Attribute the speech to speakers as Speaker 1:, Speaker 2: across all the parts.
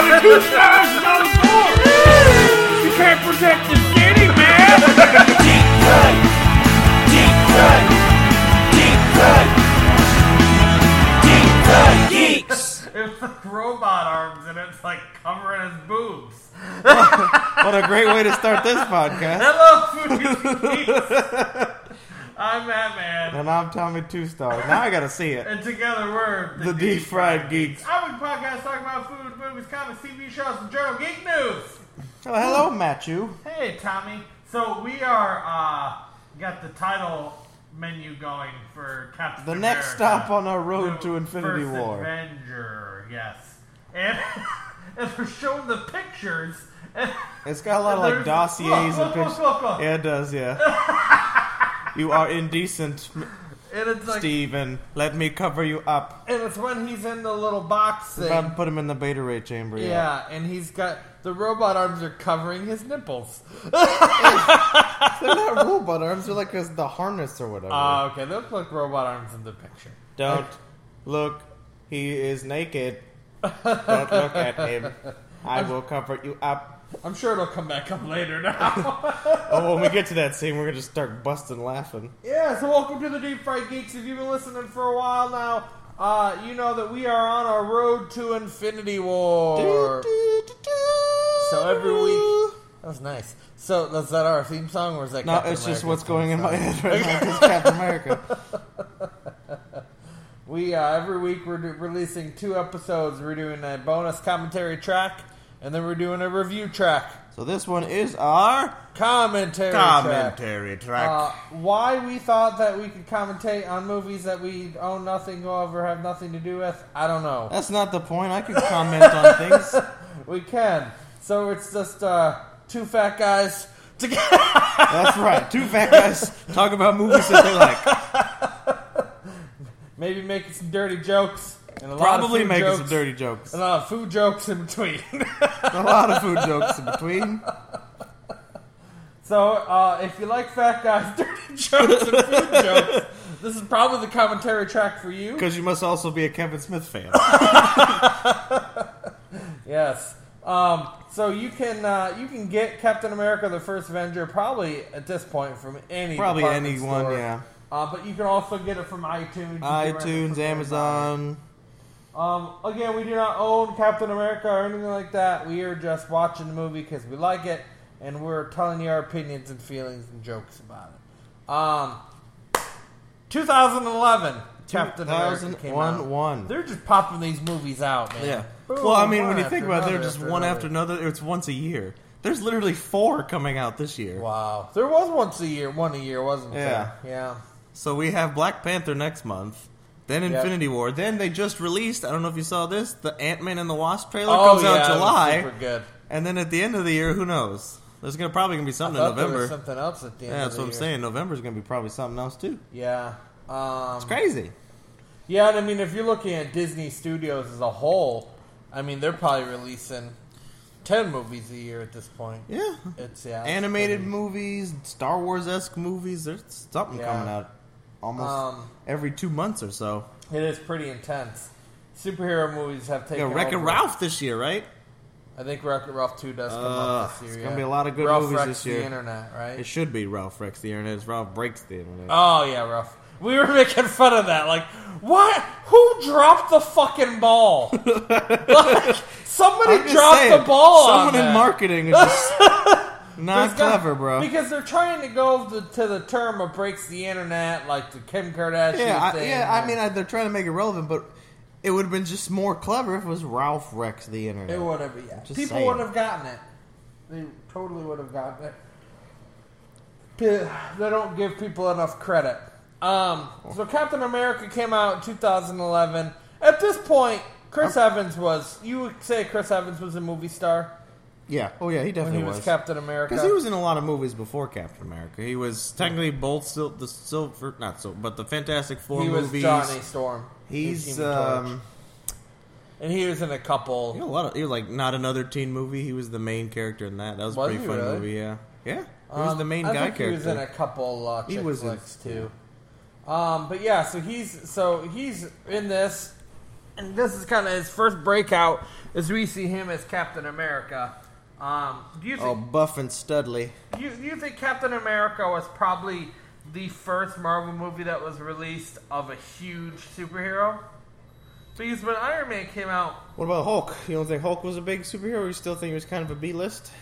Speaker 1: suicide's not a sport. You can't protect the city, man.
Speaker 2: Deep cut. Deep cut. Deep cut. Deep cut geeks.
Speaker 3: It's like robot arms and it's like covering his boobs.
Speaker 4: What a great way to start this podcast.
Speaker 3: Hello, foodies geeks. I'm Matt Man,
Speaker 4: And I'm Tommy Two Stars. Now I gotta see it.
Speaker 3: and together we're
Speaker 4: The Deep Fried Geeks.
Speaker 3: Our week podcast talking about food, movies, comics, TV shows, and journal geek news.
Speaker 4: Oh, hello, Matthew.
Speaker 3: Hey, Tommy. So we are uh, got the title menu going for Captain.
Speaker 4: The next
Speaker 3: America.
Speaker 4: stop on our road to Infinity
Speaker 3: First
Speaker 4: War.
Speaker 3: Avenger, yes. And, and we're showing the pictures. And
Speaker 4: It's got a lot of like
Speaker 3: There's-
Speaker 4: dossiers and
Speaker 3: look, look,
Speaker 4: pictures.
Speaker 3: look, look.
Speaker 4: Yeah, it does, yeah. You are indecent, M-
Speaker 3: and it's like,
Speaker 4: Steven. Let me cover you up.
Speaker 3: and it's when he's in the little box thing.
Speaker 4: Um, put him in the beta ray chamber.
Speaker 3: yeah.
Speaker 4: Yeah.
Speaker 3: and he's got the robot arms are covering his nipples.
Speaker 4: They're not robot arms. They're like his- the harness or whatever.
Speaker 3: Uh, okay, they look like robot arms in the picture.
Speaker 4: Don't look. He is naked. Don't look at him. I will cover you up.
Speaker 3: I'm sure it'll come back up later now.
Speaker 4: Oh, when we get to that scene, we're gonna just start busting laughing.
Speaker 3: Yeah, so welcome to the Deep Fried Geeks. If you've been listening for a while now, uh, you know that we are on our road to Infinity War. So every week- That was nice. So, is that our theme song, or is that
Speaker 4: No,
Speaker 3: Captain
Speaker 4: it's just
Speaker 3: America's
Speaker 4: what's
Speaker 3: theme
Speaker 4: going in my
Speaker 3: song?
Speaker 4: head right now. It's Captain America.
Speaker 3: We uh, every week we're do- releasing two episodes. We're doing a bonus commentary track, and then we're doing a review track.
Speaker 4: So this one is our
Speaker 3: Commentary. track.
Speaker 4: track.
Speaker 3: Uh, why we thought that we could commentate on movies that we own nothing of or have nothing to do with, I don't know.
Speaker 4: That's not the point. I can comment on things.
Speaker 3: We can. So it's just uh, two fat guys together.
Speaker 4: That's right. Two fat guys talk about movies that they like.
Speaker 3: Maybe making some dirty jokes and a lot of
Speaker 4: Probably
Speaker 3: food
Speaker 4: making
Speaker 3: jokes,
Speaker 4: some dirty jokes.
Speaker 3: and a lot of food jokes in between.
Speaker 4: A lot of food jokes in between.
Speaker 3: so uh, if you like fat guys, dirty jokes, and food jokes, this is probably the commentary track for you.
Speaker 4: Because you must also be a Kevin Smith fan.
Speaker 3: Yes. Um, so you can uh, you can get Captain America: The First Avenger probably at this point from any
Speaker 4: Probably
Speaker 3: department
Speaker 4: anyone,
Speaker 3: store.
Speaker 4: yeah.
Speaker 3: Uh, but you can also get it from iTunes, You can rent it
Speaker 4: iTunes,
Speaker 3: from
Speaker 4: Amazon.
Speaker 3: Um, again, we do not own Captain America or anything like that. We are just watching the movie because we like it, and we're telling you our opinions and feelings and jokes about it. Um, 2011, Captain America came out.
Speaker 4: 2001.
Speaker 3: They're just popping these movies out, man.
Speaker 4: Yeah.
Speaker 3: Boom,
Speaker 4: Well, I mean,
Speaker 3: one
Speaker 4: when you
Speaker 3: after
Speaker 4: think about it, they're
Speaker 3: another
Speaker 4: just one after another. It's once a year. There's literally four coming out this year.
Speaker 3: Wow, there was once a year, one a year, wasn't there? Yeah,
Speaker 4: So we have Black Panther next month, then
Speaker 3: Yep.
Speaker 4: Infinity War, then they just released. I don't know if you saw this. The Ant Man and the Wasp trailer
Speaker 3: oh
Speaker 4: comes
Speaker 3: yeah,
Speaker 4: out
Speaker 3: it was
Speaker 4: July,
Speaker 3: super good.
Speaker 4: and then at the end of the year, who knows? There's gonna probably gonna
Speaker 3: I
Speaker 4: be something in
Speaker 3: thought there was
Speaker 4: November.
Speaker 3: something else at the end.
Speaker 4: Yeah,
Speaker 3: of
Speaker 4: that's
Speaker 3: the
Speaker 4: what I'm
Speaker 3: year.
Speaker 4: saying. November's gonna be probably something else too.
Speaker 3: Yeah, um,
Speaker 4: It's crazy.
Speaker 3: Yeah, and I mean, if you're looking at Disney Studios as a whole, I mean, they're probably releasing ten movies a year at this point.
Speaker 4: Yeah.
Speaker 3: It's yeah, it's
Speaker 4: Animated
Speaker 3: been-
Speaker 4: movies, Star Wars esque movies. There's something
Speaker 3: Yeah.
Speaker 4: coming out almost
Speaker 3: Um,
Speaker 4: every two months or so.
Speaker 3: It is pretty intense. Superhero movies have
Speaker 4: Yeah,
Speaker 3: taken.
Speaker 4: Wreck It
Speaker 3: over.
Speaker 4: Ralph this year, right?
Speaker 3: I think Wreck It Ralph Two does come
Speaker 4: Ugh,
Speaker 3: up this year.
Speaker 4: it's gonna
Speaker 3: yeah.
Speaker 4: be a lot of good
Speaker 3: Ralph
Speaker 4: movies
Speaker 3: Wrecks
Speaker 4: this year.
Speaker 3: The internet,
Speaker 4: It
Speaker 3: right?
Speaker 4: should be Ralph Rex the Internet. It's Ralph Breaks the Internet.
Speaker 3: Oh yeah, Ralph. We were making fun of that. Like, what? Who dropped the fucking ball? like, somebody
Speaker 4: I'm just
Speaker 3: Oh, dropped
Speaker 4: saying,
Speaker 3: the ball. on
Speaker 4: Someone in
Speaker 3: that.
Speaker 4: marketing is just not
Speaker 3: There's got-
Speaker 4: clever, bro.
Speaker 3: Because they're trying to go the, to the term of breaks the internet, like the Kim Kardashian
Speaker 4: yeah, I,
Speaker 3: thing.
Speaker 4: yeah. I mean, I, they're trying to make it relevant, but it would have been just more clever if it was Ralph Rex the Internet.
Speaker 3: it would have. Yeah,
Speaker 4: Just
Speaker 3: people
Speaker 4: saying.
Speaker 3: would have gotten it. They totally would have gotten it. P- They don't give people enough credit. Um, so Captain America came out in 2011. At this point, Chris Evans was. You would say Chris Evans was a movie star
Speaker 4: Yeah. Oh yeah, he
Speaker 3: when
Speaker 4: definitely
Speaker 3: he was,
Speaker 4: was.
Speaker 3: Captain America.
Speaker 4: Because he was in a lot of movies before Captain America. He was technically both still the silver, not silver, but the Fantastic Four
Speaker 3: He was
Speaker 4: movies.
Speaker 3: Johnny Storm. He was
Speaker 4: He's
Speaker 3: Human Torch.
Speaker 4: um,
Speaker 3: and he was in a couple.
Speaker 4: you know, a lot of he was like not another teen movie. He was the main character in that. That was a
Speaker 3: Was
Speaker 4: pretty
Speaker 3: he
Speaker 4: fun
Speaker 3: really?
Speaker 4: movie. Yeah, yeah. He was
Speaker 3: Um,
Speaker 4: the main
Speaker 3: I
Speaker 4: guy
Speaker 3: think
Speaker 4: character.
Speaker 3: He was in a couple uh,
Speaker 4: He
Speaker 3: chick
Speaker 4: was in-
Speaker 3: flicks too. Um, but yeah, so he's so he's in this. and this is kind of his first breakout as we see him as Captain America. Um, do you think,
Speaker 4: Oh, Buff and Studley.
Speaker 3: you, you think Captain America was probably the first Marvel movie that was released of a huge superhero? Because when Iron Man came out,
Speaker 4: What about Hulk? You don't think Hulk was a big superhero? You still think he was kind of a B list?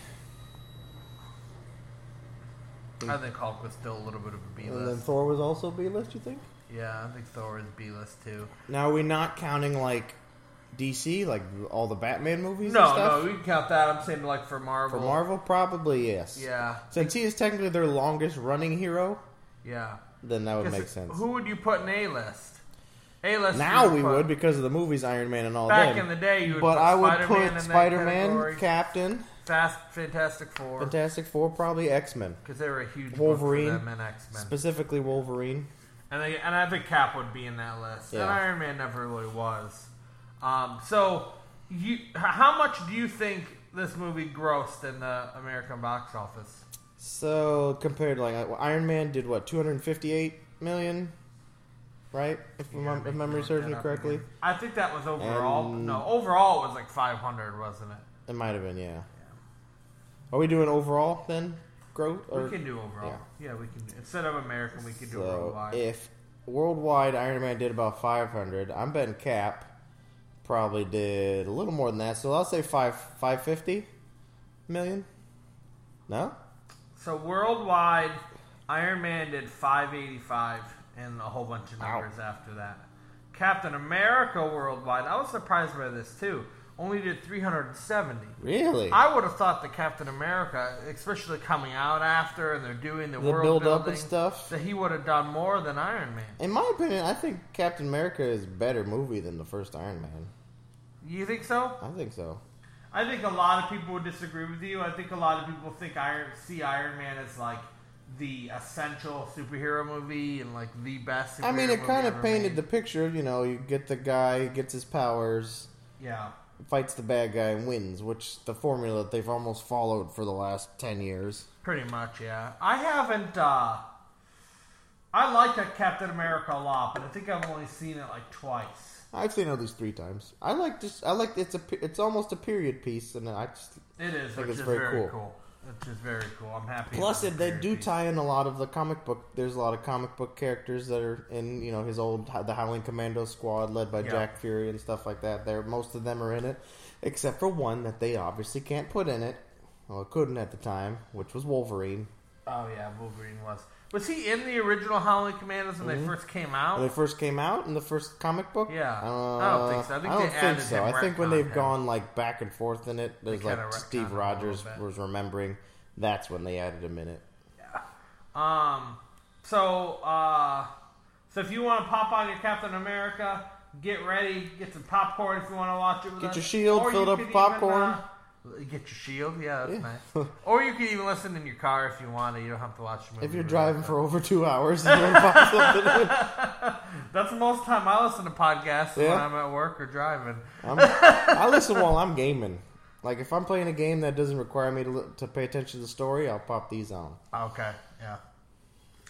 Speaker 3: I think Hulk was still a little bit of a B
Speaker 5: And then
Speaker 3: list.
Speaker 5: Thor was also B list, you think?
Speaker 3: Yeah, I think Thor is B list too.
Speaker 4: Now are we not counting like DC, like all the Batman movies and
Speaker 3: No, no,
Speaker 4: stuff?
Speaker 3: we can count that. I'm saying like for Marvel.
Speaker 4: For Marvel, probably yes.
Speaker 3: Yeah,
Speaker 4: Since he is technically their longest running hero,
Speaker 3: yeah.
Speaker 4: then that would make
Speaker 3: Guess-
Speaker 4: sense.
Speaker 3: Who would you put in A list? A list.
Speaker 4: now we would because of the movies Iron Man and all
Speaker 3: Back
Speaker 4: them.
Speaker 3: in the day, you would
Speaker 4: but
Speaker 3: put
Speaker 4: I would
Speaker 3: Spider-Man in
Speaker 4: put
Speaker 3: that
Speaker 4: Spider Man,
Speaker 3: category.
Speaker 4: Captain,
Speaker 3: Fast Fantastic Four
Speaker 4: Fantastic Four, probably X Men.
Speaker 3: because they were a huge
Speaker 4: Wolverine,
Speaker 3: book for them and X Men.
Speaker 4: Specifically Wolverine.
Speaker 3: And, they, and I think Cap would be in that list. And
Speaker 4: Yeah.
Speaker 3: Iron Man never really was. Um, so, you, h- how much do you think this movie grossed in the American box office?
Speaker 4: So compared to like uh, Iron Man did what 258 million, right? If, mem- if memory serves me correctly,
Speaker 3: I think that was overall.
Speaker 4: And-
Speaker 3: no, overall it was like 500, wasn't it?
Speaker 4: it might have been. Yeah. Are we doing overall then? Growth or
Speaker 3: We can do overall. Yeah, we can. do- Instead of American, we can do
Speaker 4: so
Speaker 3: worldwide.
Speaker 4: if worldwide Iron Man did about 500, I'm betting Cap probably did a little more than that. So I'll say five 550 million. No,
Speaker 3: So worldwide, Iron Man did 585 and a whole bunch of numbers after that. Captain America worldwide, I was surprised by this too. Only did 370.
Speaker 4: really?
Speaker 3: I would have thought that Captain America, especially coming out after and they're doing the,
Speaker 4: The
Speaker 3: world
Speaker 4: build-up and
Speaker 3: building
Speaker 4: stuff.
Speaker 3: that he would have done more than Iron Man.
Speaker 4: In my opinion, I think Captain America is a better movie than the first Iron Man.
Speaker 3: You think so?
Speaker 4: I think so.
Speaker 3: I think a lot of people would disagree with you. I think a lot of people think Iron see Iron Man as like the essential superhero movie and like the best.
Speaker 4: I mean,
Speaker 3: superhero
Speaker 4: it
Speaker 3: movie
Speaker 4: kind of
Speaker 3: ever
Speaker 4: painted
Speaker 3: made.
Speaker 4: the picture. You know, you get the guy gets his powers,
Speaker 3: yeah,
Speaker 4: fights the bad guy, and wins, which the formula that they've almost followed for the last ten years.
Speaker 3: pretty much. Yeah, I haven't. uh I like a Captain America a lot, but I think I've only seen it like twice.
Speaker 4: I've seen it at least three times. I like this. I like it's a. pe- It's almost a period piece, and I just
Speaker 3: It is,
Speaker 4: think
Speaker 3: which
Speaker 4: it's
Speaker 3: is
Speaker 4: very
Speaker 3: very
Speaker 4: cool.
Speaker 3: cool. Which is very cool. I'm happy.
Speaker 4: plus
Speaker 3: about
Speaker 4: it, they
Speaker 3: the
Speaker 4: do
Speaker 3: period
Speaker 4: tie in a lot of the comic book. There's a lot of comic book characters that are in you know his old the Howling Commando squad led by
Speaker 3: Yeah.
Speaker 4: Jack Fury and stuff like that. There, most of them are in it, except for one that they obviously can't put in it. Well, couldn't at the time, which was Wolverine.
Speaker 3: piece. Oh yeah, Wolverine was. Was he in the original Howling Commandos when they first came out?
Speaker 4: when Mm-hmm. they first came out in the first comic book.
Speaker 3: Yeah.
Speaker 4: Uh,
Speaker 3: I don't think so. I think they added
Speaker 4: so.
Speaker 3: him
Speaker 4: I think when
Speaker 3: retconned
Speaker 4: they've
Speaker 3: him.
Speaker 4: gone like back and forth in it, there's
Speaker 3: kinda
Speaker 4: like
Speaker 3: retconned him
Speaker 4: Steve
Speaker 3: a little
Speaker 4: Rogers
Speaker 3: bit.
Speaker 4: was remembering. That's when they added him in it.
Speaker 3: Um, so, uh, so if you want to pop on your Captain America, get ready, get some popcorn if you want to watch it with
Speaker 4: Get
Speaker 3: us.
Speaker 4: your shield,
Speaker 3: Or you
Speaker 4: filled up
Speaker 3: could
Speaker 4: with popcorn.
Speaker 3: uh, get your shield, yeah, that's
Speaker 4: Yeah.
Speaker 3: nice. Or you can even listen in your car if you want to. You don't have to watch the movie.
Speaker 4: If you're
Speaker 3: with
Speaker 4: driving
Speaker 3: us.
Speaker 4: for over two hours, and don't pop something in.
Speaker 3: that's the most time I listen to podcasts when
Speaker 4: Yeah.
Speaker 3: I'm at work or driving.
Speaker 4: I'm, I listen while I'm gaming. Like if I'm playing a game that doesn't require me to, li- to pay attention to the story, I'll pop these on.
Speaker 3: Okay, yeah.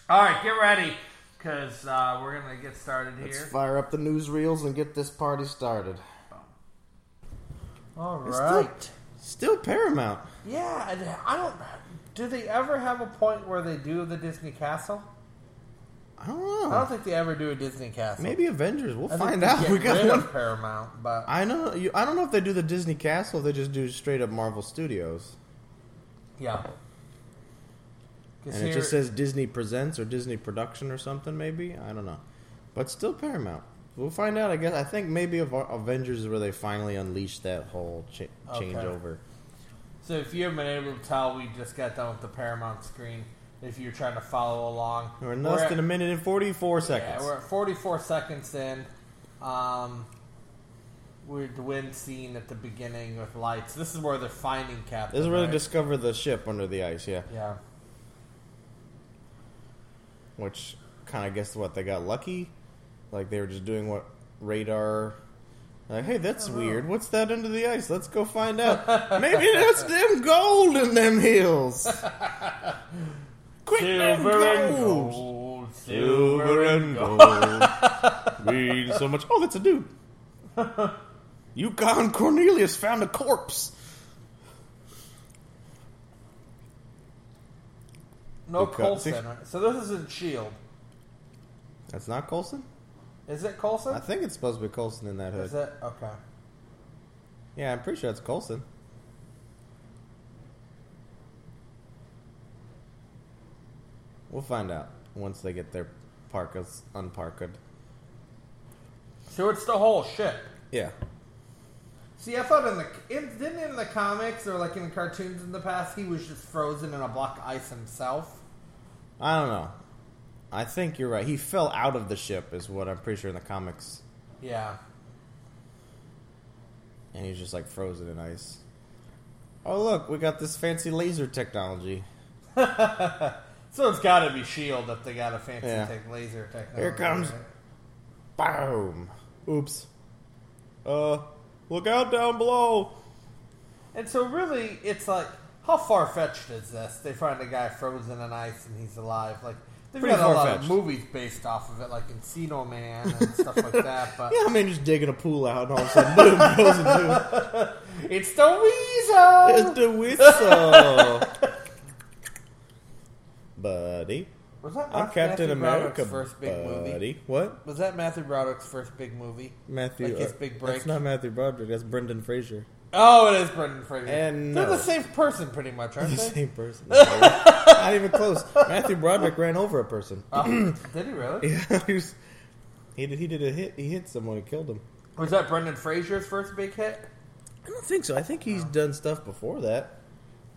Speaker 3: All right, get ready because uh, we're gonna get started here.
Speaker 4: Let's fire up the newsreels and get this party started.
Speaker 3: All
Speaker 4: It's still, still Paramount.
Speaker 3: Yeah, and I don't. Do they ever have a point where they do the Disney Castle?
Speaker 4: I don't know.
Speaker 3: I don't think they ever do a Disney Castle.
Speaker 4: Maybe Avengers. We'll
Speaker 3: I think
Speaker 4: find
Speaker 3: they
Speaker 4: out.
Speaker 3: get
Speaker 4: We got
Speaker 3: rid
Speaker 4: one
Speaker 3: of Paramount, but
Speaker 4: I know. You, I don't know if they do the Disney Castle. If they just do straight up Marvel Studios,
Speaker 3: yeah. 'Cause
Speaker 4: and it
Speaker 3: here-
Speaker 4: just says Disney Presents or Disney Production or something. Maybe I don't know, but still Paramount. We'll find out. I guess I think maybe Av- Avengers is where they finally unleash that whole cha-
Speaker 3: Okay.
Speaker 4: changeover.
Speaker 3: So if you haven't been able to tell, we just got done with the Paramount screen. If you're trying to follow along,
Speaker 4: We're in less
Speaker 3: at-
Speaker 4: than a minute and forty four
Speaker 3: Yeah,
Speaker 4: seconds.
Speaker 3: we're at 44 seconds in. Um, we're the wind scene at the beginning with lights. This is where they're finding Captain.
Speaker 4: this is where they
Speaker 3: right?
Speaker 4: discover the ship under the ice. Yeah,
Speaker 3: yeah.
Speaker 4: which kind of guess what they got lucky. Like they were just doing what radar. Like, hey, that's
Speaker 3: Oh,
Speaker 4: weird. What's that under the ice? Let's go find out. Maybe that's them gold in them hills. Quick, them
Speaker 3: Silver and
Speaker 4: gold.
Speaker 3: gold.
Speaker 4: Silver and gold. Means so much. Oh, that's a dude. Yukon Cornelius found a corpse.
Speaker 3: No
Speaker 4: Good cut.
Speaker 3: Colson.
Speaker 4: Six-
Speaker 3: right? So this isn't Shield.
Speaker 4: That's not Colson?
Speaker 3: Is it Colson?
Speaker 4: I think it's supposed to be Colson in that
Speaker 3: Is
Speaker 4: hood.
Speaker 3: it okay?
Speaker 4: Yeah, I'm pretty sure it's Colson. We'll find out once they get their parkas unparked.
Speaker 3: So it's the whole ship.
Speaker 4: Yeah.
Speaker 3: See, I thought in the in, didn't in the comics or like in cartoons in the past he was just frozen in a block of ice himself.
Speaker 4: I don't know. I think you're right. He fell out of the ship, is what I'm pretty sure in the comics.
Speaker 3: Yeah.
Speaker 4: And he's just like frozen in ice. Oh, look, we got this fancy laser technology.
Speaker 3: So it's got to be Shield E if they got a fancy
Speaker 4: Yeah.
Speaker 3: tech laser technology.
Speaker 4: Here comes-
Speaker 3: right?
Speaker 4: Boom! Oops. Uh, look out down below!
Speaker 3: And so really, it's like how far fetched is this? They find a guy frozen in ice and he's alive. Like they've
Speaker 4: Pretty
Speaker 3: got a lot of
Speaker 4: far-fetched.
Speaker 3: movies based off of it, like Encino Man and stuff like that. But
Speaker 4: Yeah, I mean, just digging a pool out and all of a sudden, boom, goes into
Speaker 3: it's the weasel.
Speaker 4: It's the whistle! buddy.
Speaker 3: was that
Speaker 4: I'm
Speaker 3: Matthew
Speaker 4: Captain America,
Speaker 3: Broderick's first big
Speaker 4: buddy.
Speaker 3: movie?
Speaker 4: What?
Speaker 3: Was that Matthew Broderick's first big movie?
Speaker 4: Matthew.
Speaker 3: Like his
Speaker 4: uh,
Speaker 3: big break.
Speaker 4: That's not Matthew Broderick. That's Brendan Fraser.
Speaker 3: Oh, it is Brendan Fraser.
Speaker 4: And uh,
Speaker 3: They're
Speaker 4: no.
Speaker 3: the same person, pretty much, aren't
Speaker 4: The
Speaker 3: they?
Speaker 4: same person. No, not even close. Matthew Broderick ran over a person.
Speaker 3: Oh, did he really?
Speaker 4: Yeah, he, was, he did. He did a hit. He hit someone and killed him.
Speaker 3: Was that Brendan Fraser's first big hit?
Speaker 4: I don't think so. I think he's done stuff before that.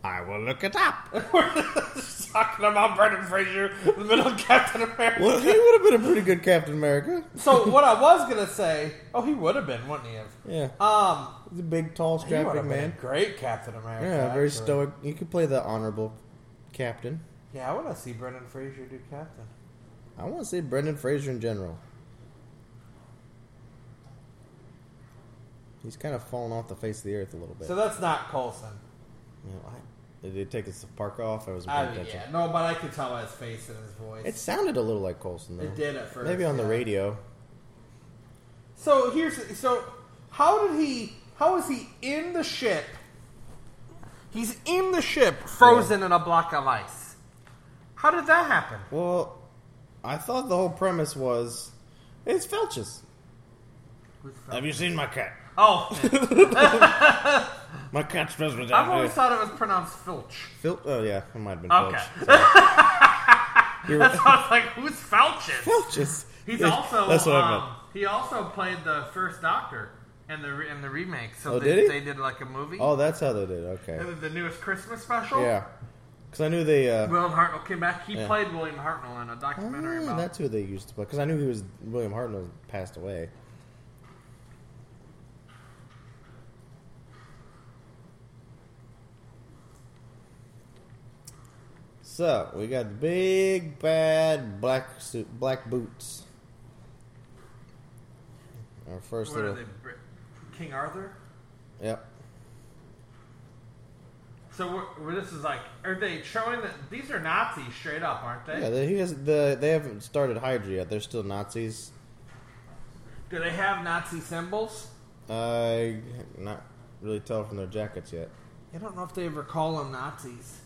Speaker 4: I will look it up.
Speaker 3: We're just talking about Brendan Fraser, the middle of Captain America.
Speaker 4: well, he would have been a pretty good Captain America.
Speaker 3: So what I was gonna say, oh, he would have been, wouldn't he have?
Speaker 4: Yeah,
Speaker 3: Um,
Speaker 4: he's a big, tall,
Speaker 3: he would
Speaker 4: strapping
Speaker 3: have been
Speaker 4: man.
Speaker 3: a great Captain America.
Speaker 4: Yeah, very
Speaker 3: actually.
Speaker 4: stoic. You could play the honorable captain.
Speaker 3: Yeah, I want to see Brendan Fraser do Captain.
Speaker 4: I want to say Brendan Fraser in general. He's kind of fallen off the face of the earth a little bit.
Speaker 3: So that's not Colson.
Speaker 4: You know, I- did they take us to park off? I was paying
Speaker 3: I mean,
Speaker 4: attention.
Speaker 3: yeah, no, but I could tell by his face and his voice.
Speaker 4: It sounded a little like Colson, though.
Speaker 3: it did at first.
Speaker 4: Maybe on the
Speaker 3: yeah.
Speaker 4: radio.
Speaker 3: So here's so how did he? How is he in the ship? He's in the ship, frozen in a block of ice. How did that happen?
Speaker 4: Well, I thought the whole premise was it's Felches. Have you seen my cat?
Speaker 3: Oh,
Speaker 4: My cat's friends with
Speaker 3: I've always thought it was pronounced Filch.
Speaker 4: Fil- Oh yeah, it might have been
Speaker 3: Okay.
Speaker 4: Felch. Sorry. You're right.
Speaker 3: I was like, who's Falchus?
Speaker 4: Felches.
Speaker 3: He's
Speaker 4: Yeah,
Speaker 3: also
Speaker 4: that's what I
Speaker 3: um,
Speaker 4: meant.
Speaker 3: he also played the first Doctor in the re- in the remake. So
Speaker 4: Oh,
Speaker 3: they,
Speaker 4: did he?
Speaker 3: they did like a movie.
Speaker 4: Oh, that's how they did. it, Okay.
Speaker 3: And then the newest Christmas special.
Speaker 4: Yeah, because I knew they. Uh,
Speaker 3: William Hartnell came back. He
Speaker 4: Yeah.
Speaker 3: played William Hartnell in a documentary
Speaker 4: ah,
Speaker 3: about.
Speaker 4: that's who they used to play. Because I knew he was William Hartnell passed away. So we got the big bad black suit, black boots. Our first
Speaker 3: What are
Speaker 4: little,
Speaker 3: they? Bri- King Arthur.
Speaker 4: yep.
Speaker 3: So we're, we're- this is like, are they showing that these are Nazis straight up, aren't they?
Speaker 4: Yeah, they, he has the. They haven't started Hydra yet. They're still Nazis.
Speaker 3: Do they have Nazi symbols?
Speaker 4: I not really tell from their jackets yet.
Speaker 3: I don't know if they ever call them Nazis.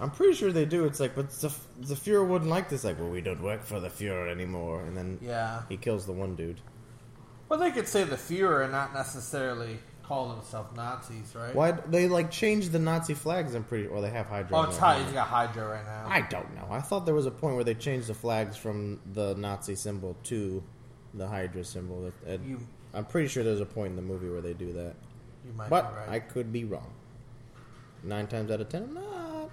Speaker 4: I'm pretty sure they do. It's like, but the, the Fuhrer wouldn't like this. Like, well, we don't work for the Fuhrer anymore. And then
Speaker 3: Yeah.
Speaker 4: he kills the one dude.
Speaker 3: Well, they could say the Fuhrer and not necessarily call themselves Nazis, right?
Speaker 4: Why they like changed the Nazi flags? I'm pretty. Well, they have Hydra.
Speaker 3: Oh,
Speaker 4: on
Speaker 3: it's
Speaker 4: there.
Speaker 3: high. He's got Hydra right now.
Speaker 4: I don't know. I thought there was a point where they changed the flags from the Nazi symbol to the Hydra symbol. That- that-
Speaker 3: You-
Speaker 4: I'm pretty sure there's a point in the movie where they do that,
Speaker 3: you might
Speaker 4: but
Speaker 3: be
Speaker 4: I
Speaker 3: right.
Speaker 4: could be wrong. Nine times out of ten, I'm not.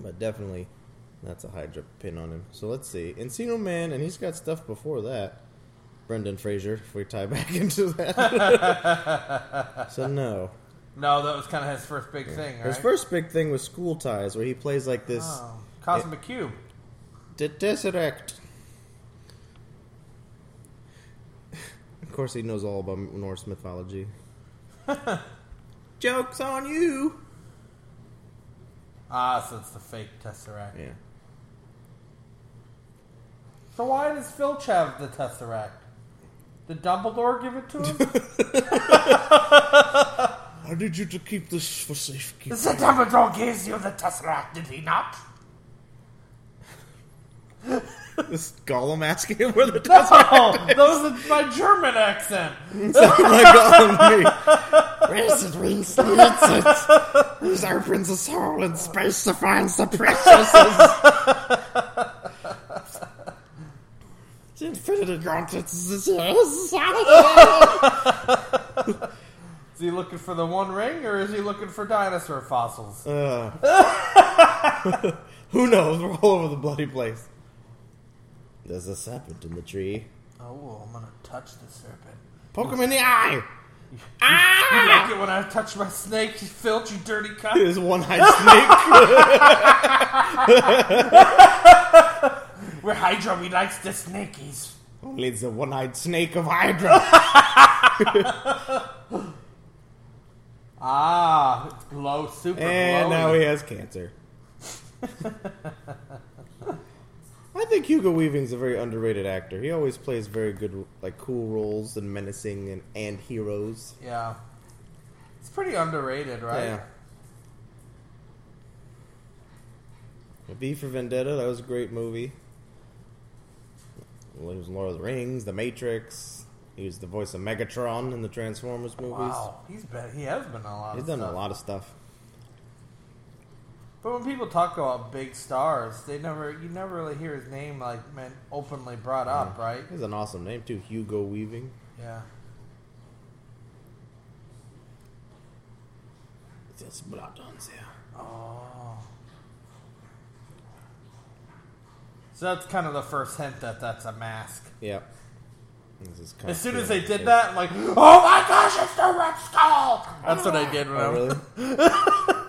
Speaker 4: But definitely, that's a Hydra pin on him. So let's see. Encino Man, and he's got stuff before that. Brendan Fraser, if we tie back into that. so no.
Speaker 3: no, that was kind of his first big thing, right?
Speaker 4: His first big thing was School Ties, where he plays like this
Speaker 3: Oh. Cosmic Cube.
Speaker 4: the Tesseract. Of course, he knows all about Norse mythology. Joke's on you!
Speaker 3: Ah, so it's the fake Tesseract.
Speaker 4: Yeah.
Speaker 3: So why does Filch have the Tesseract? Did Dumbledore give it to him?
Speaker 4: I need you to keep this for safekeeping.
Speaker 3: Said Dumbledore gives you the Tesseract, did he not?
Speaker 4: this Gollum asking him where the
Speaker 3: Oh, that was my German accent.
Speaker 4: Where's it, wings? Who's our princess hole in space to find the princesses? Infinity gauntlets.
Speaker 3: Is he looking for the One Ring, or is he looking for dinosaur fossils?
Speaker 4: Who knows? We're all over the bloody place. There's a serpent in the tree.
Speaker 3: Oh, I'm gonna touch the serpent.
Speaker 4: Poke him in the eye. Ah!
Speaker 3: You like it when I touch my snake, you filch, you dirty cunt.
Speaker 4: There's one-eyed snake.
Speaker 3: We're Hydra, we likes the snakies.
Speaker 4: Only the one-eyed snake of Hydra.
Speaker 3: Ah, it's glow, super
Speaker 4: And
Speaker 3: glowy.
Speaker 4: now he has cancer. I think Hugo Weaving's a very underrated actor. He always plays very good, like cool roles and menacing and, and heroes.
Speaker 3: Yeah. It's pretty underrated, right?
Speaker 4: Yeah. V for Vendetta, that was a great movie. Well, He was in Lord of the Rings, The Matrix. He was the voice of Megatron in the Transformers movies.
Speaker 3: Wow, he's been he has been in a lot.
Speaker 4: He's
Speaker 3: of
Speaker 4: done
Speaker 3: stuff.
Speaker 4: a lot of stuff.
Speaker 3: But when people talk about big stars, they never you never really hear his name like meant openly brought up, right?
Speaker 4: He has an awesome name too, Hugo Weaving.
Speaker 3: Yeah.
Speaker 4: There's blood on there.
Speaker 3: So that's kind of the first hint that that's a mask.
Speaker 4: Yep. This is kind
Speaker 3: As
Speaker 4: of
Speaker 3: soon as they
Speaker 4: feeling
Speaker 3: did
Speaker 4: it.
Speaker 3: that, I'm like, oh my gosh, it's the Red Skull! That's what I did when I
Speaker 4: Oh,
Speaker 3: was.
Speaker 4: really?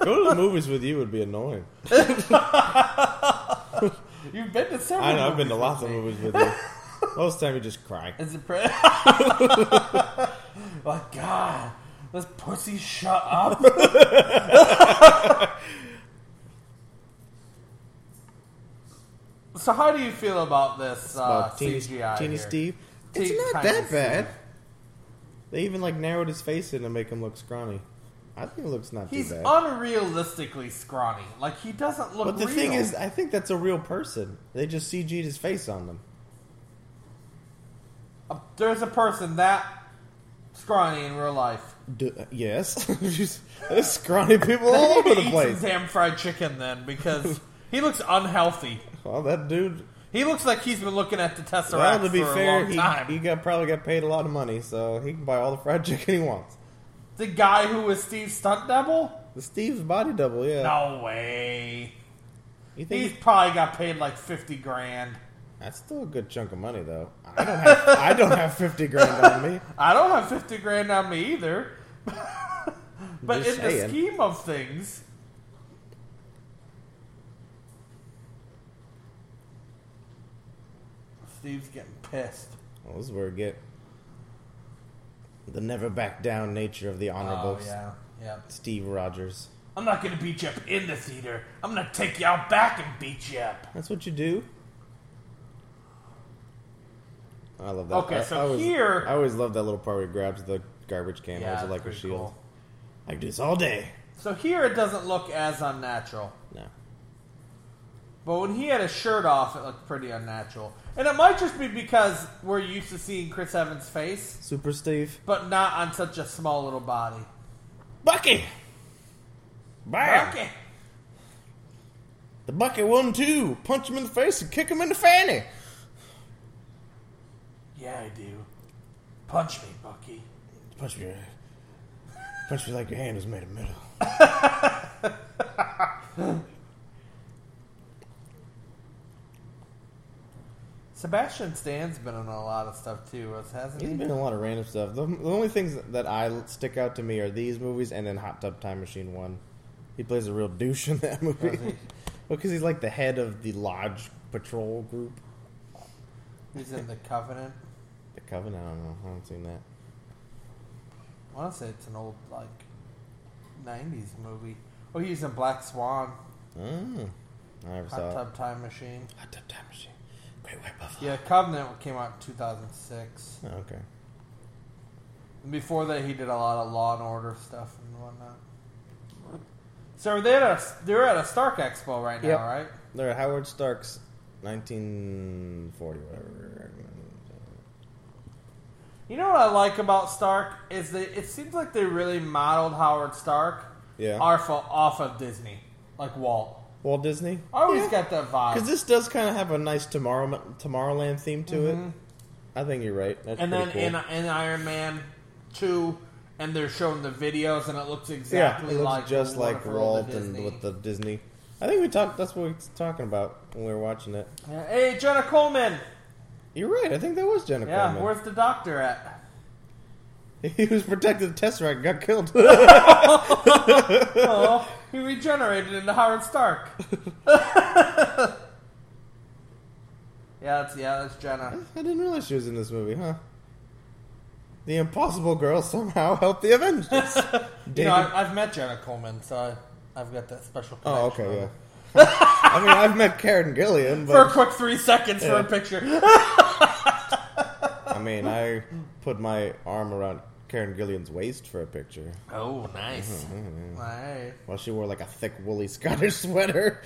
Speaker 4: Go to the movies with you would be annoying.
Speaker 3: You've been to several.
Speaker 4: I know, I've been to
Speaker 3: movies
Speaker 4: lots of
Speaker 3: with me.
Speaker 4: movies with you. Most of the time you just cry.
Speaker 3: Is it pretty? like, God, this pussy shut up. so, how do you feel about this uh,
Speaker 4: About teeny,
Speaker 3: CGI?
Speaker 4: teeny
Speaker 3: here?
Speaker 4: Steve.
Speaker 3: Teeny
Speaker 4: It's not
Speaker 3: tiny
Speaker 4: that bad.
Speaker 3: Steve.
Speaker 4: They even like narrowed his face in to make him look scrawny. I think it looks not
Speaker 3: He's
Speaker 4: too bad.
Speaker 3: unrealistically scrawny. Like, he doesn't look
Speaker 4: but the
Speaker 3: real.
Speaker 4: thing is, I think that's a real person. They just CG'd his face on them.
Speaker 3: Uh, there's a person that scrawny in real life.
Speaker 4: D- uh, yes, there's scrawny people all over
Speaker 3: He
Speaker 4: the
Speaker 3: eats
Speaker 4: place.
Speaker 3: some damn fried chicken then, because he looks unhealthy.
Speaker 4: Well, that dude.
Speaker 3: He looks like he's been looking at the Tesseract
Speaker 4: Well, to be
Speaker 3: for a
Speaker 4: fair,
Speaker 3: long
Speaker 4: he,
Speaker 3: time.
Speaker 4: he got probably got paid a lot of money, so he can buy all the fried chicken he wants.
Speaker 3: The guy who was Steve's stunt double?
Speaker 4: The Steve's body double, yeah.
Speaker 3: No way.
Speaker 4: You think
Speaker 3: He's probably got paid like 50 grand.
Speaker 4: that's still a good chunk of money though. I don't have I don't have fifty grand on me.
Speaker 3: I don't have 50 grand on me either. but
Speaker 4: Just
Speaker 3: in the
Speaker 4: saying.
Speaker 3: scheme of things, Steve's getting pissed.
Speaker 4: Well, this is where we get the never back down nature of the honorable
Speaker 3: Oh, yeah. Yeah.
Speaker 4: Steve Rogers.
Speaker 3: I'm not going to beat you up in the theater. I'm going to take you out back and beat you up.
Speaker 4: That's what you do. I love that.
Speaker 3: Okay,
Speaker 4: I-
Speaker 3: so
Speaker 4: I always-
Speaker 3: here-
Speaker 4: I always love that little part where he grabs the garbage can, holds it
Speaker 3: that's
Speaker 4: like a
Speaker 3: pretty
Speaker 4: shield.
Speaker 3: cool.
Speaker 4: I could do this all day.
Speaker 3: So here it doesn't look as unnatural.
Speaker 4: No.
Speaker 3: But when he had his shirt off, it looked pretty unnatural. And it might just be because we're used to seeing Chris Evans' face,
Speaker 4: Super Steve.
Speaker 3: but not on such a small little body.
Speaker 4: Bucky! Bam!
Speaker 3: Okay.
Speaker 4: The Bucky one two. Punch him in the face and kick him in the fanny.
Speaker 3: Yeah, I do. Punch me, Bucky.
Speaker 4: Punch me. Punch me like your hand was made of metal.
Speaker 3: Sebastian Stan's been in a lot of stuff too, hasn't he?
Speaker 4: He's been in a lot of random stuff. The, the only things that I stick out to me are these movies and then Hot Tub Time Machine One. He plays a real douche in that movie. well, because he's like the head of the Lodge Patrol group.
Speaker 3: He's in The Covenant.
Speaker 4: The Covenant. I don't know. I haven't seen that.
Speaker 3: I want to say it's an old, like, 90s movie. Oh, he's in Black Swan,
Speaker 4: Mm. I never
Speaker 3: Hot
Speaker 4: saw it.
Speaker 3: Tub Time Machine.
Speaker 4: Hot Tub Time Machine. Great White Buffalo.
Speaker 3: Yeah, Covenant came out in 2006.
Speaker 4: Oh, okay.
Speaker 3: Before that, he did a lot of Law and Order stuff and whatnot. So they had a, they're at a Stark Expo right now,
Speaker 4: Yep.
Speaker 3: right?
Speaker 4: They're at Howard Stark's 1940, whatever.
Speaker 3: You know what I like about Stark is that it seems like they really modeled Howard Stark
Speaker 4: Yeah.
Speaker 3: off of, off of Disney, like Walt.
Speaker 4: Walt Disney.
Speaker 3: I always
Speaker 4: Yeah.
Speaker 3: got that vibe.
Speaker 4: Because this does kind of have a nice tomorrow Tomorrowland theme to it. I think you're right. That's
Speaker 3: Mm-hmm. and then
Speaker 4: pretty
Speaker 3: in,
Speaker 4: cool.
Speaker 3: in Iron Man two, and they're showing the videos, and it looks
Speaker 4: yeah,
Speaker 3: exactly
Speaker 4: it looks
Speaker 3: like
Speaker 4: just
Speaker 3: the
Speaker 4: like
Speaker 3: Wonderful World
Speaker 4: Walt
Speaker 3: of
Speaker 4: and
Speaker 3: Disney.
Speaker 4: with the Disney. I think we talked. That's what we were talking about when we were watching it.
Speaker 3: Yeah. Hey, Jenna Coleman.
Speaker 4: You're right. I think that was Jennifer.
Speaker 3: Yeah,
Speaker 4: Coleman.
Speaker 3: where's the doctor at?
Speaker 4: he was protecting the Tesseract and got killed.
Speaker 3: Oh, he regenerated into Howard Stark. yeah, that's yeah, that's Jenna.
Speaker 4: I didn't realize she was in this movie, huh? The Impossible Girl somehow helped the Avengers.
Speaker 3: You
Speaker 4: Damn.
Speaker 3: know, I, I've met Jenna Coleman, so I, I've got that special. Connection
Speaker 4: oh, okay, yeah. I mean, I've met Karen Gillian,
Speaker 3: For a
Speaker 4: but
Speaker 3: quick three seconds for
Speaker 4: Yeah.
Speaker 3: a picture.
Speaker 4: I mean, I put my arm around Karen Gillian's waist for a picture
Speaker 3: Oh, nice.
Speaker 4: Mm-hmm.
Speaker 3: Nice.
Speaker 4: while she wore like a thick woolly Scottish sweater.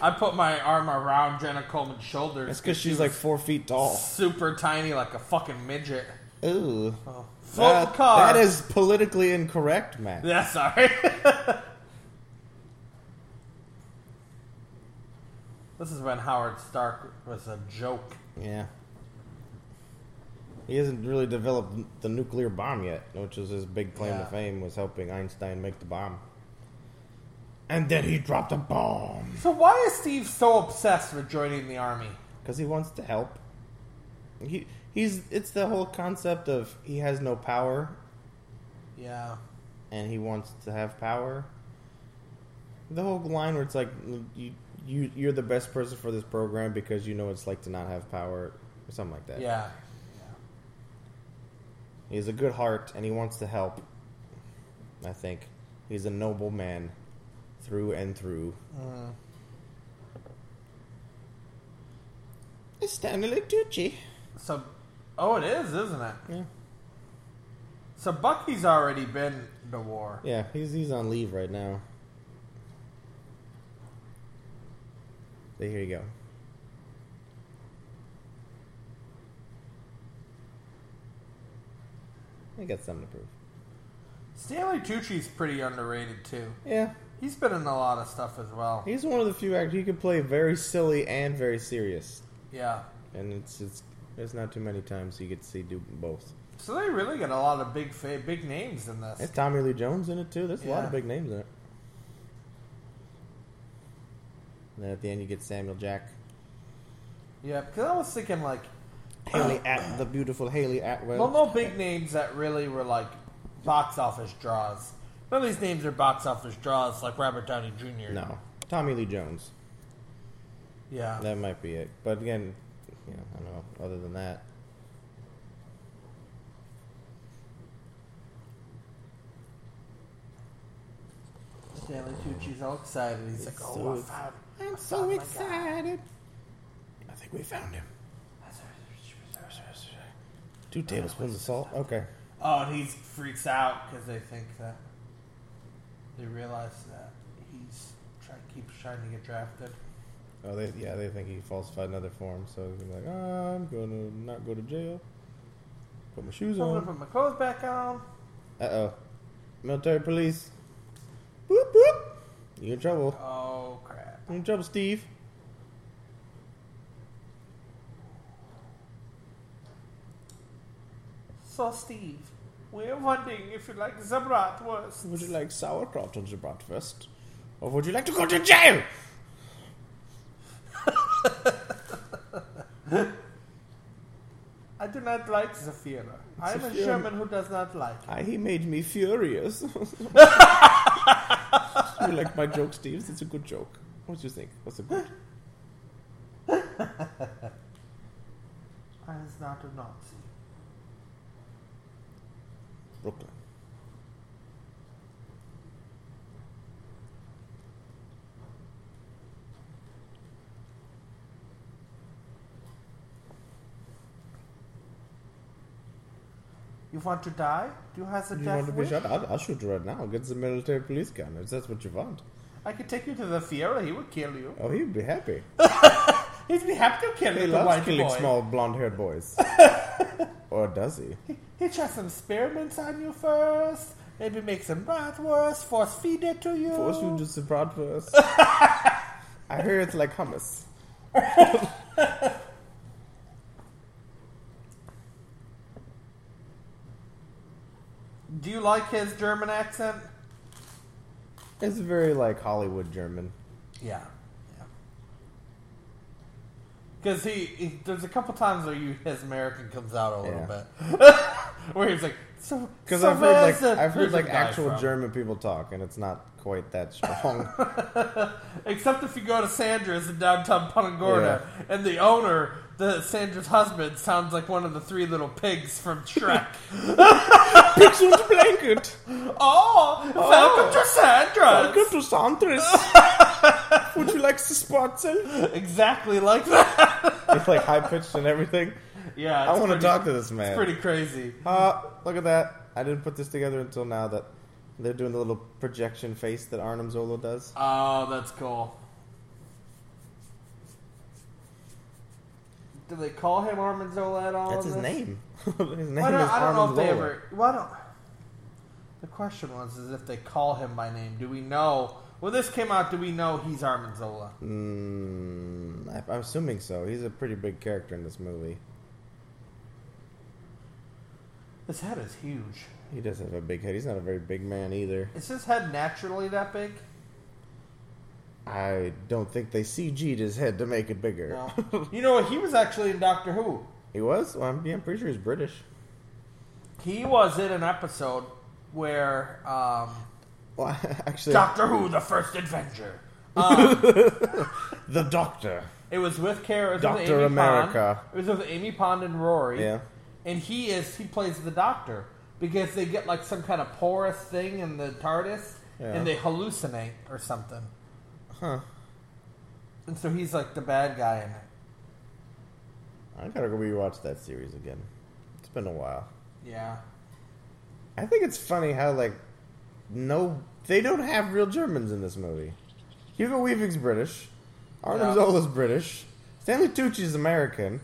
Speaker 3: I put my arm around Jenna Coleman's shoulders.
Speaker 4: That's because she's like four feet tall.
Speaker 3: super tiny, like a fucking midget.
Speaker 4: Ooh,
Speaker 3: Full
Speaker 4: that,
Speaker 3: car.
Speaker 4: that is politically incorrect, man.
Speaker 3: Yeah, sorry. this is when Howard Stark was a joke.
Speaker 4: Yeah. He hasn't really developed n- the nuclear bomb yet, which was his big claim
Speaker 3: Yeah.
Speaker 4: to fame was helping Einstein make the bomb. And then he dropped a bomb
Speaker 3: So why is Steve so obsessed with joining the army?
Speaker 4: because he wants to help. He he's it's the whole concept of he has no power
Speaker 3: Yeah.
Speaker 4: and he wants to have power. The whole line where it's like you you you're the best person for this program because you know what it's like to not have power or something like that.
Speaker 3: Yeah.
Speaker 4: He has a good heart and he wants to help. I think he's a noble man through and through. It's Stanley Tucci.
Speaker 3: So, oh, it is, isn't it?
Speaker 4: Yeah.
Speaker 3: So Bucky's already been to war.
Speaker 4: Yeah, he's he's on leave right now. There, here you go. I got something to prove.
Speaker 3: Stanley Tucci's pretty underrated too.
Speaker 4: Yeah,
Speaker 3: He's been in a lot of stuff as well.
Speaker 4: he's one of the few actors he can play very silly and very serious.
Speaker 3: Yeah.
Speaker 4: and it's it's there's not too many times you get to see do both.
Speaker 3: So they really got a lot of big fa- big names in this.
Speaker 4: There's Tommy Lee Jones in it too. There's a lot
Speaker 3: Yeah.
Speaker 4: of big names in it. And then at the end you get Samuel Jack,
Speaker 3: Yeah, because I was thinking like,
Speaker 4: Haley
Speaker 3: Uh,
Speaker 4: at the beautiful Haley Atwell.
Speaker 3: well, no big names that really were like box office draws. None of these names are box office draws, like Robert Downey Jr.
Speaker 4: No, Tommy Lee Jones.
Speaker 3: Yeah.
Speaker 4: That might be it. But again, you know, I don't know. Other than that,
Speaker 3: Stanley Tucci's all excited. He's like,
Speaker 4: so
Speaker 3: oh, I
Speaker 4: ex-
Speaker 3: found.
Speaker 4: I'm
Speaker 3: so Oh my God.
Speaker 4: I think we found him. Two tablespoons of salt. Okay.
Speaker 3: Oh, and he freaks out because they think that they realize that he's trying to keep trying to get drafted.
Speaker 4: Oh, they yeah, they think he falsified another form, so he's like, I'm gonna not go to jail. Put my shoes
Speaker 3: I'm gonna
Speaker 4: on.
Speaker 3: put my clothes back on.
Speaker 4: Uh oh, military police. Boop boop. You in trouble?
Speaker 3: Oh crap!
Speaker 4: You in trouble, Steve?
Speaker 3: So Steve, we're wondering if you like the bratwurst.
Speaker 4: Would you like sauerkraut on your breakfast, or would you like to go to jail?
Speaker 3: I do not like the Führer. I am a
Speaker 4: Führer.
Speaker 3: German who does not like it.
Speaker 4: Ah, he made me furious. you like my joke, Steve? It's a good joke. What do you think? What's it good?
Speaker 3: I is not a Nazi.
Speaker 4: Brooklyn.
Speaker 3: You want to die? Do you have a
Speaker 4: You
Speaker 3: death
Speaker 4: want to be
Speaker 3: wish?
Speaker 4: shot? I'll, I'll shoot you right now. Get the military police gun if that's what you want.
Speaker 3: I could take you to the Fiera. He would kill you.
Speaker 4: Oh, he'd be happy.
Speaker 3: He'd be happy to kill
Speaker 4: He
Speaker 3: you, the
Speaker 4: loves
Speaker 3: white
Speaker 4: killing
Speaker 3: boy.
Speaker 4: small blonde-haired boys. or does he?
Speaker 3: He tries some experiments on you first. Maybe make some bratwurst, force feed it to you.
Speaker 4: Force you to the bratwurst. I hear it's like hummus.
Speaker 3: Do you like his German accent?
Speaker 4: It's very like Hollywood German.
Speaker 3: Yeah. Because he, he- there's a couple times where you, his American comes out a little
Speaker 4: Yeah.
Speaker 3: bit, where he's like, "So,
Speaker 4: Because
Speaker 3: so
Speaker 4: I've heard
Speaker 3: where's
Speaker 4: like
Speaker 3: the-
Speaker 4: I've heard
Speaker 3: where's the
Speaker 4: like
Speaker 3: guy
Speaker 4: actual
Speaker 3: from?"
Speaker 4: German people talk, and it's not quite that strong.
Speaker 3: Except if you go to Sandra's in downtown Punta Gorda, and the owner, the Sandra's husband, sounds like one of the three little pigs from Shrek.
Speaker 4: Pigs und blanket.
Speaker 3: oh, welcome to Sandra's!
Speaker 4: Welcome to Sandra's. Would you like the spotzel?
Speaker 3: Exactly like that.
Speaker 4: It's like high pitched and everything.
Speaker 3: Yeah, it's
Speaker 4: I want to
Speaker 3: pretty-
Speaker 4: talk to this
Speaker 3: It's
Speaker 4: man.
Speaker 3: pretty crazy.
Speaker 4: Uh, look at that. I didn't put this together until now that they're doing the little projection face that Arnim Zola does.
Speaker 3: Oh, that's cool. Do they call him Armin Zola at all?
Speaker 4: That's
Speaker 3: in this?
Speaker 4: his name. his name
Speaker 3: Why don't,
Speaker 4: is
Speaker 3: I don't know
Speaker 4: Arnim
Speaker 3: if they
Speaker 4: Zola.
Speaker 3: ever. Why don't? The question was, is if they call him by name, do we know? When this came out, do we know he's Armin Zola?
Speaker 4: Mm, I, I'm assuming so. He's a pretty big character in this movie.
Speaker 3: His head is huge.
Speaker 4: He does have a big head. He's not a very big man either.
Speaker 3: Is his head naturally that big?
Speaker 4: I don't think they CG'd his head to make it bigger.
Speaker 3: No. you know, he was actually in Doctor Who.
Speaker 4: He was? Well, I'm, yeah, I'm pretty sure he's British.
Speaker 3: He was in an episode where um,
Speaker 4: Well, actually,
Speaker 3: Doctor Who: The First Adventure.
Speaker 4: the Doctor.
Speaker 3: It was with Kara. it was with
Speaker 4: Dr.
Speaker 3: Amy
Speaker 4: America.
Speaker 3: Pond. It was with Amy Pond and Rory.
Speaker 4: Yeah.
Speaker 3: And he is he plays the doctor because they get like some kind of porous thing in the TARDIS
Speaker 4: Yeah.
Speaker 3: and they hallucinate or something.
Speaker 4: Huh.
Speaker 3: And so he's like the bad guy in it.
Speaker 4: I gotta go rewatch that series again. It's been a while.
Speaker 3: Yeah.
Speaker 4: I think it's funny how like no, they don't have real Germans in this movie. Hugo Weaving's British, Arnim
Speaker 3: Yeah.
Speaker 4: Zola's British, Stanley Tucci's American.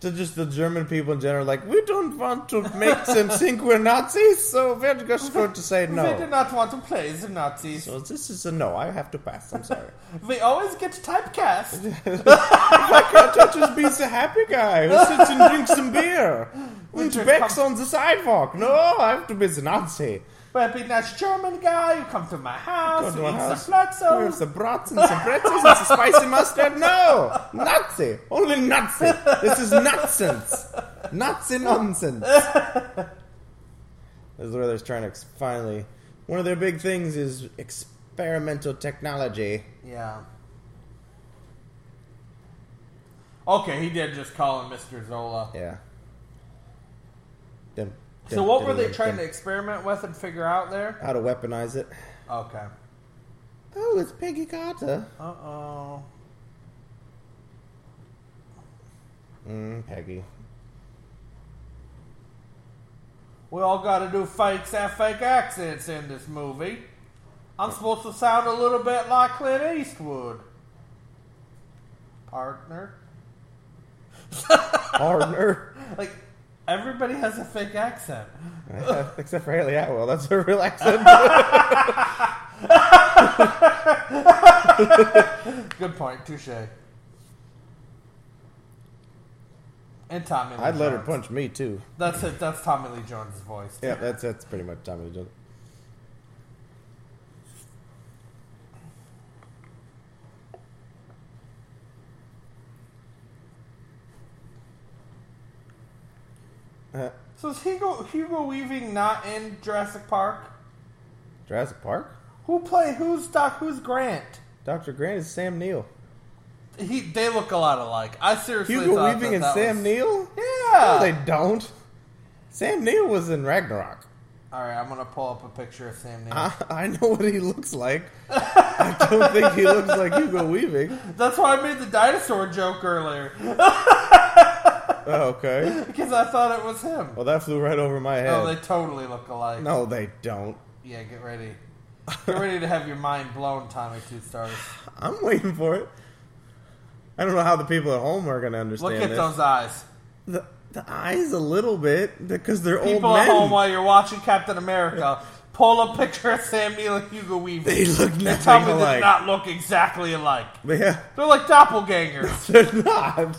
Speaker 4: To just the German people in general, like we don't want to make them think we're Nazis, so we're just going to say
Speaker 3: They did
Speaker 4: no.
Speaker 3: not want to play the Nazis.
Speaker 4: So this is a no. I have to pass. I'm sorry.
Speaker 3: They always get typecast.
Speaker 4: Can't I just be the happy guy who sits and drinks some beer and
Speaker 3: Winter
Speaker 4: begs
Speaker 3: comes-
Speaker 4: on the sidewalk? No, I have to be the Nazi.
Speaker 3: but be nice German guy, you come to my
Speaker 4: Go
Speaker 3: house,
Speaker 4: to
Speaker 3: you
Speaker 4: my
Speaker 3: eat
Speaker 4: house.
Speaker 3: the
Speaker 4: We have
Speaker 3: flatso.
Speaker 4: the brats and some pretzels and some spicy mustard. No! Nazi! Only Nazi! This is nonsense! Nazi nonsense! this is where they're trying to ex- finally. One of their big things is experimental technology.
Speaker 3: Yeah. Okay, he did just call him Mr. Zola.
Speaker 4: Yeah. Dum,
Speaker 3: So
Speaker 4: dum,
Speaker 3: what were
Speaker 4: dum,
Speaker 3: they
Speaker 4: dum,
Speaker 3: trying
Speaker 4: dum.
Speaker 3: to experiment with and figure out there?
Speaker 4: How to weaponize it.
Speaker 3: Okay.
Speaker 4: Oh, it's Peggy Carter.
Speaker 3: Uh oh.
Speaker 4: Mm, Peggy.
Speaker 3: We all gotta do fakes and fake accents in this movie. I'm supposed to sound a little bit like Clint Eastwood. Partner.
Speaker 4: Arner.
Speaker 3: Like, everybody has a fake accent.
Speaker 4: Except for Haley Atwell. That's her real accent.
Speaker 3: Good point, touche. And Tommy Lee
Speaker 4: I'd let her
Speaker 3: Jones.
Speaker 4: punch me, too.
Speaker 3: That's it, that's Tommy Lee Jones' voice.
Speaker 4: Yeah, that's that's pretty much Tommy Lee Jones. Uh,
Speaker 3: So is Hugo, Hugo Weaving not in Jurassic Park?
Speaker 4: Jurassic Park.
Speaker 3: Who play? Who's Doc? Who's Grant?
Speaker 4: Doctor Grant is Sam Neill.
Speaker 3: He. They look a lot alike. I seriously.
Speaker 4: Hugo
Speaker 3: thought
Speaker 4: Weaving
Speaker 3: that that
Speaker 4: and Sam
Speaker 3: was-
Speaker 4: Neill.
Speaker 3: Yeah.
Speaker 4: No, they don't. Sam Neill was in Ragnarok.
Speaker 3: All right, I'm gonna pull up a picture of Sam Neill.
Speaker 4: I, I know what he looks like. I don't think he looks like Hugo Weaving.
Speaker 3: That's why I made the dinosaur joke earlier.
Speaker 4: Oh, okay.
Speaker 3: because I thought it was him.
Speaker 4: Well, that flew right over my head.
Speaker 3: Oh, they totally look alike.
Speaker 4: no, they don't.
Speaker 3: Yeah, get ready. Get ready to have your mind blown, Tommy Two Stars.
Speaker 4: I'm waiting for it. I don't know how the people at home are going to understand
Speaker 3: Look at
Speaker 4: this.
Speaker 3: those eyes.
Speaker 4: The, the eyes a little bit because they're
Speaker 3: People
Speaker 4: old
Speaker 3: at
Speaker 4: men.
Speaker 3: home, while you're watching Captain America, pull a picture of Sam Neill and Hugo Weaving.
Speaker 4: they look
Speaker 3: And
Speaker 4: nothing
Speaker 3: tell me they
Speaker 4: alike.
Speaker 3: do not look exactly alike.
Speaker 4: Yeah,
Speaker 3: They're like doppelgangers.
Speaker 4: they're not.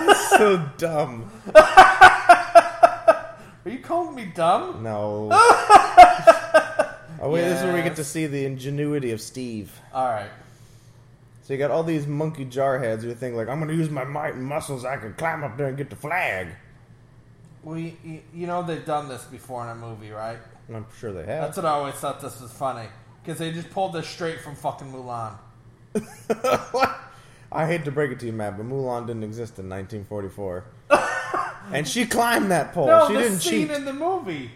Speaker 4: It's so dumb.
Speaker 3: Are you calling me dumb?
Speaker 4: No. oh wait, this is where we get to see the ingenuity of Steve.
Speaker 3: All right.
Speaker 4: So you got all these monkey jar heads who think like, I'm going to use my might and muscles. I can climb up there and get the flag.
Speaker 3: We, y- you know, they've done this before in a movie, right?
Speaker 4: I'm sure they
Speaker 3: That's
Speaker 4: have.
Speaker 3: what I always thought this was funny because they just pulled this straight from fucking Mulan.
Speaker 4: what? I hate to break it to you, Matt, but Mulan didn't exist in 1944. and she climbed that pole.
Speaker 3: No,
Speaker 4: Oh, she
Speaker 3: the
Speaker 4: didn't
Speaker 3: scene
Speaker 4: cheat.
Speaker 3: in the movie.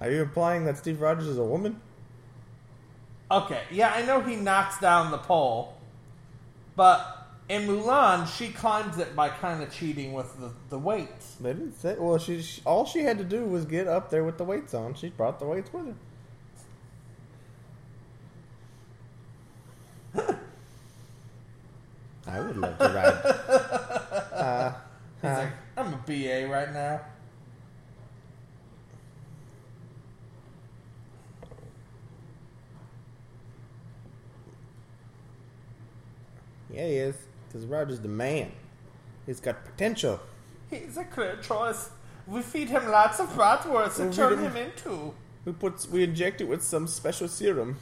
Speaker 4: Are you implying that Steve Rogers is a woman?
Speaker 3: Okay, yeah, I know he knocks down the pole, but in Mulan, she climbs it by kind of cheating with the, the weight.
Speaker 4: They didn't say. Well, she, she all she had to do was get up there with the weights on. She brought the weights with her. I would love to ride.
Speaker 3: He's
Speaker 4: Uh-huh.
Speaker 3: like, I'm a BA right now.
Speaker 4: Yeah, he is. Because Roger's the man. He's got potential.
Speaker 3: He's a clear choice. We feed him lots of bratwurst and
Speaker 4: We
Speaker 3: turn
Speaker 4: feed him-
Speaker 3: him into
Speaker 4: We put we inject it with some special serum.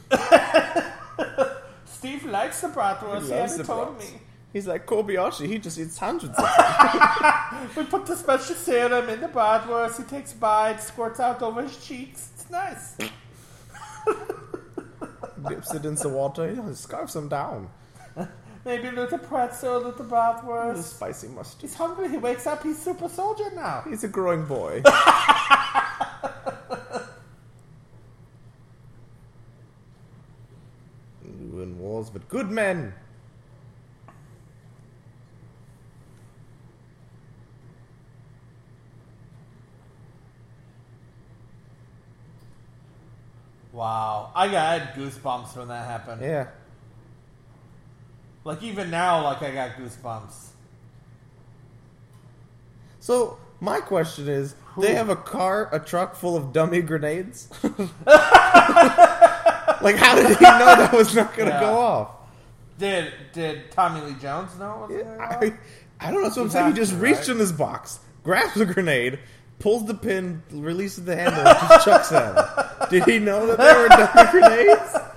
Speaker 3: Steve likes the bratwurst. He,
Speaker 4: loves
Speaker 3: hasn't
Speaker 4: the
Speaker 3: told
Speaker 4: brats.
Speaker 3: me.
Speaker 4: He's like Kobayashi. He just eats hundreds of
Speaker 3: We put the special serum in the bratwurst. He takes a bite, squirts out over his cheeks. It's nice.
Speaker 4: dips it into water. He scarfs them down.
Speaker 3: Maybe a little pretzel, a little
Speaker 4: With a
Speaker 3: bratwurst.
Speaker 4: spicy mustard.
Speaker 3: He's hungry. He wakes up. He's super soldier now.
Speaker 4: He's a growing boy. You win wars, but good men.
Speaker 3: Wow, I got I had goosebumps when that happened.
Speaker 4: Yeah.
Speaker 3: Like even now, like I got goosebumps.
Speaker 4: So my question is, they have a car, a truck full of dummy grenades. like, how did he know that was not going to
Speaker 3: Yeah.
Speaker 4: go off?
Speaker 3: Did did Tommy Lee Jones know it was going off?
Speaker 4: I, I don't know. That's what I'm
Speaker 3: You
Speaker 4: saying. He
Speaker 3: have
Speaker 4: just
Speaker 3: to,
Speaker 4: reached
Speaker 3: right?
Speaker 4: in his box, grabs the grenade, pulls the pin, releases the handle, and just chucks at him. Did he know that they were dummy grenades?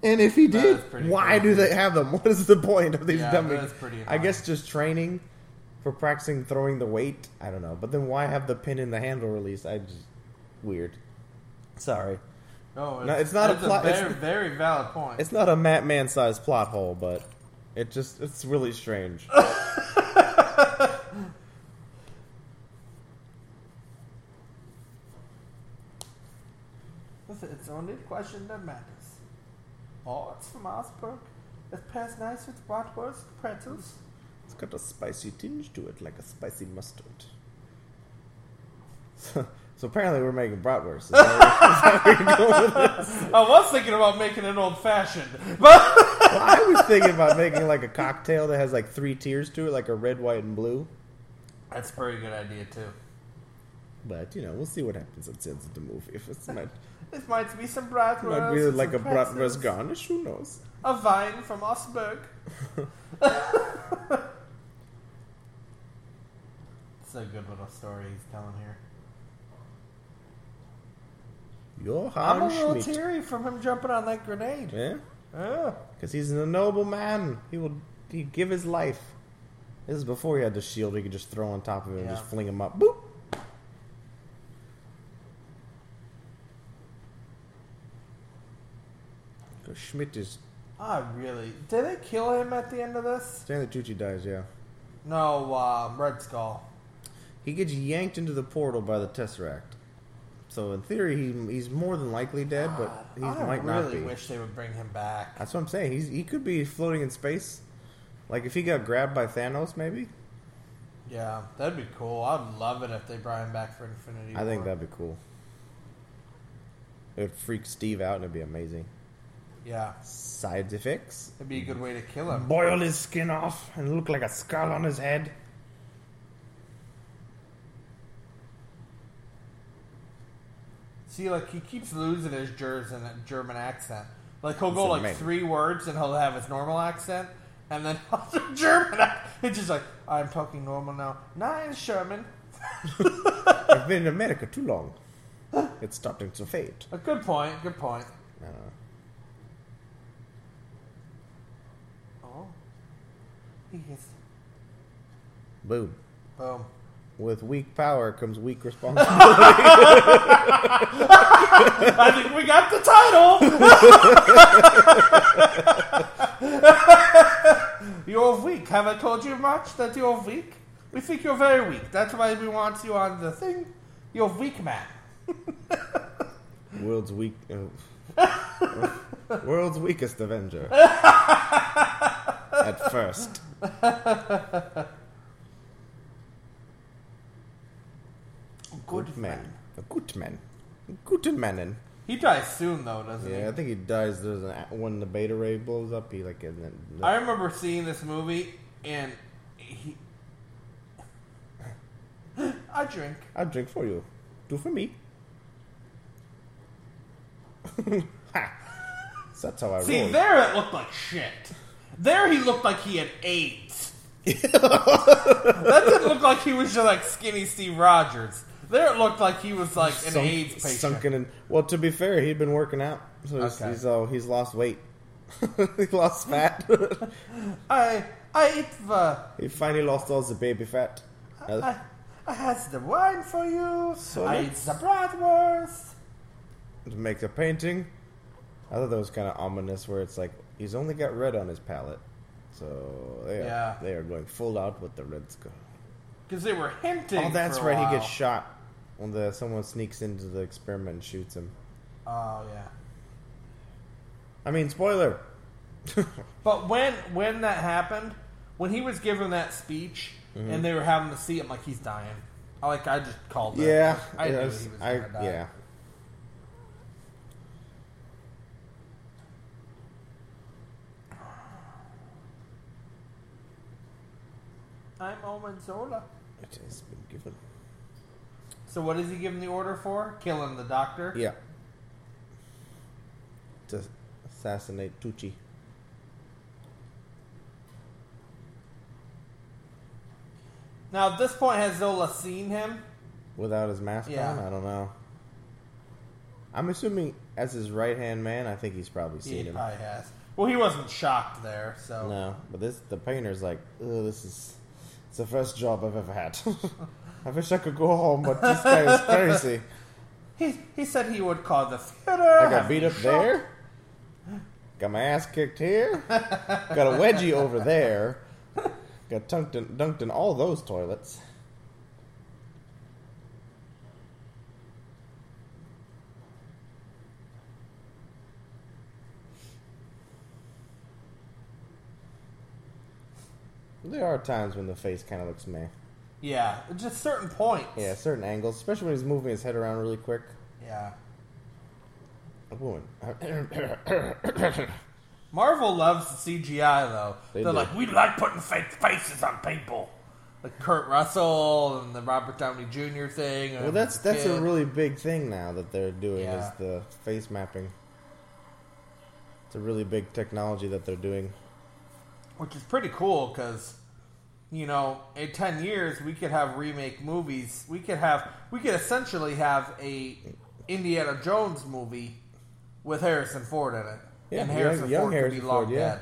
Speaker 4: And if he did,
Speaker 3: is pretty
Speaker 4: why
Speaker 3: cool.
Speaker 4: do they have them? What is the point of these
Speaker 3: Yeah,
Speaker 4: dummy?
Speaker 3: that is pretty
Speaker 4: I guess just training for practicing throwing the weight. I don't know. But then why have the pin in the handle release? I just weird. Sorry,
Speaker 3: No, it's,
Speaker 4: No, it's not a
Speaker 3: it's
Speaker 4: plot- it's-
Speaker 3: very, very valid point.
Speaker 4: it's not a Matt Man sized plot hole, but it just it's really strange.
Speaker 3: Listen, it's only a question that matters. Oh, it's from Osburg. It's pairs nice with bratwurst, pretzels.
Speaker 4: It's got a spicy tinge to it, like a spicy mustard. So, so apparently we're making bratwurst. Is that where- is that where you're going with it?
Speaker 3: I was thinking about making it old fashioned, but
Speaker 4: Well, I was thinking about making like a cocktail that has like three tiers to it, like a red, white, and blue.
Speaker 3: that's a pretty good idea too.
Speaker 4: But you know, we'll see what happens at the end of the movie. If it's might
Speaker 3: This might be some bratwurst.
Speaker 4: might be
Speaker 3: and
Speaker 4: like
Speaker 3: some
Speaker 4: a
Speaker 3: pretzels,
Speaker 4: bratwurst garnish. Who knows?
Speaker 3: A vine from Osburg. it's a good little story he's telling here. I'm a
Speaker 4: Johann
Speaker 3: little
Speaker 4: Schmidt.
Speaker 3: teary from him jumping on that grenade.
Speaker 4: Yeah,
Speaker 3: Oh.
Speaker 4: because he's a noble man. He will he give his life. This is before he had the shield. He could just throw on top of him and
Speaker 3: Yeah.
Speaker 4: just fling him up. Boop. Because Schmidt is
Speaker 3: I really. Did they kill him at the end of this?
Speaker 4: Stanley Tucci dies. Yeah,
Speaker 3: No, um, Red Skull.
Speaker 4: he gets yanked into the portal by the Tesseract. So in theory, he, he's more than likely dead, but he
Speaker 3: Ah, I
Speaker 4: might not
Speaker 3: really
Speaker 4: be.
Speaker 3: wish they would bring him back.
Speaker 4: That's what I'm saying. He's, he could be floating in space. Like if he got grabbed by Thanos, maybe.
Speaker 3: Yeah, that'd be cool. I'd love it if they brought him back for Infinity.
Speaker 4: I think
Speaker 3: War.
Speaker 4: that'd be cool. It would freak Steve out and it'd be amazing.
Speaker 3: Yeah,
Speaker 4: Scientifics.
Speaker 3: it'd be a good way to kill him.
Speaker 4: Boil his skin off and look like a skull on his head.
Speaker 3: See, like he keeps losing his German German accent. Like he'll go
Speaker 4: It's
Speaker 3: like
Speaker 4: amazing.
Speaker 3: three words and he'll have his normal accent, and then German. ac- It's just like I'm talking normal now. Nine Sherman.
Speaker 4: I've been in America too long. It's starting to fade.
Speaker 3: A good point. Good point.
Speaker 4: I don't know.
Speaker 3: Oh, he is.
Speaker 4: Boom.
Speaker 3: Boom.
Speaker 4: With weak power comes weak responsibility.
Speaker 3: I think we got the title. you're weak. Have I told you much that you're weak? We think you're very weak. That's why we want you on the thing. You're weak, man.
Speaker 4: World's weak. oh. World's weakest Avenger. At first.
Speaker 3: Good man.
Speaker 4: A good man. Guten Mannen.
Speaker 3: He dies soon, though, doesn't
Speaker 4: Yeah, I think he dies. There's an, when the beta ray blows up, he like in
Speaker 3: he?
Speaker 4: the,
Speaker 3: I remember seeing this movie, and he. I drink.
Speaker 4: I'll drink for you. Do for me. Ha. So That's how I
Speaker 3: See,
Speaker 4: roll.
Speaker 3: there it looked like shit. There he looked like he had AIDS. that didn't look like he was just like skinny Steve Rogers. There it looked like he was like an
Speaker 4: Sunk-
Speaker 3: AIDS patient.
Speaker 4: Sunken in. Well, to be fair, he'd been working out, so he's,
Speaker 3: Okay.
Speaker 4: he's uh, he's lost weight. he lost fat.
Speaker 3: I I eat the
Speaker 4: he finally lost all the baby fat. Uh,
Speaker 3: I, I has the wine for you.
Speaker 4: So
Speaker 3: I eat
Speaker 4: let's-
Speaker 3: the bratwurst.
Speaker 4: to make a painting. I thought that was kind of ominous, where it's like he's only got red on his palette, so they are,
Speaker 3: Yeah.
Speaker 4: they are going full out with the red skull.
Speaker 3: Because they were hinting.
Speaker 4: Oh, that's
Speaker 3: for a
Speaker 4: right. He
Speaker 3: while.
Speaker 4: gets shot when the someone sneaks into the experiment and shoots him.
Speaker 3: Oh yeah.
Speaker 4: I mean, spoiler.
Speaker 3: But when when that happened, when he was giving that speech
Speaker 4: Mm-hmm.
Speaker 3: and they were having to see him, like he's dying. I like I just called. it.
Speaker 4: Yeah,
Speaker 3: I knew he
Speaker 4: yes,
Speaker 3: was gonna
Speaker 4: I-
Speaker 3: die.
Speaker 4: yeah.
Speaker 3: I'm Owen Zola.
Speaker 4: It has been given.
Speaker 3: So what is he giving the order for? Killing the doctor.
Speaker 4: Yeah. To assassinate Tucci.
Speaker 3: Now at this point, has Zola seen him?
Speaker 4: without his mask
Speaker 3: Yeah.
Speaker 4: on. I don't know. I'm assuming as his right hand man. I think he's probably
Speaker 3: He
Speaker 4: seen him.
Speaker 3: probably has. Well, he wasn't shocked there, so
Speaker 4: No, but this the painter's like, Ugh, this is it's the first job I've ever had. I wish I could go home, but this guy is crazy.
Speaker 3: he he said he would call the Führer.
Speaker 4: I
Speaker 3: have
Speaker 4: got beat
Speaker 3: him
Speaker 4: up
Speaker 3: shot.
Speaker 4: there. Got my ass kicked here. Got a wedgie over there. Got dunked in, dunked in all those toilets. There are times when the face kind of looks meh.
Speaker 3: Yeah, just certain points.
Speaker 4: Yeah, certain angles, especially when he's moving his head around really quick.
Speaker 3: Yeah.
Speaker 4: A woman.
Speaker 3: Marvel loves the CGI though.
Speaker 4: They
Speaker 3: They
Speaker 4: do.
Speaker 3: are like, we like putting fake faces on people, like Kurt Russell and the Robert Downey Jr. thing. and
Speaker 4: Well, that's
Speaker 3: the
Speaker 4: that's a
Speaker 3: kid.
Speaker 4: really big thing now that they're doing
Speaker 3: Yeah.
Speaker 4: is the face mapping. It's a really big technology that they're doing.
Speaker 3: which is pretty cool because you know in 10 years we could have remake movies we could have we could essentially have a indiana jones movie with harrison ford in it
Speaker 4: Yeah,
Speaker 3: and
Speaker 4: young-
Speaker 3: harrison
Speaker 4: young
Speaker 3: ford
Speaker 4: Harrison
Speaker 3: could be long
Speaker 4: Ford, yeah.
Speaker 3: dead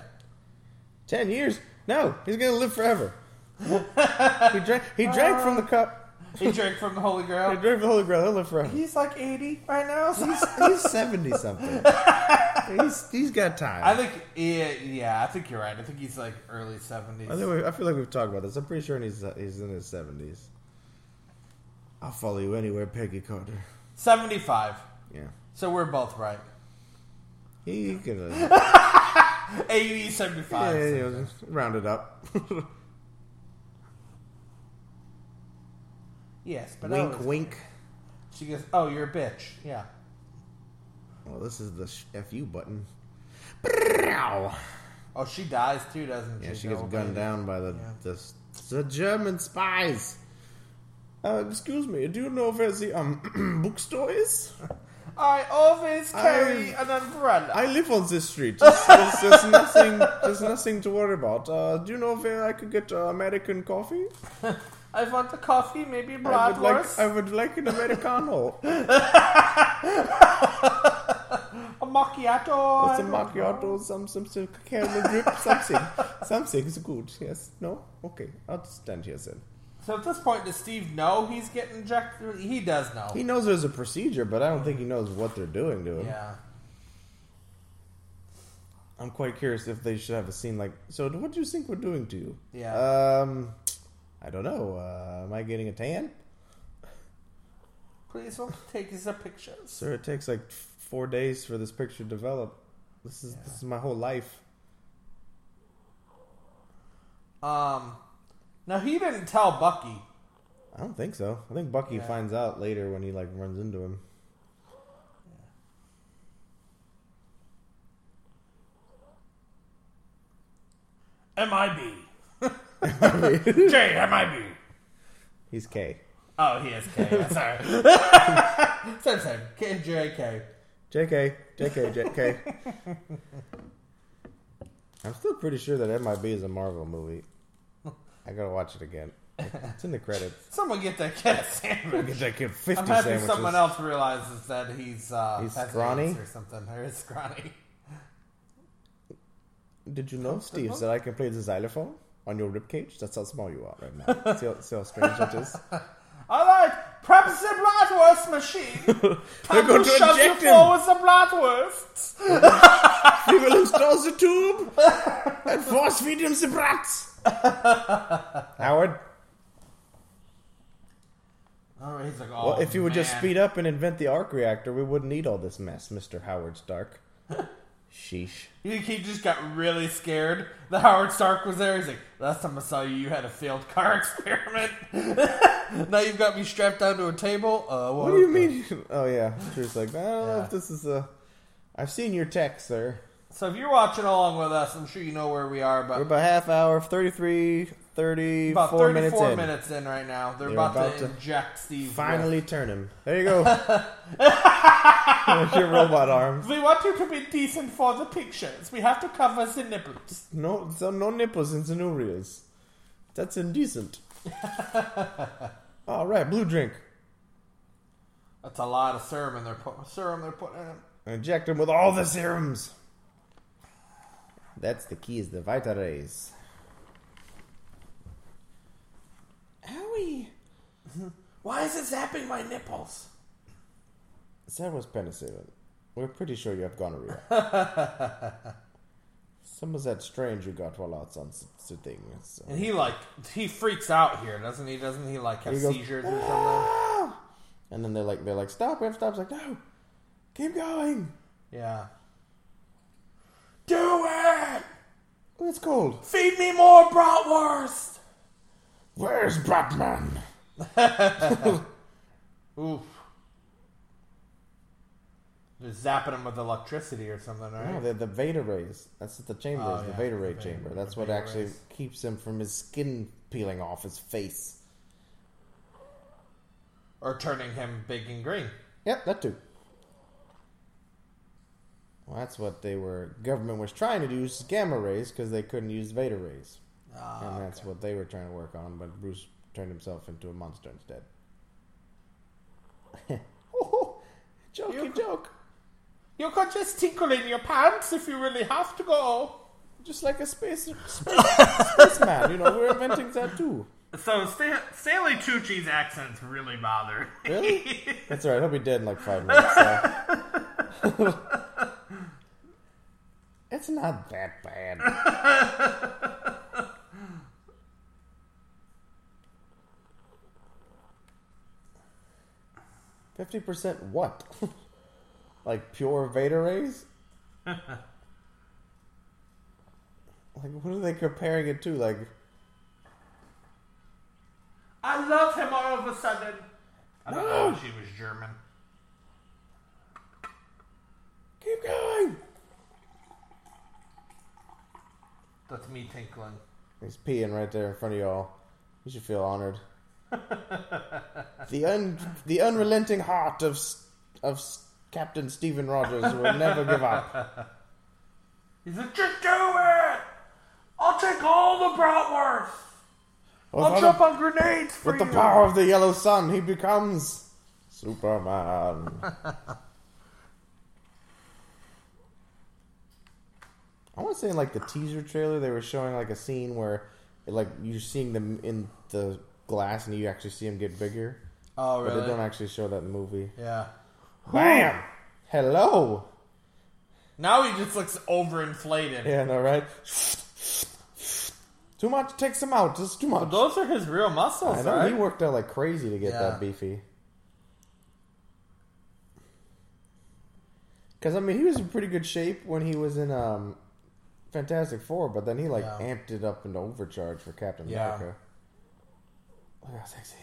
Speaker 4: Ten years? No, he's gonna live forever. he drank. He drank from the cup.
Speaker 3: he drank from the holy
Speaker 4: He
Speaker 3: grail
Speaker 4: drank from the Holy Grail. He'll live forever.
Speaker 3: he's like 80 right now so
Speaker 4: He's, he's seventy something. He's he's got time.
Speaker 3: i think yeah, yeah i think you're right i think he's like early 70s
Speaker 4: I think we, I feel like we've talked about this. I'm pretty sure he's he's in his seventies. I'll follow you anywhere, Peggy Carter.
Speaker 3: 75
Speaker 4: Yeah,
Speaker 3: so we're both right
Speaker 4: he can. uh,
Speaker 3: 80 75
Speaker 4: Yeah, yeah, yeah, just round it up.
Speaker 3: Yes, but
Speaker 4: wink, wink.
Speaker 3: She goes, "Oh, you're a bitch." Yeah.
Speaker 4: Well, this is the sh- fu button. Brow.
Speaker 3: Oh, she dies too, doesn't she?
Speaker 4: Yeah, she gets
Speaker 3: though,
Speaker 4: gunned
Speaker 3: baby?
Speaker 4: down by the
Speaker 3: Yeah.
Speaker 4: the, the German spies. Uh, excuse me, do you know where the um bookstore is?
Speaker 3: I always carry an umbrella.
Speaker 4: I live on this street. There's, there's, there's nothing. There's nothing to worry about. Uh, do you know where I could get uh, American coffee?
Speaker 3: I want a coffee, maybe
Speaker 4: I would
Speaker 3: bratwurst,
Speaker 4: like. I would like an americano.
Speaker 3: a macchiato.
Speaker 4: It's a macchiato, some some, some caramel drip, something. Something's good. Yes. No. Okay. I'll just stand here then.
Speaker 3: So at this point, does Steve know he's getting injected? He does know.
Speaker 4: He knows there's a procedure, but I don't think he knows what they're doing to him.
Speaker 3: yeah.
Speaker 4: I'm quite curious if they should have a scene like, so what do you think we're doing to you?
Speaker 3: Yeah.
Speaker 4: Um, I don't know. Uh, am I getting a tan?
Speaker 3: Please don't take us a pictures.
Speaker 4: Sir, it takes like four days for this picture to develop. This is this is my whole life.
Speaker 3: Um, now he didn't tell Bucky.
Speaker 4: I don't think so. I think Bucky
Speaker 3: Yeah.
Speaker 4: finds out later when he like runs into him.
Speaker 1: MIB. J MIB.
Speaker 4: He's K.
Speaker 3: Oh, he is K. yeah, Sorry. same, same. K and JK.
Speaker 4: JK, JK, JK. I'm still pretty sure that MIB is a Marvel movie. I gotta watch it again. It's in the credits.
Speaker 3: Someone get that kid a sandwich.
Speaker 4: Get that kid 50
Speaker 3: I'm happy
Speaker 4: sandwiches.
Speaker 3: someone else realizes that he's uh,
Speaker 4: He's
Speaker 3: has
Speaker 4: scrawny?
Speaker 3: AIDS or something. Or is scrawny.
Speaker 4: Did you know, Steve,
Speaker 3: Uh-huh.
Speaker 4: that I can play the xylophone on your ribcage? That's how small you are right now. see, how, see how strange it is?
Speaker 3: All right, perhaps the bratwurst machine. They're
Speaker 4: going to inject him.
Speaker 3: with the bratwurst.
Speaker 4: We will install the tube and force feed him the brats. Howard,
Speaker 3: Oh, he's like,
Speaker 4: well,
Speaker 3: oh,
Speaker 4: if you would just
Speaker 3: man.
Speaker 4: speed up and invent the arc reactor, we wouldn't need all this mess, Mr. Howard Stark. Sheesh.
Speaker 3: You think he just got really scared? The Howard Stark was there. He's like, last time I saw you, you had a failed car experiment. now you've got me strapped down to a table. Uh,
Speaker 4: What do you mean? Oh yeah, Drew's like, I don't know
Speaker 3: Yeah.
Speaker 4: if this is a. I've seen your text, sir.
Speaker 3: So if you're watching along with us, I'm sure you know where we are, but
Speaker 4: We're about half hour, 33, 34
Speaker 3: about 34
Speaker 4: minutes
Speaker 3: minutes
Speaker 4: in.
Speaker 3: in. right now. They're,
Speaker 4: They're
Speaker 3: about,
Speaker 4: about
Speaker 3: to
Speaker 4: to
Speaker 3: inject Steve.
Speaker 4: Finally, turn him. There you go. With your robot arms.
Speaker 3: with- We want you to be decent for the pictures. We have to cover the nipples.
Speaker 4: No, so no nipples in the new reels. That's indecent. All right, blue drink.
Speaker 3: That's a lot of serum they're putting serum they're putting in. him.
Speaker 4: Inject him with all the serums. That's the key. Is the Vita rays. Owie.
Speaker 3: Why is it zapping my nipples?
Speaker 4: That was penicillin. We're pretty sure you have gonorrhea. Some of that strange you got while out on s- the thing. So.
Speaker 3: And he like he freaks out here, doesn't he? Doesn't he like have
Speaker 4: He goes, "Ah!"
Speaker 3: seizures or something?
Speaker 4: And then they're like, they're like, stop, we have to stop. It's like, no, keep going.
Speaker 3: Yeah.
Speaker 4: Do it. Oh, it's cold.
Speaker 3: Feed me more bratwurst.
Speaker 4: Where's Batman?
Speaker 3: Oof. They're zapping him with electricity or something, right?
Speaker 4: No, they're Ah, the Veda rays. That's what the chamber
Speaker 3: Oh,
Speaker 4: is, the
Speaker 3: yeah,
Speaker 4: Veda
Speaker 3: the
Speaker 4: ray
Speaker 3: Beta-
Speaker 4: chamber. That's
Speaker 3: the
Speaker 4: what
Speaker 3: Beta
Speaker 4: actually
Speaker 3: rays.
Speaker 4: keeps him from his skin peeling off his face.
Speaker 3: or turning him big and green.
Speaker 4: Yep, that too. Well, that's what they were. Government was trying to do is gamma rays because they couldn't use Veda rays,
Speaker 3: Ah,
Speaker 4: and that's what they were trying to work on. But Bruce turned himself into a monster instead. Jokey joke,
Speaker 3: You could just tinkle in your pants if you really have to go.
Speaker 4: just like a space, space spaceman. You know, we're inventing that too.
Speaker 3: So Stan- Stanley Tucci's accent's really bothered.
Speaker 4: Really? That's all right. He'll be dead in like five minutes. So. it's not that bad. Fifty percent what? like pure Vader rays? like what are they comparing it to? Like
Speaker 3: I love him all
Speaker 5: of a sudden, I don't know if she was German.
Speaker 4: Keep going.
Speaker 5: That's me tinkling.
Speaker 4: He's peeing right there in front of y'all. You should feel honored. the un the unrelenting heart of S- of S- Captain Stephen Rogers will never give up.
Speaker 5: He said, "Just do it. I'll take all the bratwurst.
Speaker 4: With,
Speaker 3: I'll
Speaker 4: all
Speaker 3: jump
Speaker 4: the,
Speaker 3: on grenades for
Speaker 4: with the
Speaker 3: you.
Speaker 4: power of the yellow sun, he becomes Superman. I want to say in like the teaser trailer they were showing like a scene where like you're seeing them in the glass and you actually see them get bigger,
Speaker 3: Oh,
Speaker 4: but they don't
Speaker 3: really?
Speaker 4: actually show that in the movie.
Speaker 3: Yeah.
Speaker 4: Bam! Hello.
Speaker 3: Now he just looks overinflated.
Speaker 4: Yeah, no, right? Too much. Take some out. Just too much.
Speaker 3: Those are his real muscles,
Speaker 4: I know
Speaker 3: right?
Speaker 4: he worked out like crazy to get
Speaker 3: Yeah.
Speaker 4: that beefy. Because I mean, he was in pretty good shape when he was in um, Fantastic Four, but then he like
Speaker 3: Yeah.
Speaker 4: amped it up into overcharge for Captain
Speaker 3: Yeah.
Speaker 4: America. Look how sexy.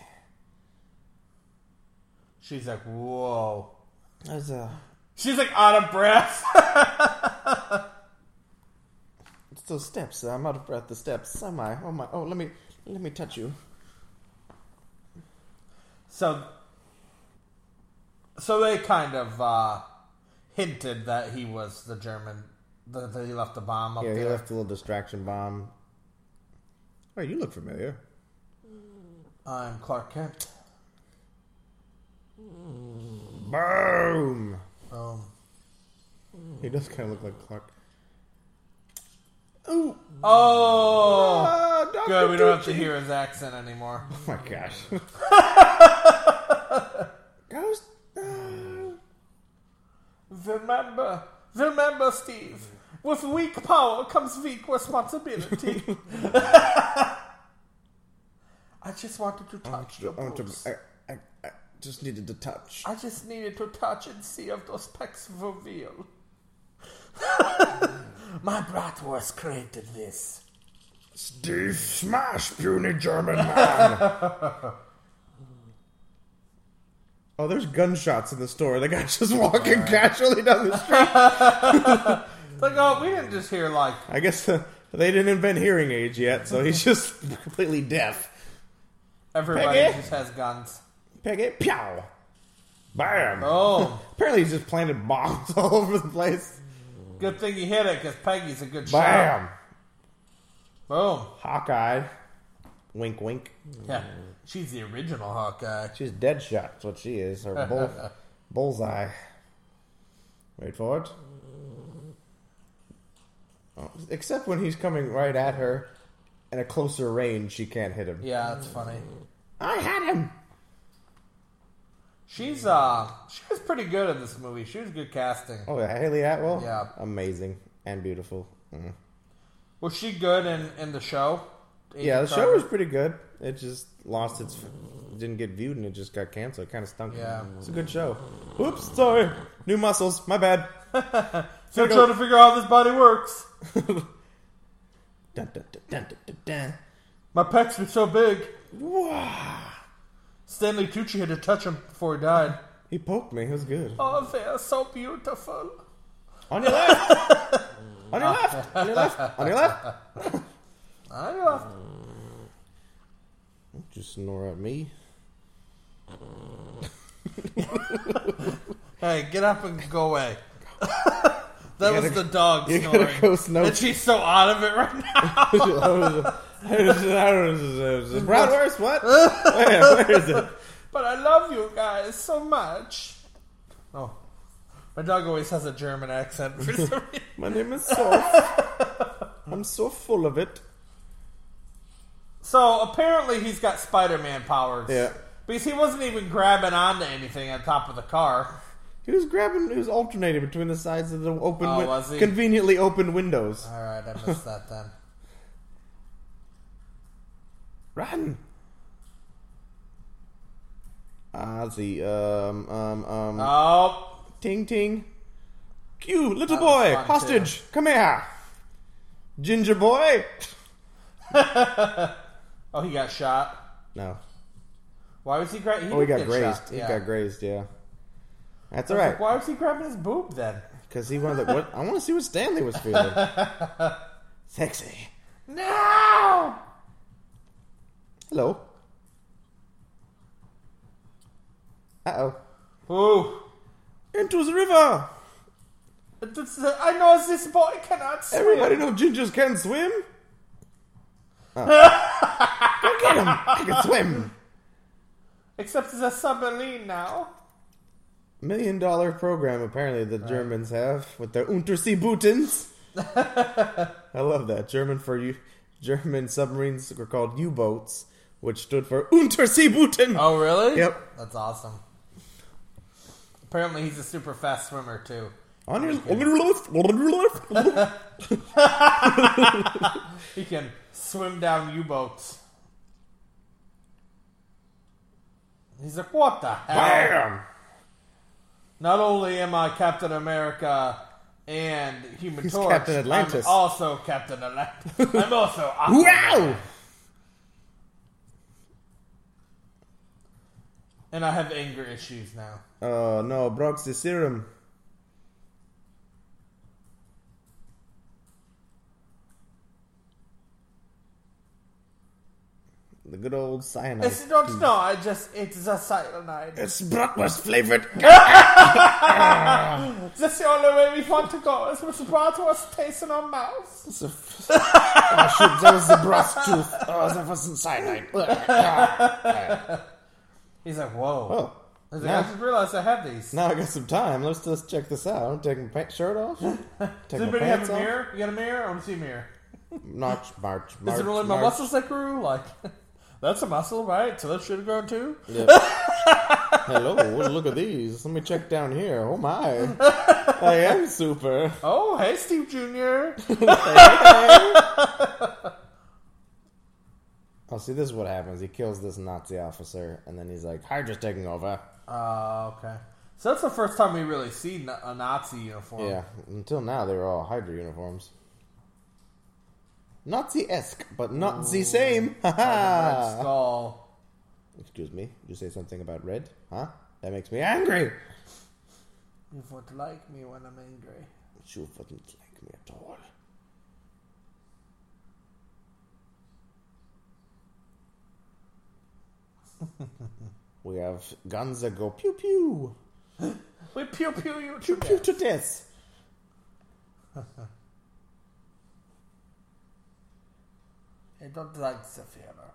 Speaker 3: She's like, whoa.
Speaker 4: That was, uh,
Speaker 3: She's like out of breath.
Speaker 4: it's those steps. I'm out of breath. The steps. Oh my. Oh my. Oh, let me. Let me touch you.
Speaker 3: so, so they kind of uh, hinted that he was the German. That that he left the bomb up
Speaker 4: Yeah, he
Speaker 3: there.
Speaker 4: left a little distraction bomb. Wait, Oh, you look familiar.
Speaker 3: I'm Clark Kent.
Speaker 4: Boom!
Speaker 3: Um,
Speaker 4: He does kind of look like Clark.
Speaker 3: oh,
Speaker 4: Uh, Dr.
Speaker 3: good. We don't have to hear his accent anymore.
Speaker 4: Oh my gosh. Ghost? No.
Speaker 3: Remember, remember, Steve. With weak power comes weak responsibility. I just wanted to touch your
Speaker 4: I, want to,
Speaker 3: boobs.
Speaker 4: I, I, I just needed to touch.
Speaker 3: I just needed to touch and see if those pecs were real. My bratwurst created this.
Speaker 4: Steve, smash, puny German man! oh, there's gunshots in the store. The guy's just walking casually down the street.
Speaker 3: It's like, oh, we didn't just hear like
Speaker 4: I guess uh, they didn't invent hearing aids yet, so he's just completely deaf.
Speaker 3: everybody
Speaker 4: Peggy?
Speaker 3: just has guns.
Speaker 4: Peg it, pow, bam.
Speaker 3: Oh,
Speaker 4: Apparently, he's just planted bombs all over the place.
Speaker 3: good thing you hit it because Peggy's a good shot.
Speaker 4: Bam,
Speaker 3: Boom.
Speaker 4: Hawkeye, wink, wink.
Speaker 3: Yeah, she's the original Hawkeye.
Speaker 4: She's dead shot. That's what she is. Or bull, bullseye. Wait for it. Oh, except when he's coming right at her, at a closer range, she can't hit him.
Speaker 3: Yeah, that's funny.
Speaker 4: I had him.
Speaker 3: She's uh, she was pretty good in this movie. She was good casting.
Speaker 4: Oh, Haley Atwell.
Speaker 3: Yeah.
Speaker 4: amazing and beautiful. Mm.
Speaker 3: Was she good in in the show?
Speaker 4: Yeah, the
Speaker 3: Agent
Speaker 4: show was
Speaker 3: Carter?
Speaker 4: pretty good. It just lost its, it didn't get viewed, and it just got canceled. It kind of stunk.
Speaker 3: Yeah.
Speaker 4: it's a good show. Oops, sorry. New muscles. My bad.
Speaker 3: Still trying to figure out how this body works.
Speaker 4: Dun, dun, dun, dun, dun, dun, dun.
Speaker 3: My pecs were so big.
Speaker 4: Wah.
Speaker 3: Stanley Tucci had to touch him before he died.
Speaker 4: He poked me. It was good.
Speaker 3: Oh, they are so beautiful.
Speaker 4: On your left. on your left. On your left. On your left.
Speaker 3: I love.
Speaker 4: Don't Just snore at me.
Speaker 3: Hey, get up and go away. that
Speaker 4: You
Speaker 3: was the
Speaker 4: gotta-
Speaker 3: dog
Speaker 4: you gotta
Speaker 3: snoring.
Speaker 4: go snow-
Speaker 3: And she's so out of it right now.
Speaker 4: I was- I was- I was- I was- Bratwurst. What? Where, where is it?
Speaker 3: But I love you guys so much. Oh, my dog always has a German accent for some reason.
Speaker 4: My name is Soph. I'm so full of it.
Speaker 3: So apparently he's got Spider-Man powers.
Speaker 4: Yeah.
Speaker 3: Because he wasn't even grabbing onto anything on top of the car.
Speaker 4: He was grabbing. He was alternating between the sides of the open,
Speaker 3: Oh,
Speaker 4: win-
Speaker 3: was he?
Speaker 4: conveniently open windows.
Speaker 3: All right, I missed that then.
Speaker 4: Run. Ah, let's see. Um, um, um.
Speaker 3: Oh,
Speaker 4: ting, ting. Q, little
Speaker 3: That was
Speaker 4: boy,
Speaker 3: fun,
Speaker 4: hostage, come here. Ginger boy.
Speaker 3: oh, he got shot.
Speaker 4: No.
Speaker 3: Why was he grabbing?
Speaker 4: Oh, he got grazed.
Speaker 3: Shot.
Speaker 4: He
Speaker 3: yeah.
Speaker 4: got grazed. Yeah, that's all
Speaker 3: I was
Speaker 4: right.
Speaker 3: like, why was he grabbing his boob then?
Speaker 4: Because he wanted. To, what I want to see what Stanley was feeling. Sexy.
Speaker 3: No.
Speaker 4: Hello. Uh oh.
Speaker 3: Ooh.
Speaker 4: Into the river.
Speaker 3: This- I know this boy cannot swim.
Speaker 4: Everybody know gingers can swim. Oh. Go get him. I can swim.
Speaker 3: Except it's a submarine now.
Speaker 4: Million dollar program apparently the Germans have with their Unterseebooten. I love that German for you. German submarines were called U-boats, which stood for Unterseebooten.
Speaker 3: Oh, really?
Speaker 4: Yep.
Speaker 3: That's awesome. Apparently, he's a super fast swimmer too.
Speaker 4: On your, on your left, on your left.
Speaker 3: He can swim down U-boats. He's like, what the hell?
Speaker 4: Bam!
Speaker 3: Not only am I Captain America and Human
Speaker 4: He's
Speaker 3: Torch,
Speaker 4: Captain Atlantis.
Speaker 3: I'm also Captain Atlantis. I'm also Aquaman.
Speaker 4: Wow!
Speaker 3: and I have anger issues now.
Speaker 4: Oh no, Brock's the serum. The good old cyanide. Hmm.
Speaker 3: It's not no, I just it's a cyanide.
Speaker 4: It's bratwurst flavored.
Speaker 3: That's the only way we want to go. Is with bratwurst taste in our mouths.
Speaker 4: oh shoot,
Speaker 3: oh,
Speaker 4: that was the brass tooth. Oh, that wasn't cyanide.
Speaker 3: He's like, whoa.
Speaker 4: oh,
Speaker 3: I, was like, I
Speaker 4: now,
Speaker 3: just realized I have these.
Speaker 4: now I got some time. Let's just check this out. I'm taking my pa- shirt off. Take
Speaker 3: Does
Speaker 4: my
Speaker 3: anybody have
Speaker 4: pants
Speaker 3: a
Speaker 4: off.
Speaker 3: mirror? You got a mirror? I want to see a mirror.
Speaker 4: March, march, march.
Speaker 3: Is it really my
Speaker 4: march.
Speaker 3: muscles that grew? Like, that's a muscle, right? So that should have grown too.
Speaker 4: Yeah. Hello, look at these. Let me check down here. Oh my. I am super.
Speaker 3: Oh, hey, Steve Junior.
Speaker 4: Oh, see, this is what happens. He kills this Nazi officer, and then he's like, Hydra's taking over.
Speaker 3: Oh, okay. So that's the first time we really see na- a Nazi uniform.
Speaker 4: Yeah, until now they were all Hydra uniforms. Nazi esque, but not the same.
Speaker 3: Red
Speaker 4: Haha.
Speaker 3: skull.
Speaker 4: Excuse me, did you say something about red? Huh? That makes me angry.
Speaker 3: You want to like me when I'm angry.
Speaker 4: She wouldn't like me at all. we have guns that go pew pew,
Speaker 3: We pew pew you
Speaker 4: pew
Speaker 3: to
Speaker 4: pew
Speaker 3: death.
Speaker 4: to death.
Speaker 3: I don't like Sapphira.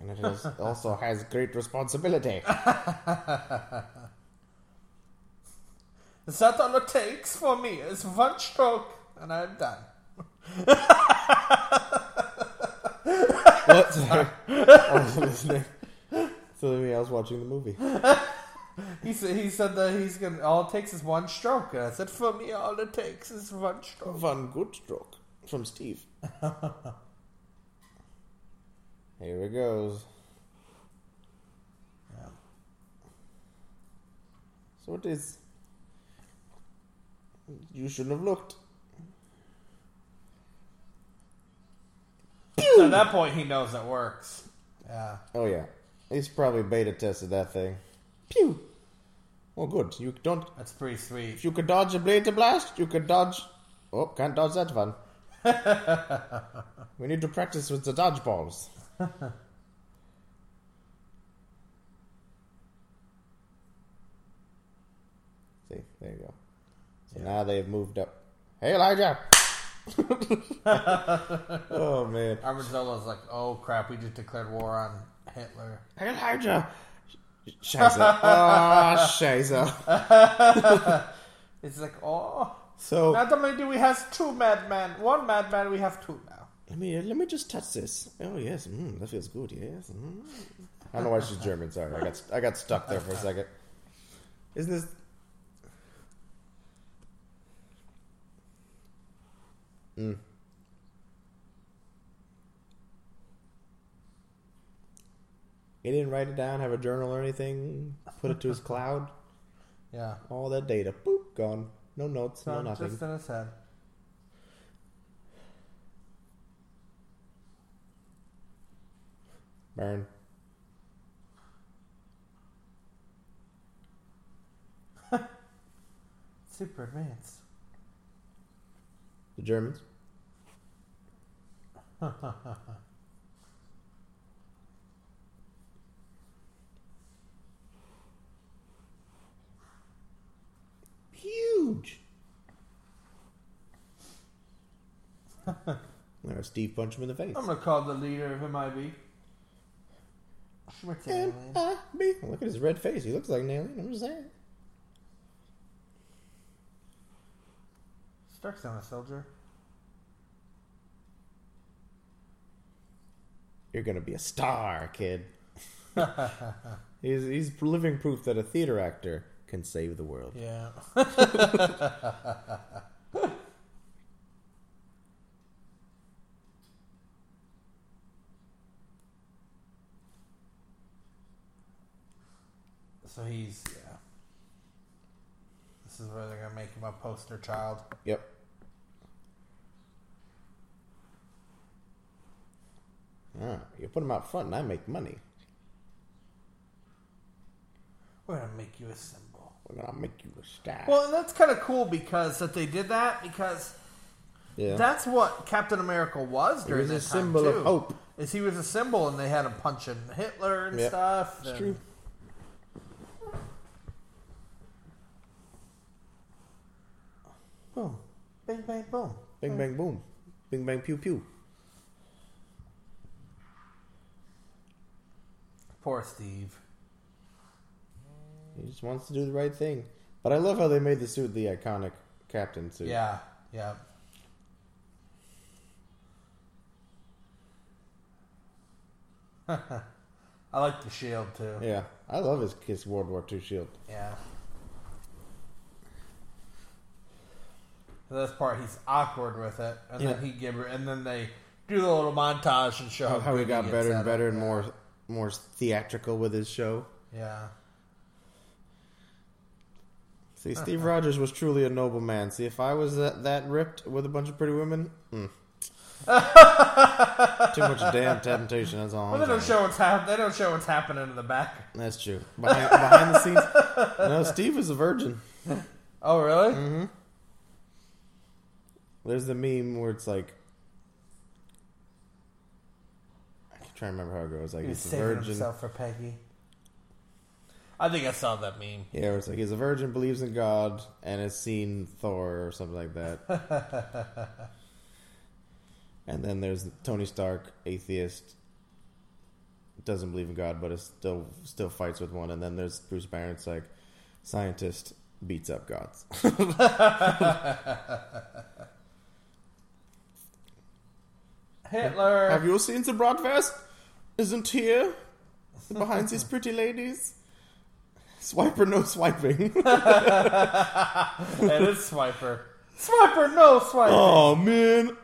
Speaker 4: And it is, also has great responsibility.
Speaker 3: Is that all it takes for me? Is one stroke and I'm done.
Speaker 4: what? Sorry. I was listening. So then I was watching the movie.
Speaker 3: He said he said that he's gonna all it takes is one stroke. And I said for me all it takes is one stroke.
Speaker 4: Van Good Stroke from Steve. Here it goes. So it is. You shouldn't have looked.
Speaker 3: So at that point he knows it works. Yeah.
Speaker 4: Oh yeah, he's probably beta tested that thing. Pew. Oh good. You don't.
Speaker 3: That's pretty sweet.
Speaker 4: If you could dodge a blade to blast, you could dodge. Oh, can't dodge that one. we need to practice with the dodgeballs. See, there you go. So now they've moved up. Hey, Elijah! oh, man.
Speaker 3: Armadillo's like, oh crap, we just declared war on Hitler.
Speaker 4: Hey, Elijah! Scheiße. Ah, Scheiße.
Speaker 3: It's like, oh
Speaker 4: So,
Speaker 3: not only do we have two madmen, one madman, we have two now.
Speaker 4: Let me let me just touch this. Oh yes, mm, that feels good. Yes. Mm. I don't know why she's German. Sorry, I got I got stuck there for a second. Isn't this? Mm. He didn't write it down, have a journal or anything. Put it to his cloud.
Speaker 3: Yeah.
Speaker 4: All that data, boop, gone. No notes, no
Speaker 3: So
Speaker 4: nothing.
Speaker 3: just in his head.
Speaker 4: Burn.
Speaker 3: Super advanced.
Speaker 4: The Germans. Huge. There, Steve punched him in the face.
Speaker 3: I'm gonna call the leader of MIB. Schmitz alien.
Speaker 4: M.I.B.. Look at his red face. He looks like an alien. I'm just saying.
Speaker 3: Stark's not a soldier.
Speaker 4: You're gonna be a star, kid. he's he's living proof that a theater actor can save the world.
Speaker 3: Yeah. so he's yeah. This is where they're gonna make him a poster child.
Speaker 4: Yep. Ah, you put him out front, and I make money.
Speaker 3: We're gonna make you a symbol.
Speaker 4: We're gonna make you a star.
Speaker 3: Well, and that's kind of cool because that they did that because
Speaker 4: yeah.
Speaker 3: that's what Captain America was during
Speaker 4: was a
Speaker 3: this time,
Speaker 4: symbol of
Speaker 3: too,
Speaker 4: hope.
Speaker 3: Is he was a symbol, and they had him punching Hitler and
Speaker 4: Yep.
Speaker 3: stuff.
Speaker 4: It's
Speaker 3: and-
Speaker 4: true.
Speaker 3: Boom, bang, bang, boom.
Speaker 4: Bing bang boom. Bing bang pew pew.
Speaker 3: Poor Steve.
Speaker 4: He just wants to do the right thing. But I love how they made the suit the iconic captain suit.
Speaker 3: Yeah, yeah. I like the shield too.
Speaker 4: Yeah. I love his his World War II shield.
Speaker 3: Yeah. This part, he's awkward with it, and
Speaker 4: Yeah.
Speaker 3: then he give her, and then they do the little montage and show
Speaker 4: how, how he
Speaker 3: good
Speaker 4: got
Speaker 3: gets
Speaker 4: better
Speaker 3: at
Speaker 4: and
Speaker 3: it.
Speaker 4: better and more more theatrical with his show.
Speaker 3: Yeah.
Speaker 4: See, Steve Rogers was truly a noble man. See, if I was that, that ripped with a bunch of pretty women, mm. too much damn temptation. That's all.
Speaker 3: Well, they
Speaker 4: I'm
Speaker 3: don't
Speaker 4: saying.
Speaker 3: show what's hap- They don't show what's happening in the back.
Speaker 4: That's true. Behind, behind the scenes, no. Steve was a virgin.
Speaker 3: Oh, really?
Speaker 4: Mm-hmm. There's the meme where it's like. I can try to remember how it goes. Like
Speaker 3: He was
Speaker 4: he's a
Speaker 3: saving
Speaker 4: virgin.
Speaker 3: himself for Peggy. I think I saw that meme.
Speaker 4: Yeah, where it's like he's a virgin, believes in God, and has seen Thor or something like that. and then there's Tony Stark, atheist, doesn't believe in God, but is still still fights with one. And then there's Bruce Banner, it's like scientist beats up gods.
Speaker 3: Hitler.
Speaker 4: Have you seen the broadcast? Isn't here behind these pretty ladies? Swipe or no swiping.
Speaker 3: and it's Swiper. Swiper, no Swiper.
Speaker 4: Oh man.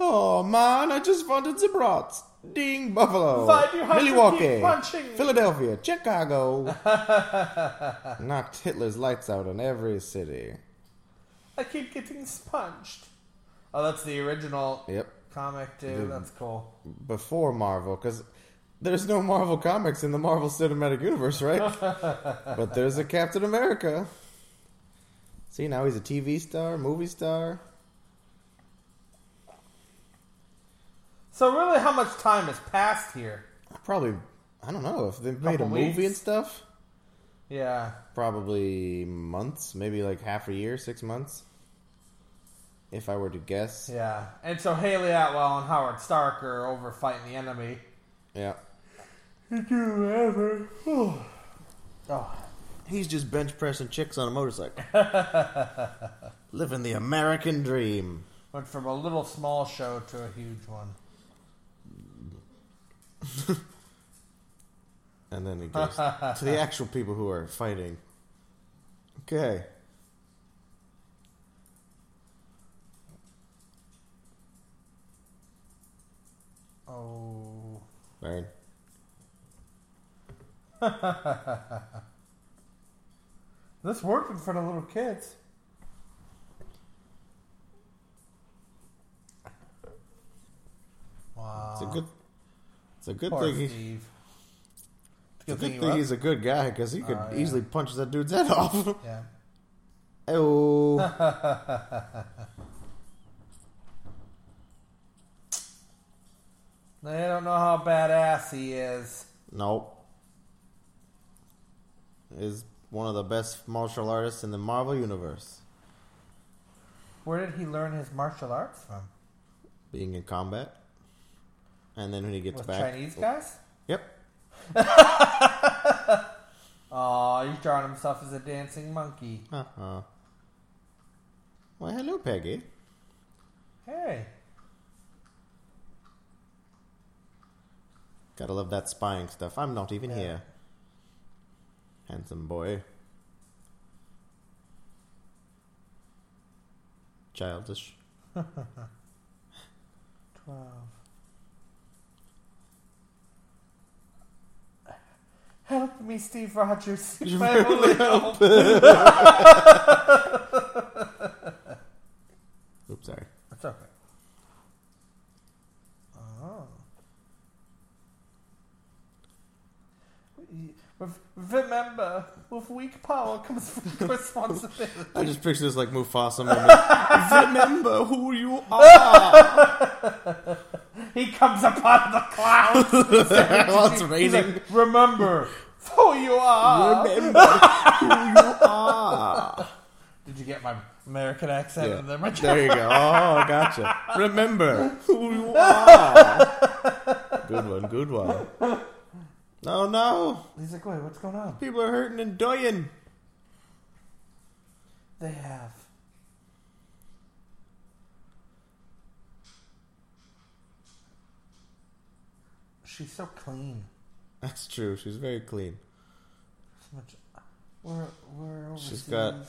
Speaker 4: Oh man, I just wanted the brats. Ding Buffalo.
Speaker 3: Why do you have to
Speaker 4: Milwaukee.
Speaker 3: keep punching me?
Speaker 4: Philadelphia. Chicago. Knocked Hitler's lights out in every city.
Speaker 3: I keep getting sponged. Oh, that's the original
Speaker 4: Yep.
Speaker 3: comic, dude.
Speaker 4: Dude.
Speaker 3: That's cool.
Speaker 4: Before Marvel, because there's no Marvel comics in the Marvel Cinematic Universe, right? but there's a Captain America. See, now he's a TV star, movie star.
Speaker 3: So, really, how much time has passed here?
Speaker 4: Probably, I don't know, if they made a
Speaker 3: Couple
Speaker 4: movie
Speaker 3: weeks.
Speaker 4: and stuff.
Speaker 3: Yeah.
Speaker 4: probably months, maybe like half a year, six months, if I were to guess. Yeah.
Speaker 3: Yeah. And so Haley Atwell and Howard Stark are over fighting the enemy. Did you ever? oh.
Speaker 4: He's just bench pressing chicks on a motorcycle. Living the American dream.
Speaker 3: Went from a little small show to a huge one.
Speaker 4: And then he goes to the actual people who are fighting. Okay.
Speaker 3: Oh. Oh.
Speaker 4: Right.
Speaker 3: This working for the little kids. Wow.
Speaker 4: It's a good. It's a good
Speaker 3: Poor
Speaker 4: thing. He, it's
Speaker 3: Steve. It's good
Speaker 4: a good
Speaker 3: thing
Speaker 4: thing
Speaker 3: he
Speaker 4: he's
Speaker 3: left.
Speaker 4: a good guy because he could
Speaker 3: Oh, yeah.
Speaker 4: easily punch that dude's head off.
Speaker 3: Yeah.
Speaker 4: oh,
Speaker 3: They don't know how badass he is.
Speaker 4: nope. Is one of the best martial artists in the Marvel universe.
Speaker 3: Where did he learn his martial arts from?
Speaker 4: Being in combat, and then when he gets
Speaker 3: With
Speaker 4: back,
Speaker 3: Chinese guys?
Speaker 4: Yep.
Speaker 3: Aw, he's drawing himself as a dancing monkey.
Speaker 4: Uh-huh. Well, hello, Peggy.
Speaker 3: Hey.
Speaker 4: Gotta love that spying stuff. I'm not even here. Handsome boy. Childish.
Speaker 3: 12. Help me, Steve Rogers. You my only hope.
Speaker 4: Oops, sorry.
Speaker 3: That's okay. Oh. Re- Remember, with weak power comes responsibility.
Speaker 4: I just picture this like Mufasa moment. Remember who you are.
Speaker 3: He comes up out of the clouds.
Speaker 4: While it's
Speaker 3: He's
Speaker 4: raining.
Speaker 3: like, Remember who you are.
Speaker 4: Remember who you are.
Speaker 3: Did you get my American accent?
Speaker 4: Yeah.
Speaker 3: in there? My
Speaker 4: There you go. Oh, gotcha. Remember who you are. Good one. Good one. Oh no!
Speaker 3: He's like, wait, what's going on?
Speaker 4: People are hurting and dying.
Speaker 3: They have. She's so clean.
Speaker 4: That's true. She's very clean.
Speaker 3: So much. We're we're overseas.
Speaker 4: She's got-
Speaker 3: and-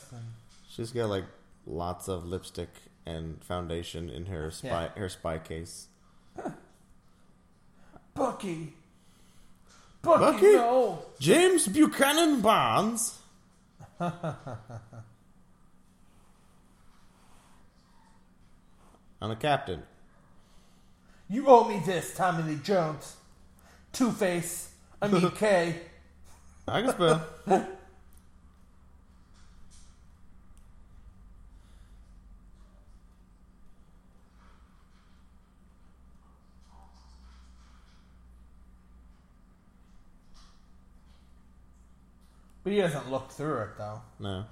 Speaker 4: She's got like lots of lipstick and foundation in her spy her spy case.
Speaker 3: Bucky. Bucky.
Speaker 4: Bucky?
Speaker 3: No.
Speaker 4: James Buchanan Barnes. I'm a captain.
Speaker 3: You owe me this, Tommy Lee Jones. Two Face. I mean K.
Speaker 4: I can spell.
Speaker 3: But he doesn't look through it though.
Speaker 4: No.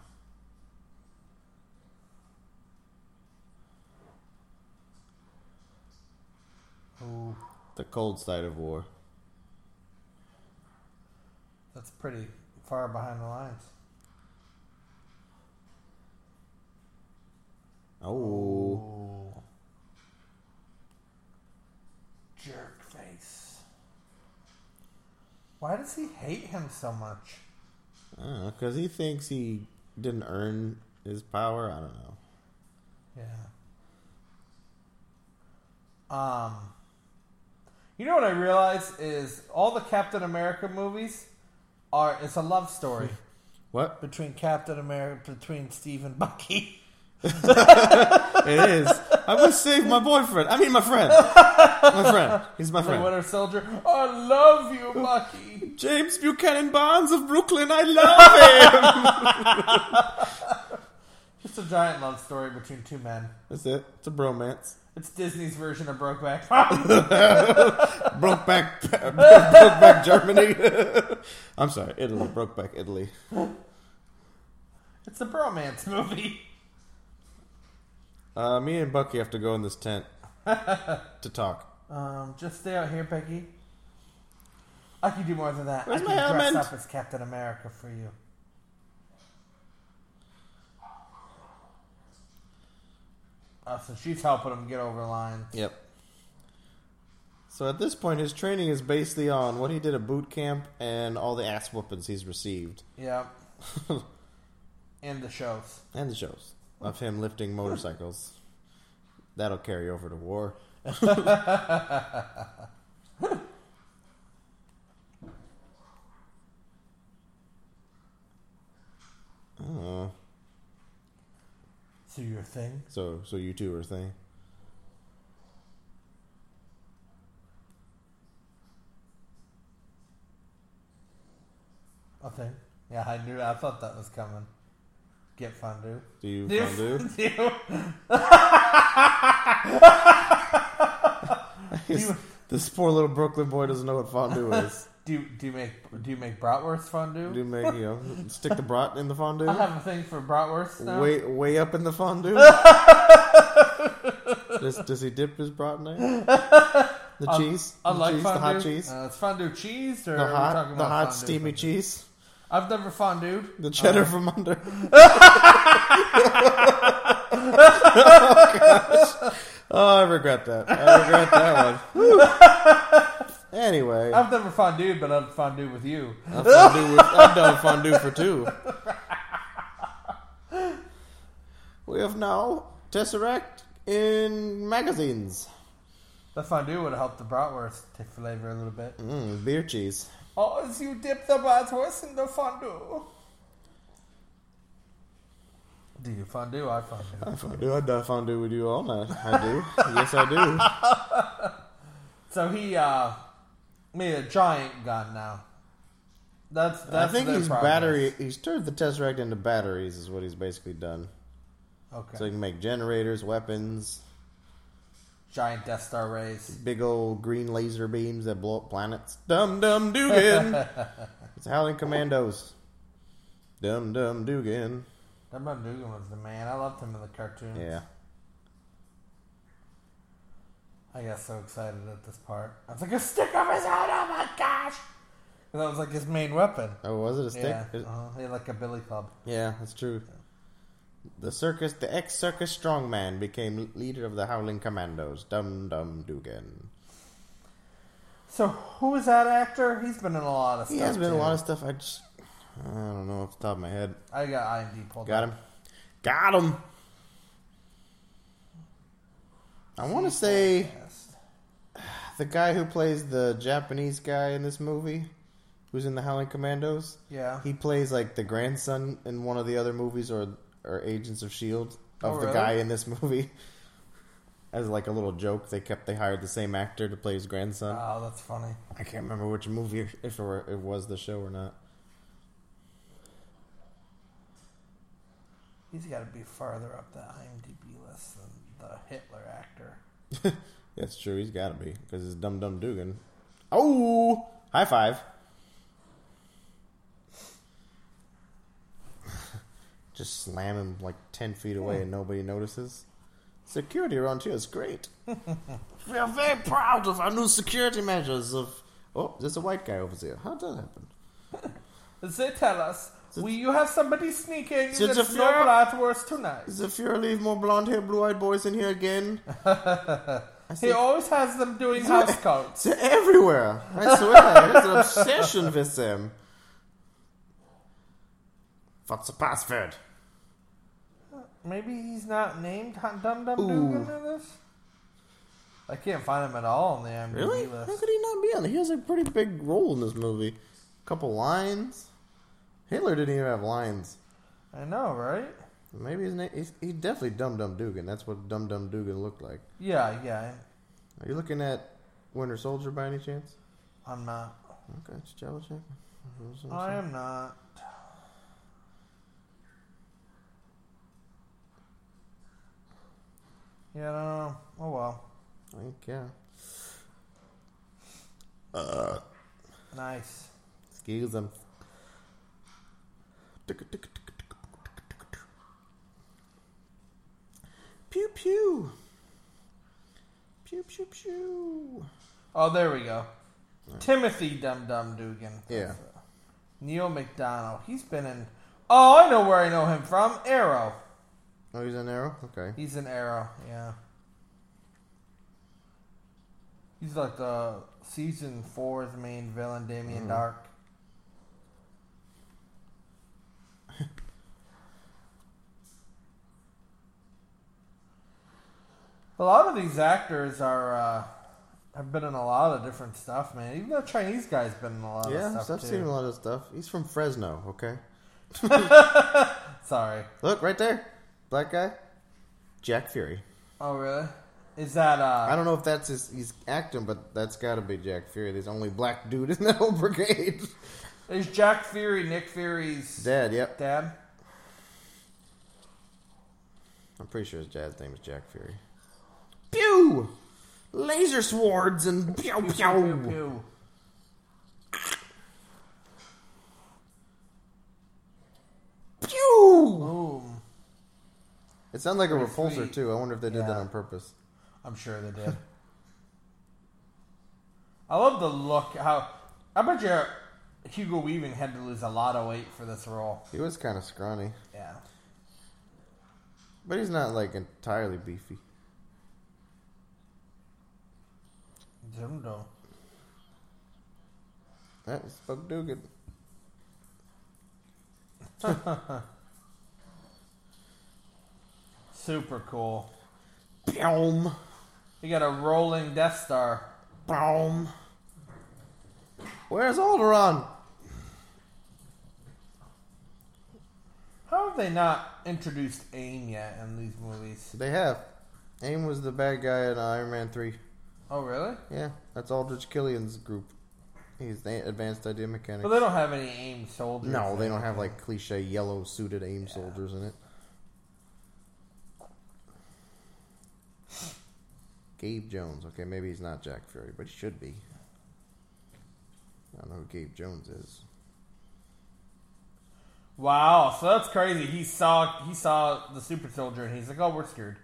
Speaker 3: Ooh,
Speaker 4: The cold side of war.
Speaker 3: that's pretty far behind the lines.
Speaker 4: Oh.
Speaker 3: Ooh. Jerk face. Why does he hate him so much?
Speaker 4: Because Uh, he thinks he didn't earn his power. I don't know.
Speaker 3: Yeah. Um. You know what I realize is all the Captain America movies are it's a love story
Speaker 4: What?
Speaker 3: between Captain America between Steve and Bucky.
Speaker 4: It is. I must save my boyfriend. I mean, my friend. My friend. He's my
Speaker 3: The
Speaker 4: friend.
Speaker 3: Winter Soldier. I love you, Bucky.
Speaker 4: James Buchanan Barnes of Brooklyn. I love him.
Speaker 3: It's a giant love story between two men.
Speaker 4: That's it. It's a bromance.
Speaker 3: It's Disney's version of Brokeback Mountain.
Speaker 4: Broke back, broke back Germany. I'm sorry, Italy. Broke back Italy.
Speaker 3: It's a bromance movie.
Speaker 4: Uh, me and Bucky have to go in this tent to talk.
Speaker 3: Um, just stay out here, Peggy. I can do more than that.
Speaker 4: Where's
Speaker 3: I
Speaker 4: my
Speaker 3: can dress
Speaker 4: helmet?
Speaker 3: up as Captain America for you. Oh, so she's helping him get over the line.
Speaker 4: Yep. So at this point, his training is basically on what he did at boot camp and all the ass whoopings he's received,
Speaker 3: Yep. and the shows.
Speaker 4: and the shows of him lifting motorcycles. That'll carry over to war. Oh,
Speaker 3: So your thing?
Speaker 4: so so you two are thing.
Speaker 3: A thing? Yeah, I knew. I thought that was coming. Get fondue.
Speaker 4: Do you fondue?
Speaker 3: Do you-
Speaker 4: this poor little Brooklyn boy doesn't know what fondue is.
Speaker 3: do you, do you make do you make bratwurst fondue?
Speaker 4: Do you make you know stick the brat in the fondue?
Speaker 3: I have a thing for bratwurst now.
Speaker 4: Way way up in the fondue. does, does he dip his brat in there? The cheese,
Speaker 3: I
Speaker 4: the
Speaker 3: like
Speaker 4: cheese,
Speaker 3: fondue.
Speaker 4: the hot cheese,
Speaker 3: Uh, it's fondue cheese or
Speaker 4: the
Speaker 3: are we talking
Speaker 4: hot, the
Speaker 3: about
Speaker 4: hot
Speaker 3: fondue
Speaker 4: steamy
Speaker 3: fondue?
Speaker 4: cheese,
Speaker 3: I've never fondued.
Speaker 4: the cheddar from under. oh, gosh. oh, I regret that. I regret that one. Whew. Anyway,
Speaker 3: I've never fondued, but I've fondued with you.
Speaker 4: I've, fondue with, I've done fondue for two. We have now Tesseract in magazines.
Speaker 3: The fondue would have helped the bratwurst to flavor a little bit.
Speaker 4: Mm, beer cheese.
Speaker 3: Oh, as you dip the bratwurst in the fondue. Do you fondue? I fondue.
Speaker 4: Fondue. I'd done fondue with you all night. I do. yes, I do.
Speaker 3: so he uh, made a giant gun now. That's
Speaker 4: I
Speaker 3: that's
Speaker 4: think
Speaker 3: their
Speaker 4: he's
Speaker 3: progress.
Speaker 4: battery. He's turned the Tesseract into batteries, is what he's basically done.
Speaker 3: Okay.
Speaker 4: So he can make generators, weapons,
Speaker 3: giant Death Star rays.
Speaker 4: big old green laser beams that blow up planets. Dum Dum Dugan. it's Howling Commandos. Dum Dum Dugan.
Speaker 3: That Von Dugan was the man. I loved him in the cartoons.
Speaker 4: Yeah.
Speaker 3: I got so excited at this part. I was like, a stick of his head, oh my gosh! And that was like his main weapon.
Speaker 4: Oh, was it a stick?
Speaker 3: Yeah,
Speaker 4: It-
Speaker 3: uh-huh. he had like a billy club.
Speaker 4: Yeah, that's true. The circus, the ex circus strongman became leader of the Howling Commandos, Dum Dum Dugan.
Speaker 3: So who is that actor? He's been in a lot of stuff.
Speaker 4: He has been
Speaker 3: too.
Speaker 4: a lot of stuff. I just, I don't know off the top of my head.
Speaker 3: I got IMD pulled.
Speaker 4: Got
Speaker 3: up.
Speaker 4: him, got him. I want to say
Speaker 3: Yes.
Speaker 4: the guy who plays the Japanese guy in this movie, who's in the Howling Commandos.
Speaker 3: Yeah.
Speaker 4: he plays like the grandson in one of the other movies, or or Agents of Shield E of
Speaker 3: Oh,
Speaker 4: the
Speaker 3: really?
Speaker 4: guy in this movie. As like a little joke, they kept they hired the same actor to play his grandson.
Speaker 3: Oh, that's funny.
Speaker 4: I can't remember which movie if it, were, it was the show or not.
Speaker 3: He's got to be farther up the IMDb list than the Hitler actor.
Speaker 4: That's true. He's got to be because it's Dum Dum Dugan. Oh, high five! Just slam him like ten feet away and nobody notices. Security around here is great. we are very proud of our new security measures. Of oh, there's a white guy over there. How did that happen?
Speaker 3: They tell us, we you have somebody sneaking.
Speaker 4: Since
Speaker 3: There's
Speaker 4: if
Speaker 3: no
Speaker 4: you're-
Speaker 3: bratwurst tonight.
Speaker 4: Does the Fuhrer leave more blonde hair, blue eyed boys in here again? I
Speaker 3: He
Speaker 4: said,
Speaker 3: always has them doing house coats.
Speaker 4: They're everywhere. I swear, it's an obsession with them. What's the password?
Speaker 3: Maybe he's not named Hun- Dum Dum Dugan in this. I can't find him at all on the IMDb
Speaker 4: Really? How
Speaker 3: list.
Speaker 4: could he not be on there? He has a pretty big role in this movie. Couple lines. Hitler didn't even have lines.
Speaker 3: I know, right?
Speaker 4: Maybe his name. He's, he's definitely Dum Dum Dugan. That's what Dum Dum Dugan looked like.
Speaker 3: Yeah, yeah.
Speaker 4: Are you looking at Winter Soldier by any chance?
Speaker 3: I'm not.
Speaker 4: Okay, just double check.
Speaker 3: I am not. Yeah, I don't know. Oh well.
Speaker 4: Like, yeah.
Speaker 3: Nice.
Speaker 4: Excuse them. Pew pew. Pew pew pew.
Speaker 3: Oh, there we go. Timothy Dum Dum Dugan. uh,
Speaker 4: Yeah.
Speaker 3: Neil McDonald. He's been in. Oh, I know where I know him from. Arrow.
Speaker 4: Oh, he's an arrow. Okay.
Speaker 3: He's an arrow, yeah. He's like the season four's main villain, Damien
Speaker 4: Mm-hmm.
Speaker 3: Dark. a lot of these actors are uh, have been in a lot of different stuff, man. Even the Chinese guy's been in a lot
Speaker 4: Yeah,
Speaker 3: of
Speaker 4: so
Speaker 3: stuff
Speaker 4: I've
Speaker 3: too.
Speaker 4: seen a lot of stuff. He's from Fresno. Okay.
Speaker 3: Sorry.
Speaker 4: Look right there, black guy, Jack Fury.
Speaker 3: Oh, really? Is that
Speaker 4: I
Speaker 3: uh?
Speaker 4: don't know if that's his he's acting, but that's got to be Jack Fury. There's only black dude in that whole brigade.
Speaker 3: Is Jack Fury Nick Fury's
Speaker 4: Dad, yep.
Speaker 3: dad?
Speaker 4: I'm pretty sure his dad's name is Jack Fury. Pew! Laser swords and pew
Speaker 3: Pew,
Speaker 4: pew.
Speaker 3: pew, pew.
Speaker 4: Pew!
Speaker 3: Boom.
Speaker 4: It sounds like a repulsor
Speaker 3: sweet.
Speaker 4: too. I wonder if they did
Speaker 3: Yeah.
Speaker 4: that on purpose.
Speaker 3: I'm sure they did. I love the look. How I bet you Hugo Weaving had to lose a lot of weight for this role.
Speaker 4: He was kind of scrawny,
Speaker 3: Yeah.
Speaker 4: but he's not like entirely beefy.
Speaker 3: Zundo.
Speaker 4: That was Buck Dugan.
Speaker 3: Super cool.
Speaker 4: Boom,
Speaker 3: You got a rolling Death Star.
Speaker 4: boom. Where's Alderaan?
Speaker 3: How have they not introduced AIM yet in these movies?
Speaker 4: They have. AIM was the bad guy in uh, Iron Man 3.
Speaker 3: Oh, really?
Speaker 4: Yeah, that's Aldrich Killian's group. He's the advanced idea mechanic.
Speaker 3: But they don't have any AIM soldiers.
Speaker 4: no, they don't have like cliche yellow suited AIM soldiers in it. Gabe Jones. Okay, maybe he's not Jack Fury, but he should be. I don't know who Gabe Jones is.
Speaker 3: Wow, so that's crazy. He saw he saw the super soldier and he's like, "Oh, we're scared."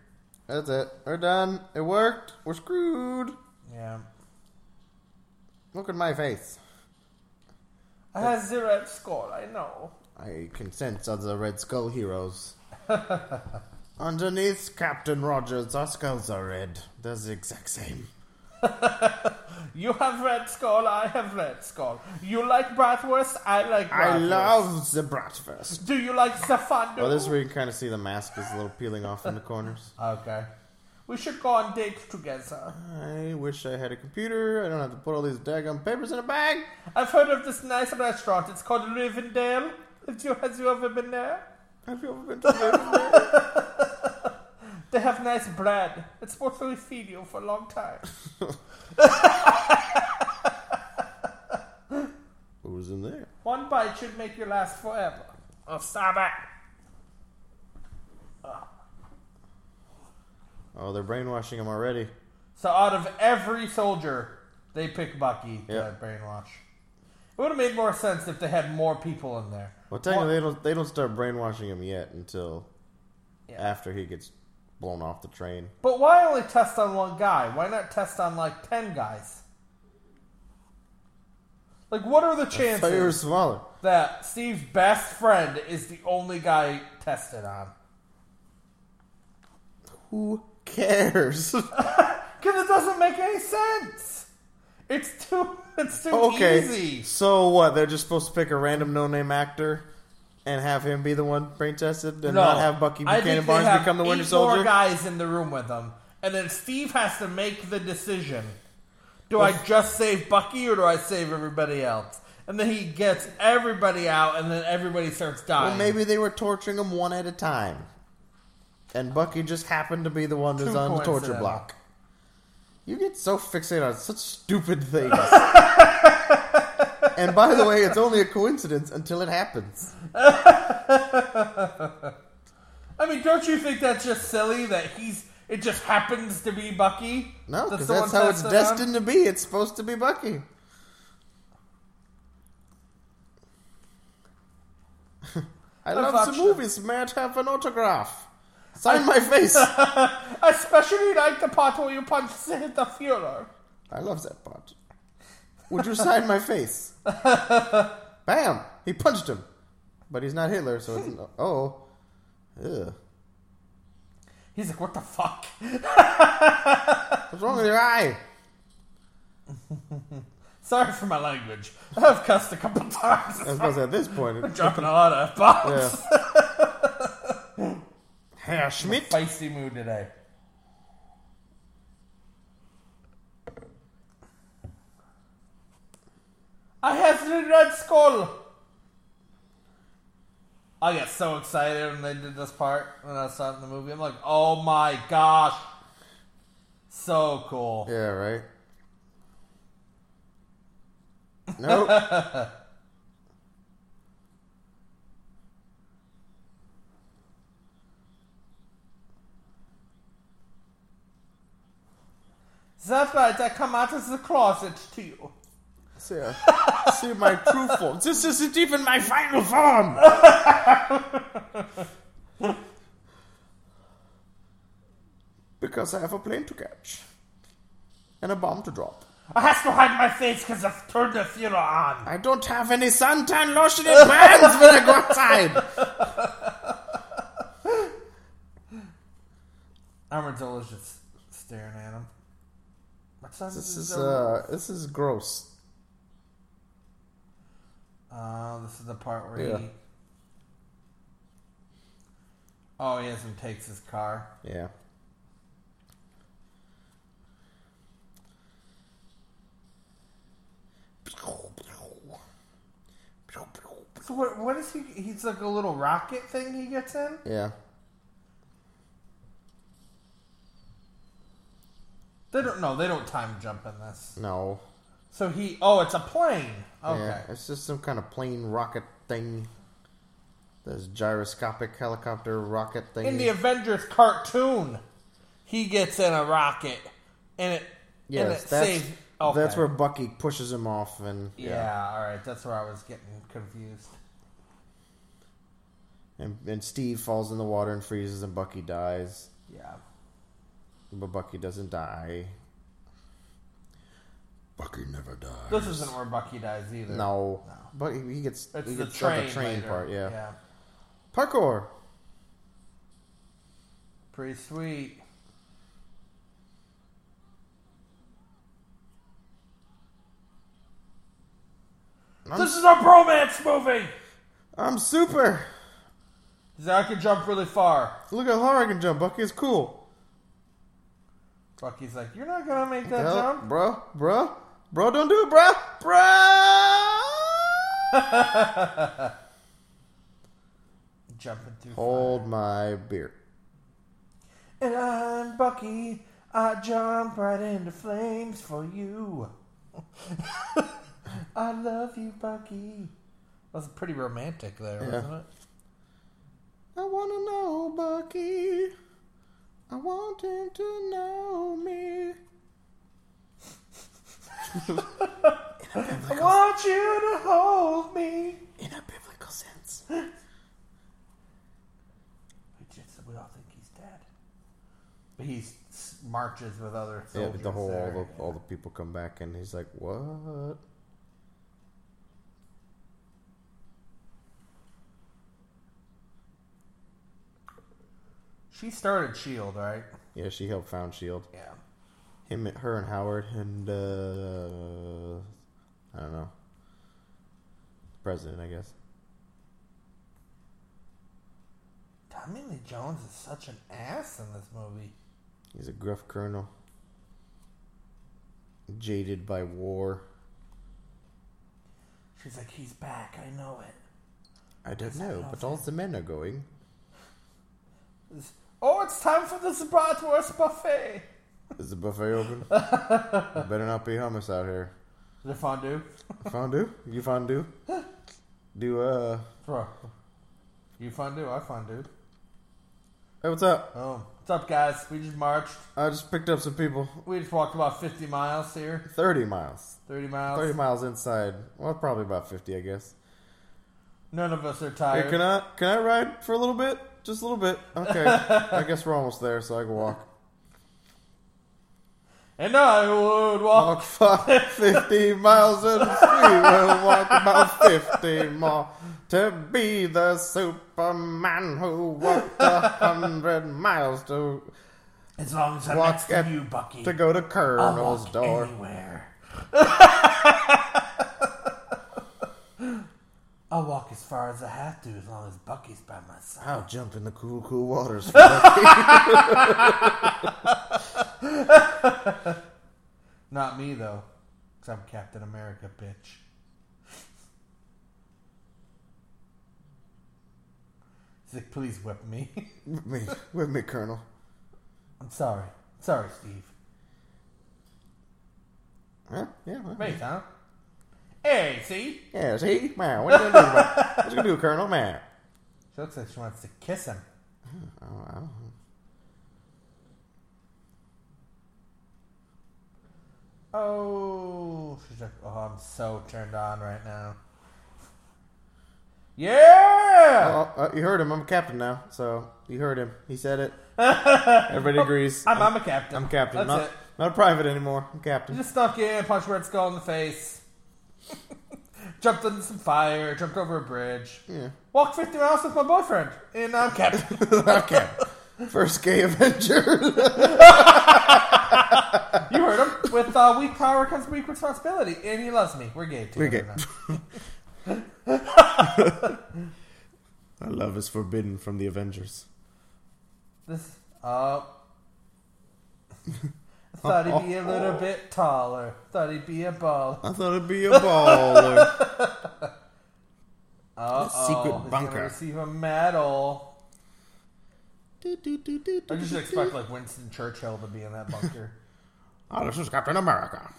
Speaker 4: That's it. We're done. It worked. We're screwed.
Speaker 3: Yeah.
Speaker 4: Look at my face.
Speaker 3: I have zero score. I know.
Speaker 4: I can sense other Red Skull heroes. Underneath Captain Rogers, our skulls are red. They're the exact same.
Speaker 3: You have red skull. I have red skull. You like bratwurst. I like. Bratwurst.
Speaker 4: I love the Bratwurst.
Speaker 3: Do you like Stefano?
Speaker 4: Oh, this is where you can kind of see the mask is a little peeling off in the corners.
Speaker 3: okay. We should go on dates together.
Speaker 4: I wish I had a computer. I don't have to put all these daggone papers in a bag.
Speaker 3: I've heard of this nice restaurant. It's called Rivendell. Have you, has you ever been there?
Speaker 4: Have you ever been to
Speaker 3: They have nice bread. It's supposed to feed you for a long time.
Speaker 4: What was in there?
Speaker 3: One bite should make you last forever. Oh, stop it.
Speaker 4: Oh, they're brainwashing him already.
Speaker 3: So out of every soldier, they pick Bucky to
Speaker 4: Yeah.
Speaker 3: brainwash. It would have made more sense if they had more people in there.
Speaker 4: Well, technically, they don't, they don't start brainwashing him yet until
Speaker 3: Yeah.
Speaker 4: after he gets blown off the train.
Speaker 3: But why only test on one guy? Why not test on like ten guys? Like, what are the
Speaker 4: So you were
Speaker 3: chances
Speaker 4: smaller.
Speaker 3: that Steve's best friend is the only guy tested on?
Speaker 4: Who cares?
Speaker 3: Because it doesn't make any sense. It's too. It's too
Speaker 4: okay.
Speaker 3: easy.
Speaker 4: So what? They're just supposed to pick a random no-name actor and have him be the one brain tested, and not have Bucky
Speaker 3: I think
Speaker 4: Buchanan
Speaker 3: they
Speaker 4: Barnes
Speaker 3: have
Speaker 4: become the Winter
Speaker 3: eight more
Speaker 4: Soldier.
Speaker 3: guys in the room with him, and then Steve has to make the decision: Do I just save Bucky or do I save everybody else? And then he gets everybody out, and then everybody starts dying.
Speaker 4: Well, maybe they were torturing him one at a time, and Bucky just happened to be the one who's
Speaker 3: Too
Speaker 4: on the torture
Speaker 3: coincidental.
Speaker 4: block. You get so fixated on such stupid things. and by the way, it's only a coincidence until it happens.
Speaker 3: I mean, don't you think that's just silly that he's it just happens to be Bucky?
Speaker 4: No, because
Speaker 3: the
Speaker 4: that's
Speaker 3: one
Speaker 4: how it's
Speaker 3: tested on?
Speaker 4: destined to be. It's supposed to be Bucky. I love the
Speaker 3: watched
Speaker 4: movies. May I have an autograph? Sign my face.
Speaker 3: I especially like the part where you punch the Führer.
Speaker 4: I love that part. Would you sign my face? Bam! He punched him. But he's not Hitler, so it's no- oh. Ugh.
Speaker 3: He's like, what the fuck?
Speaker 4: What's wrong with your eye?
Speaker 3: Sorry for my language. I've cussed a couple times.
Speaker 4: I suppose at this point, it-
Speaker 3: Dropping a lot of bombs.
Speaker 4: yeah. Herr Schmidt.
Speaker 3: Feisty mood today. I have the red skull. I get so excited when they did this part when I saw it in the movie. I'm like, oh my gosh, so cool.
Speaker 4: Yeah, right. Nope.
Speaker 3: That's right. I come out of the closet to you.
Speaker 4: see, ya. uh, see my true form. This isn't even my final form. because I have a plane to catch and a bomb to drop.
Speaker 3: I have to hide my face because I've turned the theater on.
Speaker 4: I don't have any suntan lotion and pants when I go outside.
Speaker 3: Armadillo's just staring at him. What's that?
Speaker 4: This is uh, this is gross.
Speaker 3: Oh, this is the part where he.
Speaker 4: Yeah.
Speaker 3: Oh, he has him takes his car.
Speaker 4: Yeah.
Speaker 3: So what? What is he? He's like a little rocket thing he gets in.
Speaker 4: Yeah.
Speaker 3: They don't. No, they don't time jump in this.
Speaker 4: No.
Speaker 3: So he. Oh, it's a plane. Okay.
Speaker 4: Yeah. It's just some kind of plane rocket thing. This gyroscopic helicopter rocket thing.
Speaker 3: In the Avengers cartoon, he gets in a rocket, and it. and
Speaker 4: Yes,
Speaker 3: it
Speaker 4: that's
Speaker 3: saves, okay.
Speaker 4: that's where Bucky pushes him off, and
Speaker 3: Yeah. All right. That's where I was getting confused.
Speaker 4: and, and Steve falls in the water and freezes, and Bucky dies,
Speaker 3: Yeah.
Speaker 4: but Bucky doesn't die. Bucky never dies.
Speaker 3: This isn't where Bucky dies either.
Speaker 4: No. But he he gets
Speaker 3: It's
Speaker 4: he
Speaker 3: the
Speaker 4: gets
Speaker 3: train,
Speaker 4: like a train
Speaker 3: later.
Speaker 4: part, yeah.
Speaker 3: Yeah.
Speaker 4: Parkour.
Speaker 3: Pretty sweet.
Speaker 5: This is a bromance movie.
Speaker 4: I'm super.
Speaker 3: He's like, I can jump really far.
Speaker 4: Look how hard I can jump. Bucky is cool.
Speaker 3: Bucky's like, you're not gonna make that
Speaker 4: Hell,
Speaker 3: jump.
Speaker 4: Bruh, bruh, bro, don't do it, bruh, bruh.
Speaker 3: Jumping through.
Speaker 4: Hold my beer.
Speaker 3: fire. And I'm Bucky. I jump right into flames for you. I love you, Bucky. That was pretty romantic there, wasn't it?
Speaker 4: I wanna know Bucky. I want him to know me.
Speaker 3: I want you to hold me.
Speaker 4: In a biblical sense.
Speaker 3: We just we all think he's dead, but he s- marches with other
Speaker 4: Yeah,
Speaker 3: soldiers.
Speaker 4: the whole all
Speaker 3: there.
Speaker 4: the, all the people come back and he's like, "What?"
Speaker 3: She started Shield, E right?
Speaker 4: Yeah, she helped found Shield.
Speaker 3: Yeah.
Speaker 4: E Him, her, and Howard, and uh, I don't know, president, I guess.
Speaker 3: Tommy Lee Jones is such an ass in this movie.
Speaker 4: He's a gruff colonel, jaded by war.
Speaker 3: She's like, he's back. I know it.
Speaker 4: I don't know, but all the men are going.
Speaker 3: It's- oh, it's time for the bratwurst buffet.
Speaker 4: Is the buffet open? Better not be hummus out here.
Speaker 3: The fondue.
Speaker 4: Fondue? You fondue? Do uh?
Speaker 3: Bro, you fondue? I fondue.
Speaker 4: Hey, what's up?
Speaker 3: Oh, what's up, guys? We just marched.
Speaker 4: I just picked up some people.
Speaker 3: We just walked about 50 miles here.
Speaker 4: Thirty miles.
Speaker 3: 30 miles.
Speaker 4: 30 miles inside. Well, probably about 50, I guess.
Speaker 3: None of us are
Speaker 4: Hey,
Speaker 3: tired.
Speaker 4: can I can I ride for a little bit? Just a little bit. Okay. I guess we're almost there, so I can walk.
Speaker 3: and I would walk.
Speaker 4: Walk five, 50 miles in the street. We'll walk about 50 more to be the Superman who walked a hundred miles to
Speaker 5: As long as I'm
Speaker 4: Walk
Speaker 5: next to
Speaker 4: at-
Speaker 5: you, Bucky,
Speaker 4: to go to
Speaker 5: I'll
Speaker 3: Oh,
Speaker 4: Colonel's
Speaker 5: walk
Speaker 4: door.
Speaker 5: anywhere.
Speaker 3: I'll walk as far as I have to as long as Bucky's by my side.
Speaker 4: I'll jump in the cool, cool waters. For that.
Speaker 3: Not me, though. Because I'm Captain America, bitch. He's like, please whip me.
Speaker 4: With me, with me, Colonel.
Speaker 3: I'm sorry. Sorry, Steve.
Speaker 4: Huh? Yeah. well,
Speaker 3: Hey, Tom. Hey, see?
Speaker 4: Yeah. See, man, what you gonna do? Man? What you gonna do, Colonel? Man.
Speaker 3: She looks like she wants to kiss him.
Speaker 4: Oh, I don't know.
Speaker 3: Oh, she's like, oh, I'm so turned on right now. Yeah!
Speaker 4: Oh, uh, you heard him. I'm captain now, so you heard him. He said it. Everybody agrees.
Speaker 3: I'm, I'm a captain.
Speaker 4: I'm captain.
Speaker 3: That's
Speaker 4: not,
Speaker 3: it.
Speaker 4: not a private anymore. I'm captain.
Speaker 3: Just snuck in, punched Red Skull in the face. jumped into some fire, jumped over a bridge.
Speaker 4: Yeah.
Speaker 3: Walked 50 miles with my boyfriend, and I'm captain.
Speaker 4: okay. First gay Avenger.
Speaker 3: you heard him. With uh, weak power comes weak responsibility, and he loves me. We're gay, too.
Speaker 4: We're gay. Our love is forbidden from the Avengers.
Speaker 3: This, uh... Thought he'd be a little bit taller. Thought he'd be a baller.
Speaker 4: I thought it'd be a baller.
Speaker 3: Uh
Speaker 4: secret bunker.
Speaker 3: Gonna receive a medal.
Speaker 4: Do, do, do, do,
Speaker 3: I
Speaker 4: do,
Speaker 3: just
Speaker 4: do,
Speaker 3: expect like Winston Churchill to be in that bunker.
Speaker 4: Oh, this is Captain America.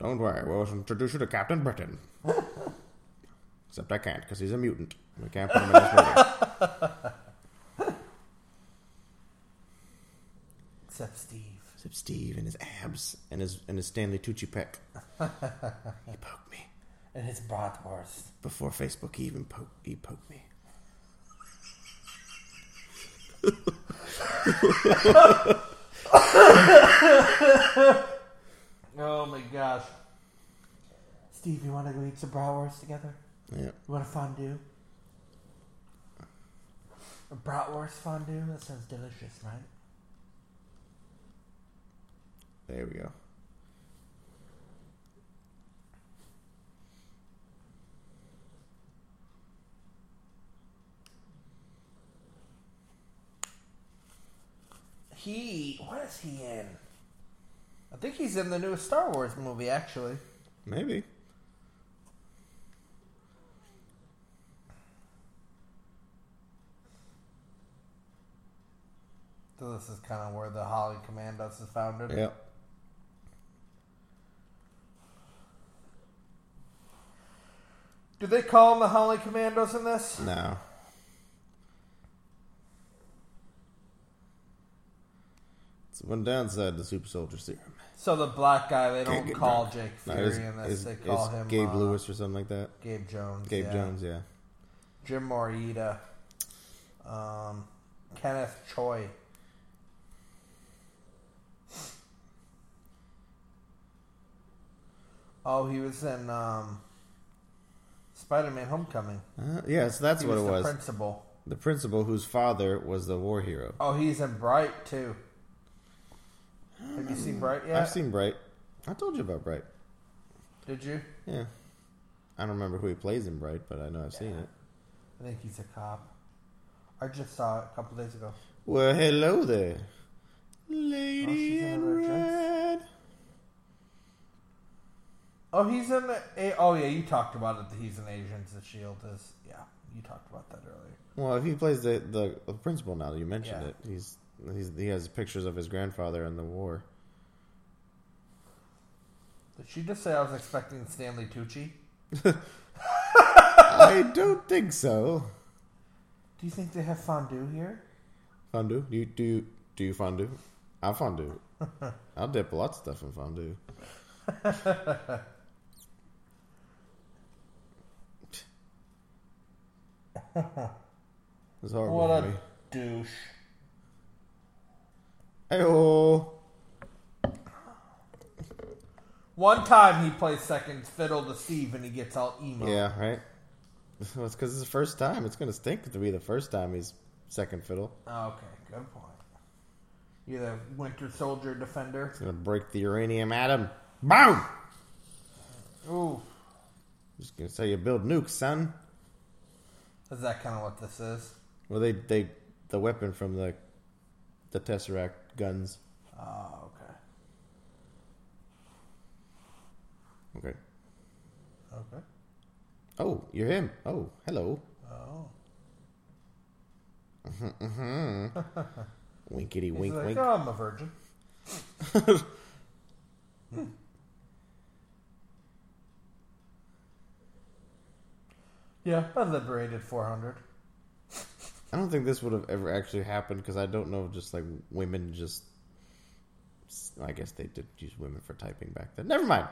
Speaker 4: Don't worry, we'll introduce you to Captain Britain. Except I can't, because he's a mutant. We can't put him in this movie.
Speaker 3: Except Steve.
Speaker 4: Except Steve and his abs and his and his Stanley Tucci peck. he poked me
Speaker 3: And his bratwurst.
Speaker 4: before Facebook he even poked. He poked me.
Speaker 3: Oh my gosh. Steve, you wanna go eat some bratwurst together?
Speaker 4: Yeah.
Speaker 3: You wanna fondue? A bratwurst fondue? That sounds delicious, right?
Speaker 4: There we go.
Speaker 3: He what is he in? I think he's in the newest Star Wars movie actually.
Speaker 4: Maybe.
Speaker 3: So this is kinda where the Holly Commandos is founded.
Speaker 4: Yeah.
Speaker 3: Do they call them the Holly Commandos in this?
Speaker 4: No. It's one downside to Super Soldier Serum.
Speaker 3: So the black guy they
Speaker 4: Can't
Speaker 3: don't
Speaker 4: get
Speaker 3: call
Speaker 4: drunk.
Speaker 3: Jake
Speaker 4: No,
Speaker 3: Fury
Speaker 4: it's-
Speaker 3: in this.
Speaker 4: it's-
Speaker 3: they call
Speaker 4: it's
Speaker 3: him
Speaker 4: Gabe
Speaker 3: uh,
Speaker 4: Lewis or something like that.
Speaker 3: Gabe Jones.
Speaker 4: Gabe
Speaker 3: yeah.
Speaker 4: Jones, yeah.
Speaker 3: Jim Morita. Um, Kenneth Choi. Oh, he was in um, Spider-Man: Homecoming.
Speaker 4: Uh, yes, that's
Speaker 3: He
Speaker 4: what
Speaker 3: was
Speaker 4: it
Speaker 3: the
Speaker 4: was.
Speaker 3: principal.
Speaker 4: the principal whose father was the war hero.
Speaker 3: Oh, he's in Bright too. Have you seen Bright yet?
Speaker 4: I've seen Bright. I told you about Bright.
Speaker 3: Did you?
Speaker 4: Yeah. I don't remember who he plays in Bright, but I know I've seen it.
Speaker 3: I think he's a cop. I just saw it a couple days ago.
Speaker 4: Well, hello there. Lady
Speaker 3: she's in a
Speaker 4: in
Speaker 3: red dress.
Speaker 4: red.
Speaker 3: Oh, he's in. A- oh, yeah, you talked about it. That he's an Asian. The Shield is. Yeah, you talked about that earlier.
Speaker 4: Well, if he plays the, the, the principal now that you mentioned
Speaker 3: Yeah.
Speaker 4: it, he's, he's he has pictures of his grandfather in the war.
Speaker 3: Did she just say I was expecting Stanley Tucci?
Speaker 4: I don't think so.
Speaker 3: Do you think they have fondue here?
Speaker 4: Fondue? You do you, do you fondue? I fondue. I'll dip lots of stuff in fondue. it's horrible.
Speaker 3: What
Speaker 4: for
Speaker 3: a
Speaker 4: me.
Speaker 3: douche.
Speaker 4: Ayo.
Speaker 3: One time he plays second fiddle to Steve and he gets all emo.
Speaker 4: Yeah, right. Well, it's because it's the first time. It's gonna stink to be the first time he's second fiddle.
Speaker 3: Oh, Okay, good point. You're the Winter Soldier defender.
Speaker 4: It's gonna break the uranium atom. Boom!
Speaker 3: Ooh,
Speaker 4: Just gonna say you build nukes, son.
Speaker 3: is that kind of what this is?
Speaker 4: Well, they they the weapon from the the tesseract guns. Ah,
Speaker 3: Oh, okay.
Speaker 4: Okay.
Speaker 3: Okay.
Speaker 4: Oh, you're him. Oh, hello.
Speaker 3: Oh.
Speaker 4: Winkety
Speaker 3: He's
Speaker 4: wink
Speaker 3: like,
Speaker 4: wink.
Speaker 3: "Oh, I'm a virgin. Hmm. yeah, I liberated 400.
Speaker 4: I don't think this would have ever actually happened because I don't know. if Just like women, just I guess they did use women for typing back then. Never mind.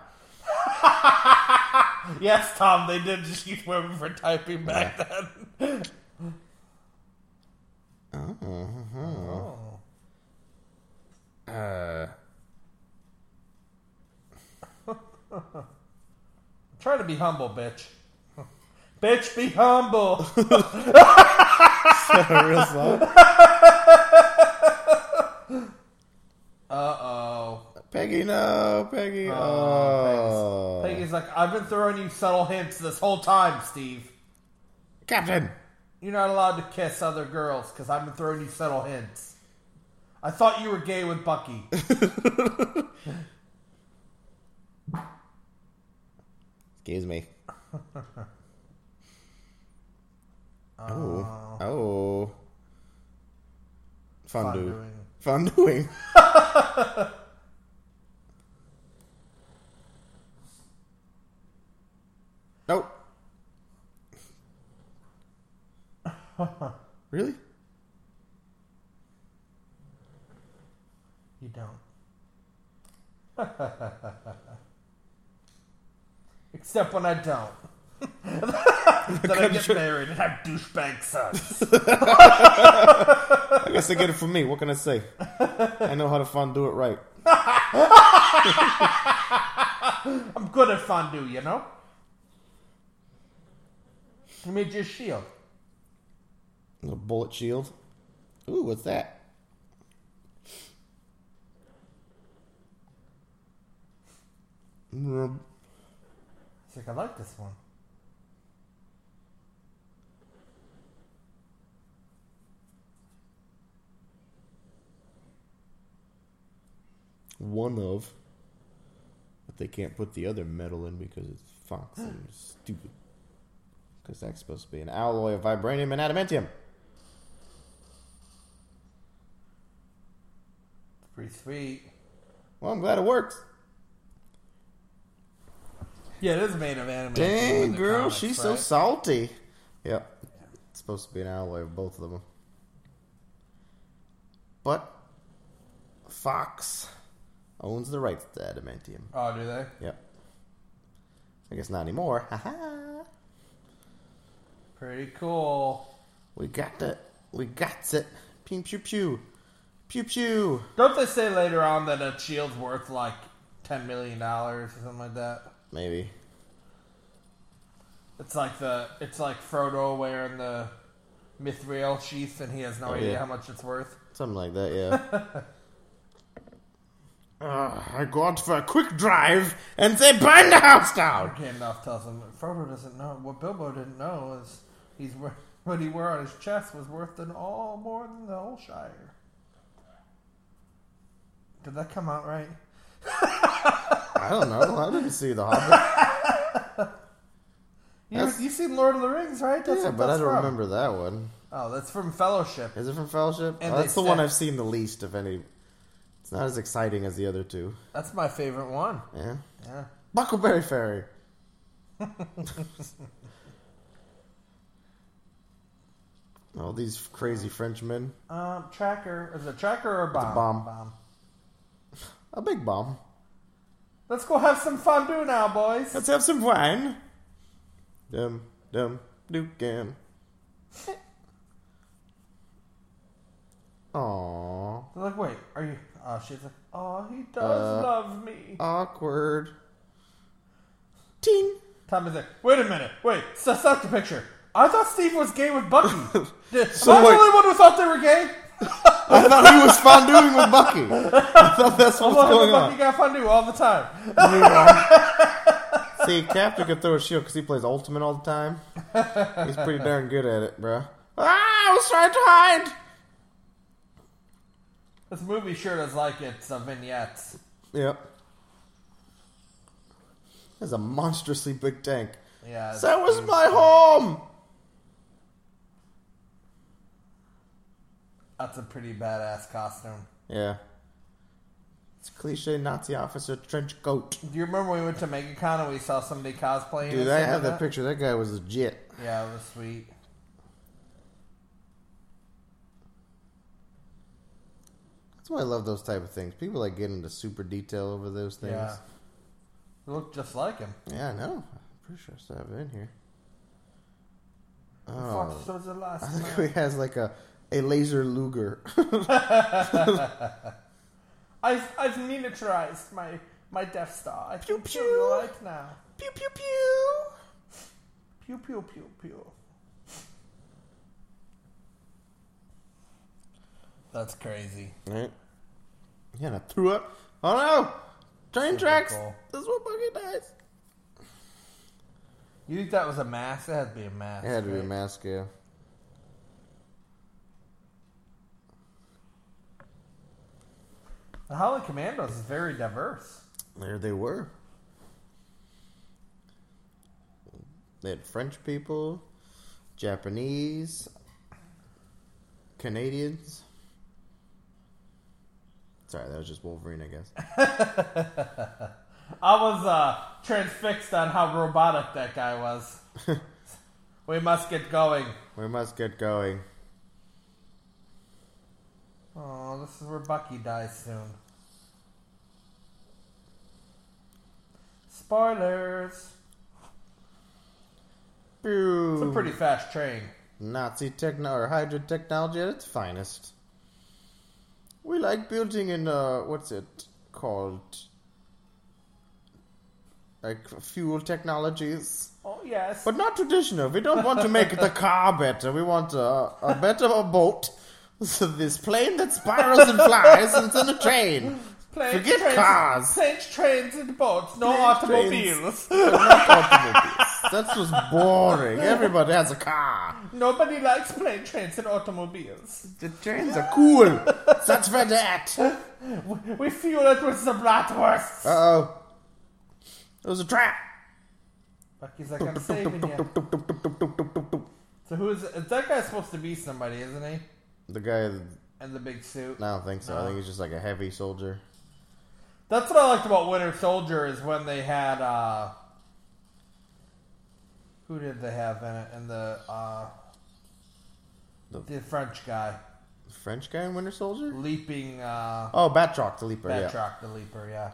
Speaker 3: Yes, Tom, they did just use women for typing back then. oh.
Speaker 4: Uh,
Speaker 3: Try to be humble, bitch. bitch, be humble.
Speaker 4: real slow.
Speaker 3: Uh-oh.
Speaker 4: Peggy, no, Peggy. Oh,
Speaker 3: Peggy's like, I've been throwing you subtle hints this whole time, Steve.
Speaker 4: Captain.
Speaker 3: You're not allowed to kiss other girls because I've been throwing you subtle hints. I thought you were gay with Bucky.
Speaker 4: Excuse me. oh, oh, fondue, fondueing. nope. really?
Speaker 3: You don't. Except when I don't. then I get married and have douchebag sons.
Speaker 4: I guess they get it from me. What can I say? I know how to fondue it right.
Speaker 3: I'm good at fondue, you know? I made you a shield.
Speaker 4: little bullet shield. Ooh, what's that? Mm,
Speaker 3: It's like, I like this one.
Speaker 4: One of. But they can't put the other metal in because it's Fox and stupid. Because that's supposed to be an alloy of vibranium and adamantium.
Speaker 3: It's pretty sweet.
Speaker 4: Well, I'm glad it works.
Speaker 3: Yeah, it is made of anime. It's
Speaker 4: Dang,
Speaker 3: in the
Speaker 4: girl,
Speaker 3: comics,
Speaker 4: she's so
Speaker 3: right?
Speaker 4: salty. Yep. It's supposed to be an alloy of both of them. But Fox owns the rights to adamantium.
Speaker 3: Oh, do they?
Speaker 4: Yep. I guess not anymore. Haha.
Speaker 3: Pretty cool.
Speaker 4: We got it. We got it. Pew pew pew. Pew pew.
Speaker 3: Don't they say later on that a shield's worth like ten million dollars or something like that?
Speaker 4: Maybe.
Speaker 3: It's like the it's like Frodo wearing the mithril sheath and he has no
Speaker 4: Oh,
Speaker 3: idea
Speaker 4: yeah.
Speaker 3: how much it's worth.
Speaker 4: Something like that, yeah. Ugh, Uh, I go out for a quick drive and they burn the house down.
Speaker 3: Gandalf tells him Frodo doesn't know what Bilbo didn't know is he's wor- what he wore on his chest was worth an all more than the whole Shire. Did that come out right?
Speaker 4: I don't know. I didn't see the Hobbit.
Speaker 3: You,
Speaker 4: That's-
Speaker 3: you've seen Lord of the Rings, right? That's
Speaker 4: Yeah,
Speaker 3: what
Speaker 4: but I
Speaker 3: that's
Speaker 4: don't
Speaker 3: from.
Speaker 4: remember that one.
Speaker 3: Oh, that's from Fellowship.
Speaker 4: Is it from Fellowship?
Speaker 3: And
Speaker 4: Oh,
Speaker 3: they
Speaker 4: that's the one
Speaker 3: said-
Speaker 4: I've seen the least of any. It's not as exciting as the other two.
Speaker 3: That's my favorite one.
Speaker 4: Yeah.
Speaker 3: Yeah.
Speaker 4: Buckleberry Fairy. All these crazy Frenchmen.
Speaker 3: Um, tracker. Is it tracker or bomb?
Speaker 4: bomb. A big bomb.
Speaker 3: Let's go have some fondue now, boys.
Speaker 4: Let's have some wine. Dum dum dookin.
Speaker 3: Eh.
Speaker 4: Aww.
Speaker 3: They're like, wait, are you? Oh, she's like, oh, he does
Speaker 4: Uh,
Speaker 3: love me.
Speaker 4: Awkward. Ting.
Speaker 3: Tom is like, wait a minute, wait, stop, stop the picture. I thought Steve was gay with Bucky. Did-
Speaker 4: So
Speaker 3: Am I
Speaker 4: wait-
Speaker 3: the only one who thought they were gay?
Speaker 4: I thought he was fondueing with Bucky. I thought that's what was
Speaker 3: Well,
Speaker 4: going
Speaker 3: Bucky
Speaker 4: on.
Speaker 3: got fondue all the time.
Speaker 4: See, Captain can throw a shield because he plays Ultimate all the time. He's pretty darn good at it, bruh. Ah, I was trying to hide.
Speaker 3: This movie sure does like its uh, vignettes.
Speaker 4: Yep. That's a monstrously big tank.
Speaker 3: Yeah.
Speaker 4: That was my home.
Speaker 3: That's a pretty badass costume.
Speaker 4: Yeah. It's cliche Nazi officer trench coat.
Speaker 3: Do you remember when we went to MegaCon and we saw somebody cosplaying?
Speaker 4: Dude,
Speaker 3: or
Speaker 4: I
Speaker 3: something
Speaker 4: have
Speaker 3: like
Speaker 4: that picture. That guy was legit.
Speaker 3: Yeah, it was sweet.
Speaker 4: That's why I love those type of things. People like get into super detail over those things.
Speaker 3: Yeah. It looked just like him.
Speaker 4: Yeah, I know. I'm pretty sure I still have it in here.
Speaker 3: Fox
Speaker 4: Oh,
Speaker 3: was the last
Speaker 4: I
Speaker 3: man.
Speaker 4: think he has like a a laser Luger.
Speaker 3: I've I've miniaturized my my Death Star. I pew,
Speaker 4: pew.
Speaker 3: you like now.
Speaker 4: pew pew pew.
Speaker 3: Pew pew pew pew. That's crazy.
Speaker 4: Right. Yeah, and I threw up. Oh no! Train tracks.
Speaker 3: cool.
Speaker 4: This one fucking dies.
Speaker 3: You think that was a mask? That had to be a mask.
Speaker 4: It had to be a
Speaker 3: right?
Speaker 4: mask, yeah.
Speaker 3: The Holly Commandos is very diverse.
Speaker 4: There they were. They had French people, Japanese, Canadians. Sorry, that was just Wolverine, I guess.
Speaker 3: I was uh, transfixed on how robotic that guy was. we must get going.
Speaker 4: we must get going.
Speaker 3: Oh, this is where Bucky dies soon. Spoilers. It's a
Speaker 4: Pew.
Speaker 3: pretty fast train.
Speaker 4: Nazi techno or Hydra technology at its finest. We like building in uh, what's it called? Like fuel technologies.
Speaker 3: Oh yes.
Speaker 4: But not traditional. We don't want to make the car better. We want a, a better boat. So this plane that spirals and flies and then a train.
Speaker 3: planes,
Speaker 4: forget
Speaker 3: trains,
Speaker 4: cars.
Speaker 3: Planes, trains, and boats. No
Speaker 4: Planes,
Speaker 3: automobiles.
Speaker 4: Not automobiles. That's just boring. Everybody has a car.
Speaker 3: Nobody likes plane, trains, and automobiles.
Speaker 4: The trains are cool. That's for that. Uh
Speaker 3: We fuel it with the bratwurst.
Speaker 4: oh. It was a trap.
Speaker 3: Bucky's like, I'm saving you. So who is, is that guy supposed to be somebody, isn't he?
Speaker 4: The guy,
Speaker 3: In the big suit.
Speaker 4: I don't think so. I think he's just like a heavy soldier.
Speaker 3: That's what I liked about Winter Soldier is when they had uh who did they have in it in the uh
Speaker 4: The-
Speaker 3: the French guy
Speaker 4: French guy in Winter Soldier?
Speaker 3: leaping uh
Speaker 4: Oh, Batroc the Leaper, yeah.
Speaker 3: Batroc the leaper, yeah.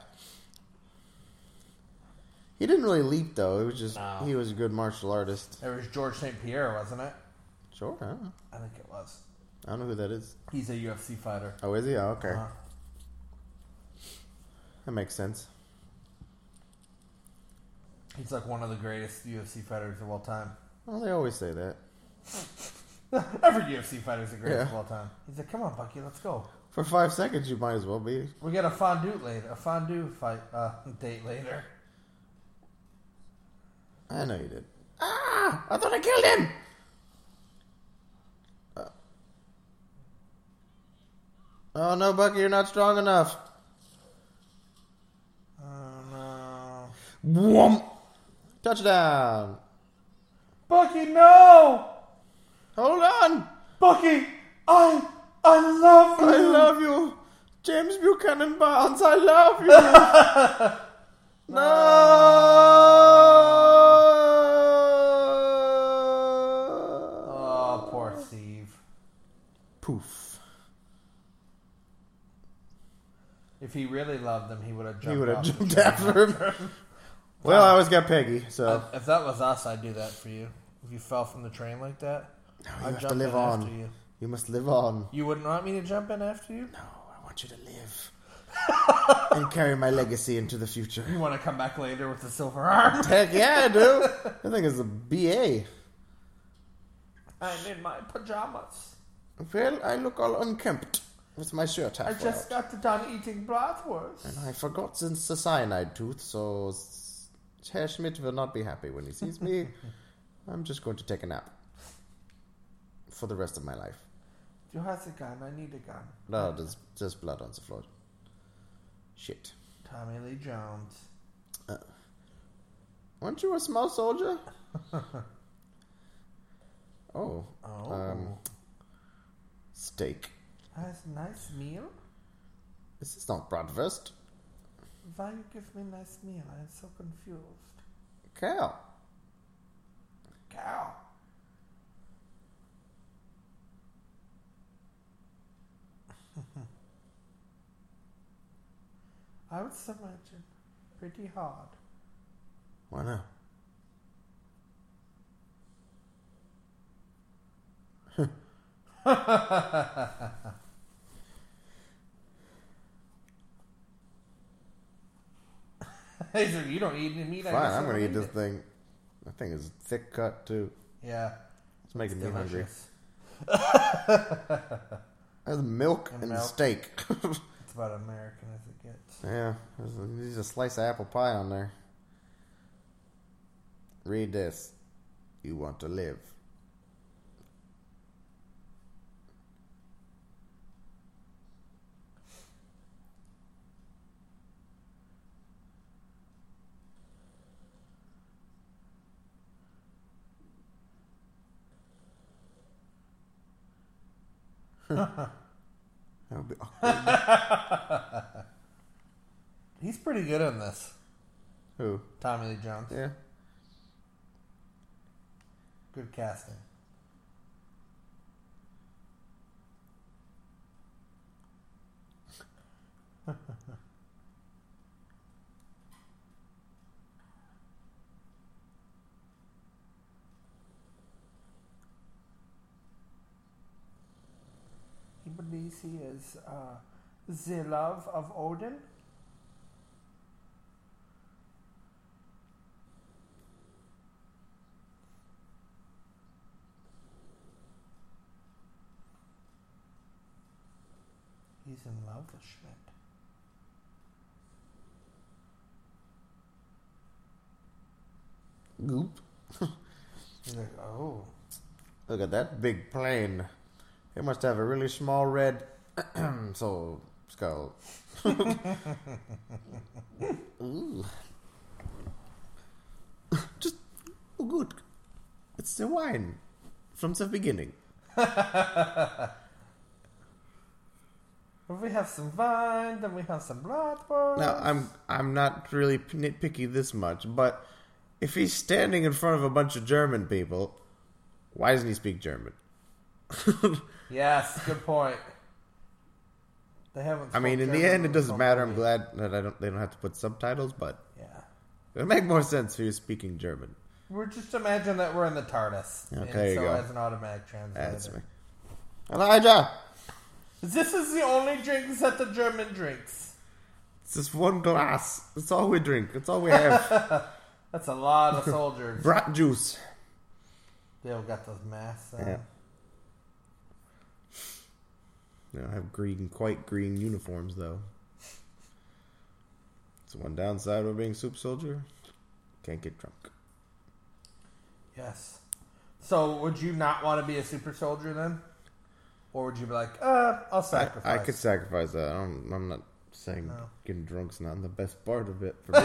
Speaker 4: He didn't really leap though. He was just
Speaker 3: No.
Speaker 4: he was a good martial artist.
Speaker 3: It was George St. Pierre, wasn't it?
Speaker 4: Sure, I don't know.
Speaker 3: I think it was.
Speaker 4: I don't know who that is.
Speaker 3: He's a UFC fighter.
Speaker 4: Oh, is he? Oh, okay,
Speaker 3: Uh-huh.
Speaker 4: that makes sense.
Speaker 3: He's like one of the greatest UFC fighters of all time.
Speaker 4: Well, they always say that.
Speaker 3: Every UFC fighter's the greatest
Speaker 4: Yeah.
Speaker 3: of all time. He's like, come on, Bucky, let's go.
Speaker 4: For five seconds, you might as well be.
Speaker 3: We got a fondue later, a fondue fight uh, date later.
Speaker 4: I know you did. Ah! I thought I killed him. Uh. Oh no, Bucky, you're not strong enough.
Speaker 3: Oh no.
Speaker 4: Whoom. Touchdown!
Speaker 3: Bucky, no!
Speaker 4: Hold on,
Speaker 3: Bucky, I, I love
Speaker 4: I
Speaker 3: you.
Speaker 4: love you, James Buchanan Barnes. I love you. no.
Speaker 3: oh, poor Steve.
Speaker 4: Poof.
Speaker 3: If he really loved him, he would have jumped.
Speaker 4: He would have
Speaker 3: off the
Speaker 4: jumped
Speaker 3: train.
Speaker 4: after him. well, I always got Peggy, so
Speaker 3: If that was us, I'd do that for you. If you fell from the train like that,
Speaker 4: you
Speaker 3: I'd
Speaker 4: have to
Speaker 3: jump
Speaker 4: live
Speaker 3: in after
Speaker 4: on.
Speaker 3: you.
Speaker 4: You must live on.
Speaker 3: You wouldn't want me to jump in after you?
Speaker 4: No, I want you to live and carry my legacy into the future.
Speaker 3: You want to come back later with the silver arm?
Speaker 4: Heck yeah, I do. I think it's a BA.
Speaker 3: I'm in my pajamas.
Speaker 4: Well, I look all unkempt with my shirt half
Speaker 3: I just
Speaker 4: out.
Speaker 3: got done eating bratwurst.
Speaker 4: I forgot since the cyanide tooth, so S- Herr Schmidt will not be happy when he sees me. I'm just going to take a nap for the rest of my life.
Speaker 3: You has a gun. I need a gun.
Speaker 4: No, there's, there's blood on the floor. Shit.
Speaker 3: Tommy Lee Jones.
Speaker 4: Weren't you a small soldier? oh.
Speaker 3: Oh.
Speaker 4: Um, steak.
Speaker 3: Nice, nice meal?
Speaker 4: This is not breakfast.
Speaker 3: Why you give me nice meal? I'm so confused.
Speaker 4: Cow.
Speaker 3: Cow. I would imagine pretty hard.
Speaker 4: Why not?
Speaker 3: He's like, you don't eat any meat. I
Speaker 4: Fine,
Speaker 3: guess I
Speaker 4: I'm gonna
Speaker 3: don't
Speaker 4: eat this
Speaker 3: it."
Speaker 4: thing. That thing is thick cut too.
Speaker 3: Yeah,
Speaker 4: It's making me hungry.
Speaker 3: delicious.
Speaker 4: There's milk
Speaker 3: And
Speaker 4: and,
Speaker 3: milk.
Speaker 4: steak.
Speaker 3: It's about American as it gets.
Speaker 4: yeah, there's a, there's a slice of apple pie on there. Read this. You want to live. That would be oh, awkward.
Speaker 3: He's pretty good in this.
Speaker 4: Who?
Speaker 3: Tommy Lee Jones.
Speaker 4: Yeah.
Speaker 3: Good casting. he believes he is uh, the love of Odin. He's in love with Schmidt.
Speaker 4: Goop.
Speaker 3: He's like, oh,
Speaker 4: Look at that big plane. It must have a really small red soul skull. Ooh. Just oh, good. It's the wine from the beginning.
Speaker 3: Well, we have some wine, then we have some blackbirds.
Speaker 4: Now I'm I'm not really p- nitpicky this much, but if he's standing in front of a bunch of German people, why doesn't he speak German?
Speaker 3: Yes, good point. They haven't.
Speaker 4: I mean, in
Speaker 3: spoke
Speaker 4: the
Speaker 3: German
Speaker 4: end, it
Speaker 3: in
Speaker 4: doesn't
Speaker 3: some
Speaker 4: matter. I'm
Speaker 3: way.
Speaker 4: glad that I don't. They don't have to put subtitles, but
Speaker 3: Yeah,
Speaker 4: it would make more sense if he was speaking German.
Speaker 3: we're just imagine that we're in the TARDIS,
Speaker 4: Okay,
Speaker 3: and
Speaker 4: there you
Speaker 3: so
Speaker 4: go.
Speaker 3: as an automatic translator.
Speaker 4: That's me. Elijah,
Speaker 3: This is the only drinks that the German drinks.
Speaker 4: it's just one glass. That's all we drink. That's all we have.
Speaker 3: That's a lot of soldiers.
Speaker 4: Brat juice.
Speaker 3: they all got those masks. uh, On.
Speaker 4: Yeah. They don't have green, quite green uniforms though. It's one downside of being soup soldier. Can't get drunk.
Speaker 3: Yes. So, would you not want to be a super soldier then, or would you be like, uh, I'll
Speaker 4: I,
Speaker 3: sacrifice?
Speaker 4: I could sacrifice that. I don't, I'm not saying
Speaker 3: No.
Speaker 4: getting drunk's not the best part of it for me.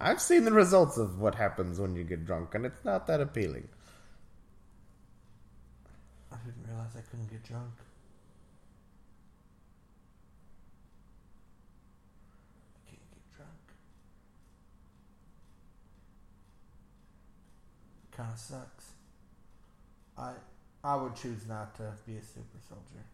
Speaker 4: I've seen the results of what happens when you get drunk, and it's not that appealing.
Speaker 3: I didn't realize I couldn't get drunk. I can't get drunk. Kind of sucks. I I would choose not to be a super soldier.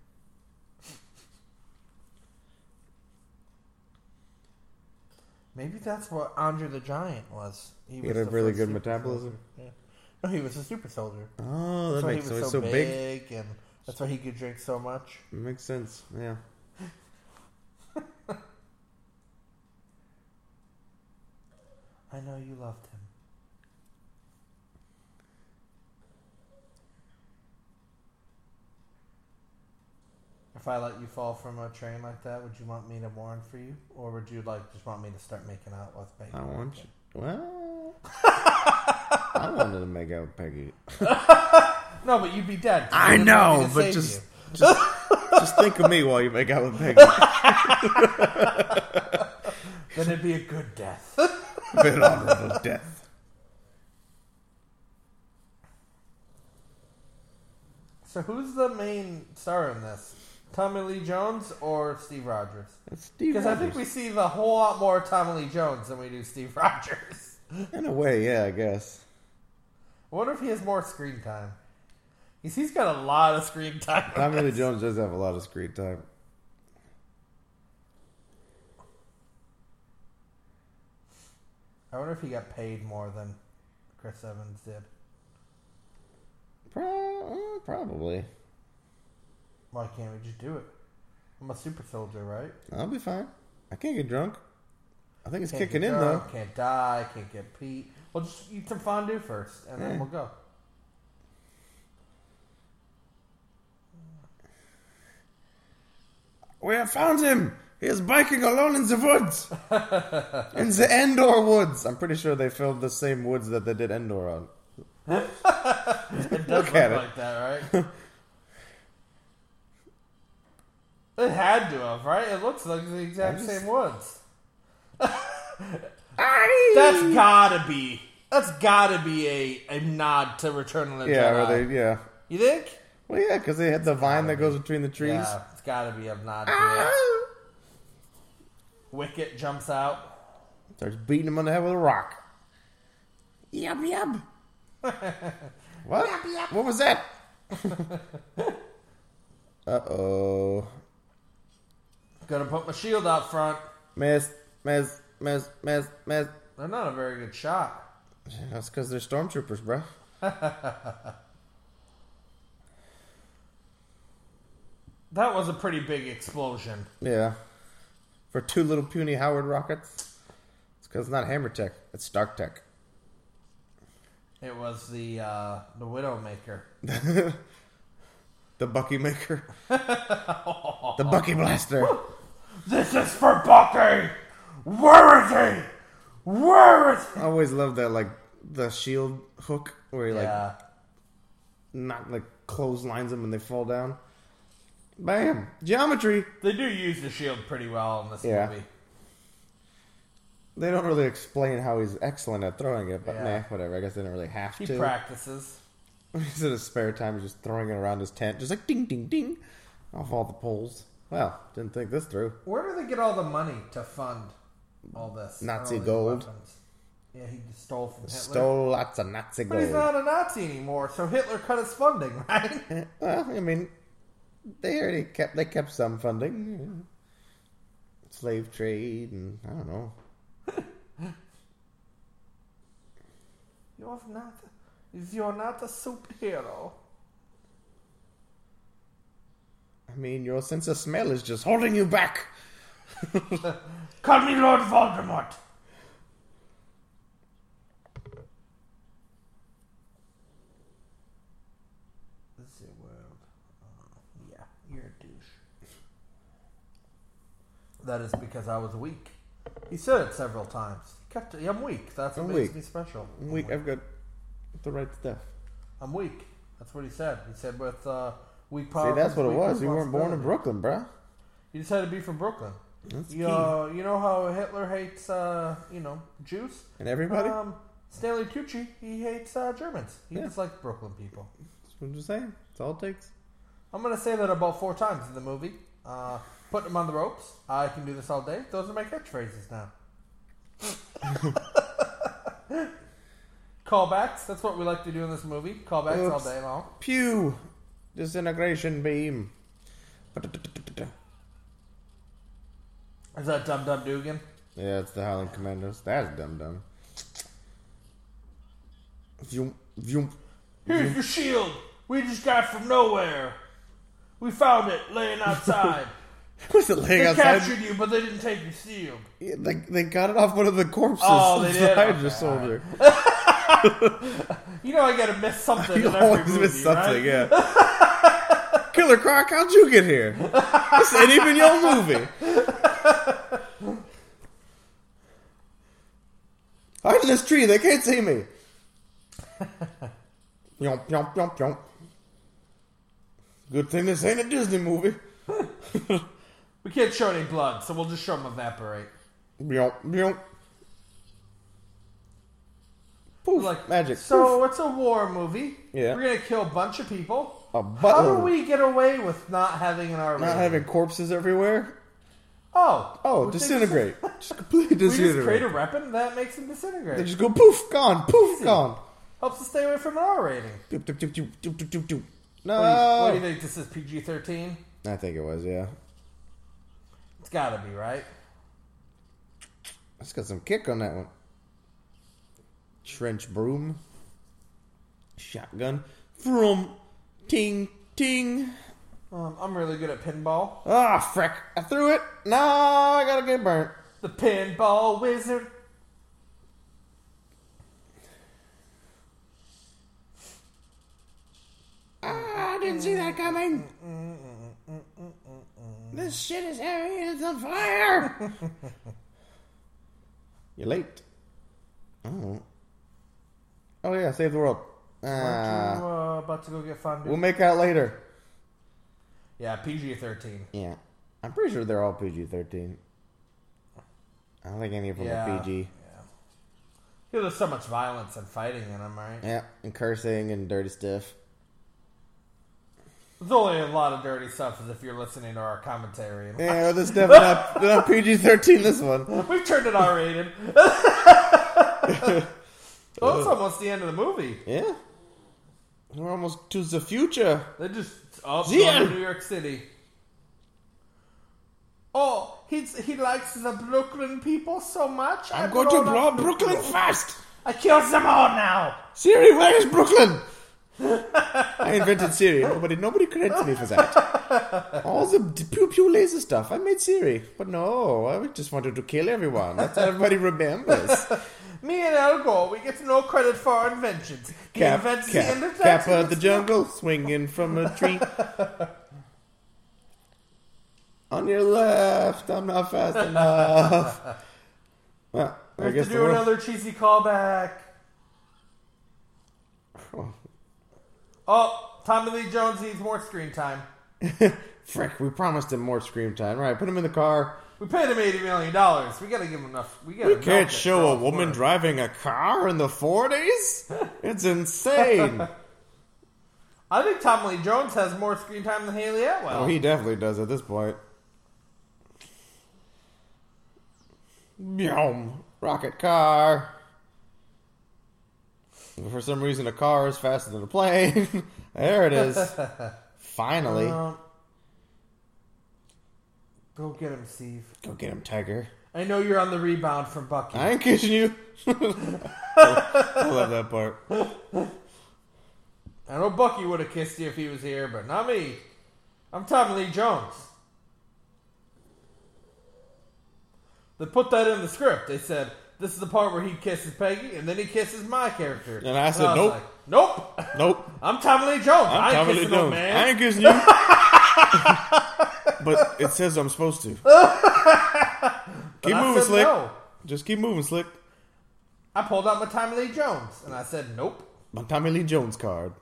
Speaker 3: Maybe that's what Andre the Giant was.
Speaker 4: He
Speaker 3: was
Speaker 4: had a
Speaker 3: the
Speaker 4: really
Speaker 3: first
Speaker 4: good
Speaker 3: super
Speaker 4: metabolism.
Speaker 3: soldier. Yeah. No, he was a super soldier.
Speaker 4: Oh, that
Speaker 3: That's why he
Speaker 4: makes
Speaker 3: was
Speaker 4: sense.
Speaker 3: so,
Speaker 4: so big.
Speaker 3: big, and that's why he could drink so much.
Speaker 4: Makes sense. Yeah.
Speaker 3: I know you loved him. If I let you fall from a train like that, would you want me to warn for you, or would you like just want me to start making out with Peggy?
Speaker 4: I want you. Well, I wanted to make out with Peggy.
Speaker 3: No, but you'd be dead. 'cause
Speaker 4: I
Speaker 3: he wouldn't want me
Speaker 4: know,
Speaker 3: to
Speaker 4: but
Speaker 3: save
Speaker 4: just,
Speaker 3: you.
Speaker 4: just, just think of me while you make out with Peggy.
Speaker 3: then it'd be a good death.
Speaker 4: Been honorable death.
Speaker 3: So who's the main star in this? Tommy Lee Jones or Steve Rogers?
Speaker 4: That's Steve
Speaker 3: Because I think we
Speaker 4: Rogers.
Speaker 3: see the whole lot more Tommy Lee Jones than we do Steve Rogers.
Speaker 4: In a way, yeah, I guess.
Speaker 3: I wonder if he has more screen time. He's, he's got a lot of screen time.
Speaker 4: Tommy Lee Jones does have a lot of screen time.
Speaker 3: I wonder if he got paid more than Chris Evans did.
Speaker 4: Pro- uh, probably.
Speaker 3: Why can't we just do it? I'm a super soldier, right?
Speaker 4: I'll be fine. I can't get drunk. I think it's
Speaker 3: Can't
Speaker 4: kicking
Speaker 3: get
Speaker 4: in though.
Speaker 3: drunk, Can't die. Can't get Pete. We'll just eat some fondue first, and then
Speaker 4: Yeah.
Speaker 3: we'll go.
Speaker 4: We have found him. He is biking alone in the woods. in the Endor woods. I'm pretty sure they filmed the same woods that they did Endor on.
Speaker 3: It does
Speaker 4: Look
Speaker 3: look
Speaker 4: at it.
Speaker 3: like that, right? it had to have, right? It looks like the exact
Speaker 4: I'm just-
Speaker 3: same woods. That's gotta be. That's gotta be a, a nod to Return of the
Speaker 4: Yeah,
Speaker 3: Jedi.
Speaker 4: or they, yeah.
Speaker 3: You think?
Speaker 4: Well, yeah, because they had the vine that goes between the trees.
Speaker 3: uh, Yeah, it's gotta be a nod to
Speaker 4: Ah!
Speaker 3: it. Wicket jumps out.
Speaker 4: Starts beating him on the head with a rock. Yup, yup. what? What was that? uh oh.
Speaker 3: Gonna put my shield out front.
Speaker 4: Miss, miss, miss, miss, miss.
Speaker 3: They're not a very good shot.
Speaker 4: That's because they're stormtroopers, bro.
Speaker 3: That was a pretty big explosion.
Speaker 4: Yeah. For two little puny Howard rockets. It's because it's not Hammer Tech, it's Stark Tech.
Speaker 3: It was the uh, the Widowmaker.
Speaker 4: The Bucky Maker. the Bucky Blaster.
Speaker 3: This is for Bucky! Where is he? Where is
Speaker 4: I always loved that, like, the shield hook where you, like,
Speaker 3: Yeah.
Speaker 4: not like clotheslines them and they fall down. Bam! Geometry.
Speaker 3: They do use the shield pretty well in this
Speaker 4: Yeah.
Speaker 3: movie.
Speaker 4: They don't really explain how he's excellent at throwing it, but
Speaker 3: Yeah.
Speaker 4: nah, whatever. I guess they don't really have
Speaker 3: He
Speaker 4: to.
Speaker 3: practices.
Speaker 4: He's in his spare time, he's just throwing it around his tent, just like ding, ding, ding, off all the poles. Well, didn't think this through.
Speaker 3: Where do they get all the money to fund all this?
Speaker 4: Nazi
Speaker 3: All these
Speaker 4: gold.
Speaker 3: weapons? Yeah, he stole from Hitler.
Speaker 4: Stole lots of Nazi
Speaker 3: But he's
Speaker 4: gold.
Speaker 3: not a Nazi anymore, so Hitler cut his funding, right?
Speaker 4: Well, I mean, they already kept they kept some funding, slave trade, and I don't know.
Speaker 3: You're not, you're not a superhero.
Speaker 4: I mean, your sense of smell is just holding you back.
Speaker 3: Call me Lord Voldemort. This is a world. Oh, yeah, you're a douche. That is because I was weak. He said it several times. He kept it. I'm weak. That's what
Speaker 4: I'm
Speaker 3: makes
Speaker 4: weak.
Speaker 3: me special.
Speaker 4: I'm weak. I've got the right stuff.
Speaker 3: I'm weak. That's what he said. He said with uh, weak power.
Speaker 4: See, that's
Speaker 3: comes
Speaker 4: what it
Speaker 3: weak
Speaker 4: was. You weren't born in
Speaker 3: responsibility.
Speaker 4: Brooklyn, bruh.
Speaker 3: You just had to be from Brooklyn. you,
Speaker 4: key.
Speaker 3: uh, you know how Hitler hates, uh, you know, Jews?
Speaker 4: And everybody?
Speaker 3: Um, Stanley Tucci, he hates uh, Germans. He
Speaker 4: Yeah.
Speaker 3: just likes Brooklyn people.
Speaker 4: That's what I'm just saying. It's all it takes.
Speaker 3: I'm going to say that about four times in the movie. Uh, put them on the ropes. I can do this all day. Those are my catchphrases now. Callbacks. That's what we like to do in this movie. Callbacks
Speaker 4: Oops.
Speaker 3: all day long.
Speaker 4: Pew! Disintegration beam.
Speaker 3: Is that Dum Dum Dugan?
Speaker 4: Yeah, it's the Howling Commandos. That's dumb dumb. Vroom, vroom.
Speaker 3: Here's your shield. We just got it from nowhere. We found it laying outside.
Speaker 4: Was it laying
Speaker 3: They
Speaker 4: outside?
Speaker 3: captured you, but they didn't take your shield.
Speaker 4: Yeah, They, they got it off one of the corpses
Speaker 3: Oh, they
Speaker 4: of the
Speaker 3: did?
Speaker 4: Hydra
Speaker 3: Okay,
Speaker 4: soldier.
Speaker 3: You know I gotta miss something.
Speaker 4: You
Speaker 3: in every
Speaker 4: always
Speaker 3: movie,
Speaker 4: miss something,
Speaker 3: right?
Speaker 4: yeah. Killer Croc, how'd you get here? This ain't even your movie. Hide in this tree, they can't see me. Yomp, yomp, yomp, yomp. Good thing this ain't a Disney movie.
Speaker 3: We can't show any blood, so we'll just show them evaporate.
Speaker 4: Yomp, yomp. Poof,
Speaker 3: Like
Speaker 4: magic.
Speaker 3: So it's a war movie.
Speaker 4: Yeah.
Speaker 3: We're gonna kill a bunch of people.
Speaker 4: a
Speaker 3: How do
Speaker 4: buttload.
Speaker 3: we get away with not having an R
Speaker 4: oh. not
Speaker 3: rating?
Speaker 4: having corpses everywhere?
Speaker 3: oh,
Speaker 4: Oh,
Speaker 3: we think-
Speaker 4: disintegrate. just completely
Speaker 3: We just create a
Speaker 4: disintegrate.
Speaker 3: weapon that makes them
Speaker 4: They
Speaker 3: disintegrate.
Speaker 4: just go poof, gone, poof,
Speaker 3: Easy.
Speaker 4: gone.
Speaker 3: Helps us stay away from an R rating. What
Speaker 4: Doop, doop, doop, doop, doop, doop, doop, doop.
Speaker 3: do you- What
Speaker 4: No,
Speaker 3: do you think? This is PG thirteen.
Speaker 4: I think it was. Yeah,
Speaker 3: It's got to be right.
Speaker 4: it's got some kick on that one. Trench broom, shotgun from ting ting.
Speaker 3: Um, I'm really good at pinball.
Speaker 4: Ah, frick! I threw it. No, I gotta get burnt.
Speaker 3: The pinball wizard.
Speaker 4: Ah, I didn't see that coming. This shit is heavy and it's on fire. You're late. Oh. Oh yeah, save the world.
Speaker 3: Aren't you
Speaker 4: Ah,
Speaker 3: uh, about to go get fondue?
Speaker 4: we'll make out later.
Speaker 3: yeah, PG thirteen.
Speaker 4: Yeah, I'm pretty sure they're all PG-13. I don't think any of them
Speaker 3: Yeah.
Speaker 4: are PG.
Speaker 3: Yeah. Yeah, there's so much violence and fighting in them, right?
Speaker 4: Yeah, and cursing and dirty stuff.
Speaker 3: There's only a lot of dirty stuff as if you're listening to our commentary. And
Speaker 4: Yeah, this definitely not, not PG-13. This one.
Speaker 3: We've turned it R-rated. well, it's almost the end of the movie.
Speaker 4: Yeah, we're almost to the future.
Speaker 3: They just up
Speaker 4: The
Speaker 3: going
Speaker 4: end.
Speaker 3: to New York City. Oh, he's he likes the Brooklyn people so much.
Speaker 4: I'm
Speaker 3: I
Speaker 4: going to
Speaker 3: blown
Speaker 4: blow
Speaker 3: up
Speaker 4: up Brooklyn fast!
Speaker 3: I killed them all now.
Speaker 4: Siri, where is Brooklyn? I invented Siri. Nobody, nobody credits me for that. All the d- pew pew laser stuff. I made Siri. But no, I just wanted to kill everyone. That's how everybody remembers.
Speaker 3: Me and Al Gore, we get no credit for our inventions. He
Speaker 4: Cap,
Speaker 3: invents
Speaker 4: cap,
Speaker 3: the end of
Speaker 4: Kappa
Speaker 3: Jackson.
Speaker 4: of the jungle, swinging from a tree. On your left, I'm not fast enough. Well, I
Speaker 3: We have
Speaker 4: guess
Speaker 3: to
Speaker 4: the
Speaker 3: do
Speaker 4: world-
Speaker 3: another cheesy callback.
Speaker 4: Oh,
Speaker 3: Oh, Tommy Lee Jones needs more screen time.
Speaker 4: Frick, we promised him more screen time. Right, put him in the car.
Speaker 3: We paid him eighty million dollars. We gotta give him enough. We gotta.
Speaker 4: You
Speaker 3: milk
Speaker 4: can't
Speaker 3: it
Speaker 4: show a
Speaker 3: for
Speaker 4: woman
Speaker 3: it.
Speaker 4: driving a car in the 40s? It's insane.
Speaker 3: I think Tom Lee Jones has more screen time than Haley Atwell.
Speaker 4: oh, he definitely does at this point. Yum. Rocket car. For some reason, a car is faster than a plane. there it is. Finally.
Speaker 3: Um, go get him, Steve.
Speaker 4: Go get him, Tiger.
Speaker 3: I know you're on the rebound from Bucky.
Speaker 4: I ain't kissing you. I love that part.
Speaker 3: I know Bucky would have kissed you if he was here, but not me. I'm Tommy Lee Jones. They put that in the script. They said this is the part where he kisses Peggy, and then he kisses my character.
Speaker 4: And I said,
Speaker 3: was
Speaker 4: "Nope."
Speaker 3: nope.
Speaker 4: Nope.
Speaker 3: I'm Tommy Lee Jones.
Speaker 4: I'm
Speaker 3: I ain't
Speaker 4: Tommy Lee
Speaker 3: kissing no
Speaker 4: Jones.
Speaker 3: man.
Speaker 4: I ain't kissing you. but it says I'm supposed to. keep
Speaker 3: And I
Speaker 4: moving,
Speaker 3: said
Speaker 4: slick.
Speaker 3: No.
Speaker 4: Just keep moving, slick.
Speaker 3: I pulled out my Tommy Lee Jones and I said, nope.
Speaker 4: My Tommy Lee Jones card.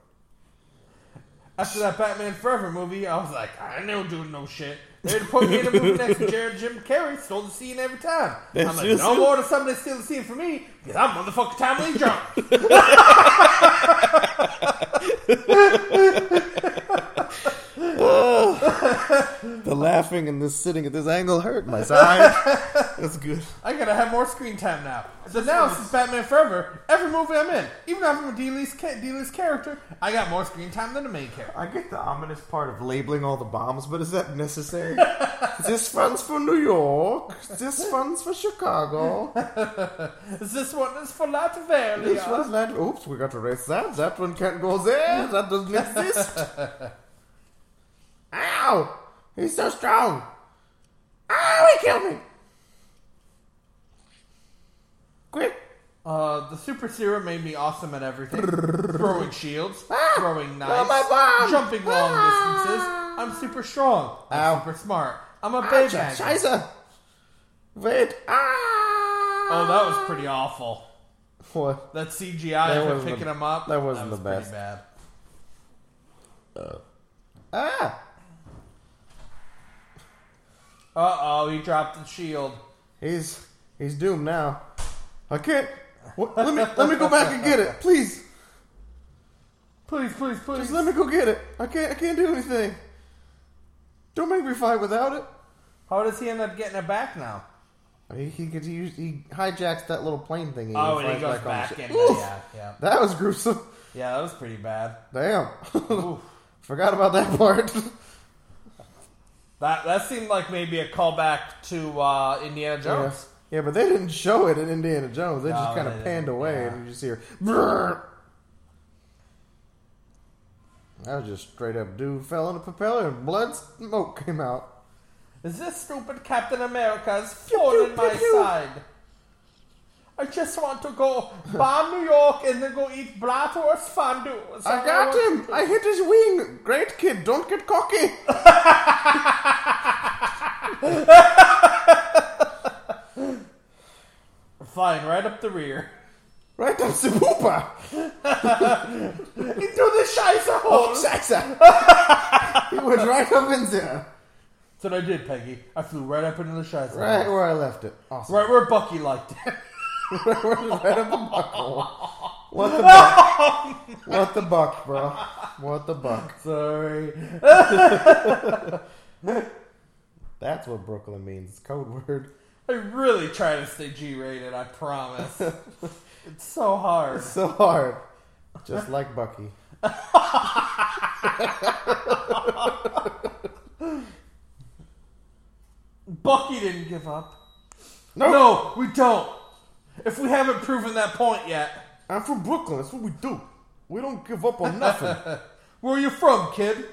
Speaker 3: After that Batman Forever movie, I was like, "Ah, I ain't no doing no shit. They'd put me in a movie next to Jared Jim Carrey, stole the scene every time. I'm
Speaker 4: That's
Speaker 3: like,
Speaker 4: just
Speaker 3: no
Speaker 4: it.
Speaker 3: more does somebody steal the scene from me, because I'm motherfucking Tommy Lee Jones.
Speaker 4: The laughing and this sitting at this angle hurt my side. That's good.
Speaker 3: I gotta have more screen time now. So now, since Batman Forever, every movie I'm in, even if I'm a D-list, ca- D-list character, I got more screen time than the main character.
Speaker 4: I get the ominous part of labeling all the bombs, but is that necessary? this fun's for New York. This fun's for Chicago.
Speaker 3: This one is for Latveria.
Speaker 4: This one's not. Oops, we got to erase that. That one can't go there. That doesn't exist. Ow! He's so strong. Ow! He killed me. Quick!
Speaker 3: Uh, the super serum made me awesome at everything. throwing shields, throwing knives,
Speaker 4: Ah! my bomb! Ah!
Speaker 3: jumping long distances. I'm super strong. I'm
Speaker 4: Ow.
Speaker 3: super smart. I'm a
Speaker 4: Ah,
Speaker 3: baby.
Speaker 4: Scheiße! Wait! Ah!
Speaker 3: Oh, that was pretty awful.
Speaker 4: What?
Speaker 3: That CGI
Speaker 4: That
Speaker 3: of him
Speaker 4: wasn't
Speaker 3: picking
Speaker 4: the-
Speaker 3: him up.
Speaker 4: that wasn't
Speaker 3: was
Speaker 4: the
Speaker 3: pretty
Speaker 4: best.
Speaker 3: Bad.
Speaker 4: Ah!
Speaker 3: Uh oh, he dropped the shield.
Speaker 4: He's he's doomed now. I can't. Wh- Let me let me go back and get it, please.
Speaker 3: Please, please, please.
Speaker 4: Just let me go get it. I can't. I can't do anything. Don't make me fight without it.
Speaker 3: How does he end up getting it back now?
Speaker 4: He he, gets, he, he hijacks that little plane thingy. and
Speaker 3: Oh, and he
Speaker 4: flies
Speaker 3: goes
Speaker 4: on
Speaker 3: back
Speaker 4: ship.
Speaker 3: in.
Speaker 4: Oof.
Speaker 3: Yeah, yeah.
Speaker 4: That was gruesome.
Speaker 3: Yeah, that was pretty bad.
Speaker 4: Damn.
Speaker 3: Oof.
Speaker 4: Forgot about that part.
Speaker 3: That that seemed like maybe a callback to uh, Indiana
Speaker 4: yeah.
Speaker 3: Jones.
Speaker 4: yeah, but they didn't show it in Indiana Jones. They
Speaker 3: No,
Speaker 4: just kind
Speaker 3: they
Speaker 4: of
Speaker 3: didn't.
Speaker 4: panned away,
Speaker 3: Yeah.
Speaker 4: and you just hear. "Brrr." That was just straight up. Dude fell in a propeller, and blood smoke came out.
Speaker 3: Is this stupid Captain America is floating
Speaker 4: pew,
Speaker 3: my
Speaker 4: pew.
Speaker 3: side? I just want to go bomb New York and then go eat Bratwurst fondue. Is that
Speaker 4: I
Speaker 3: what
Speaker 4: got
Speaker 3: want?
Speaker 4: him! I hit his wing! Great kid, don't get cocky!
Speaker 3: Flying right up the rear.
Speaker 4: Right up the pooper!
Speaker 3: Into the Scheiße
Speaker 4: Oh,
Speaker 3: hole!
Speaker 4: Scheiße! he went right up in there.
Speaker 3: That's what I did, Peggy. I flew right up into the Scheiße
Speaker 4: Right
Speaker 3: hole.
Speaker 4: where I left it. Awesome.
Speaker 3: Right where Bucky liked it.
Speaker 4: right up the buckle. What the buck? what the buck, bro? What the buck?
Speaker 3: Sorry.
Speaker 4: That's what Brooklyn means. It's code word.
Speaker 3: I really try to stay G rated, I promise. it's so hard.
Speaker 4: So hard. Just like Bucky.
Speaker 3: Bucky didn't give up.
Speaker 4: No.
Speaker 3: no, we don't. If we haven't proven that point yet.
Speaker 4: I'm from Brooklyn. That's what we do. We don't give up on nothing.
Speaker 3: Where are you from, kid?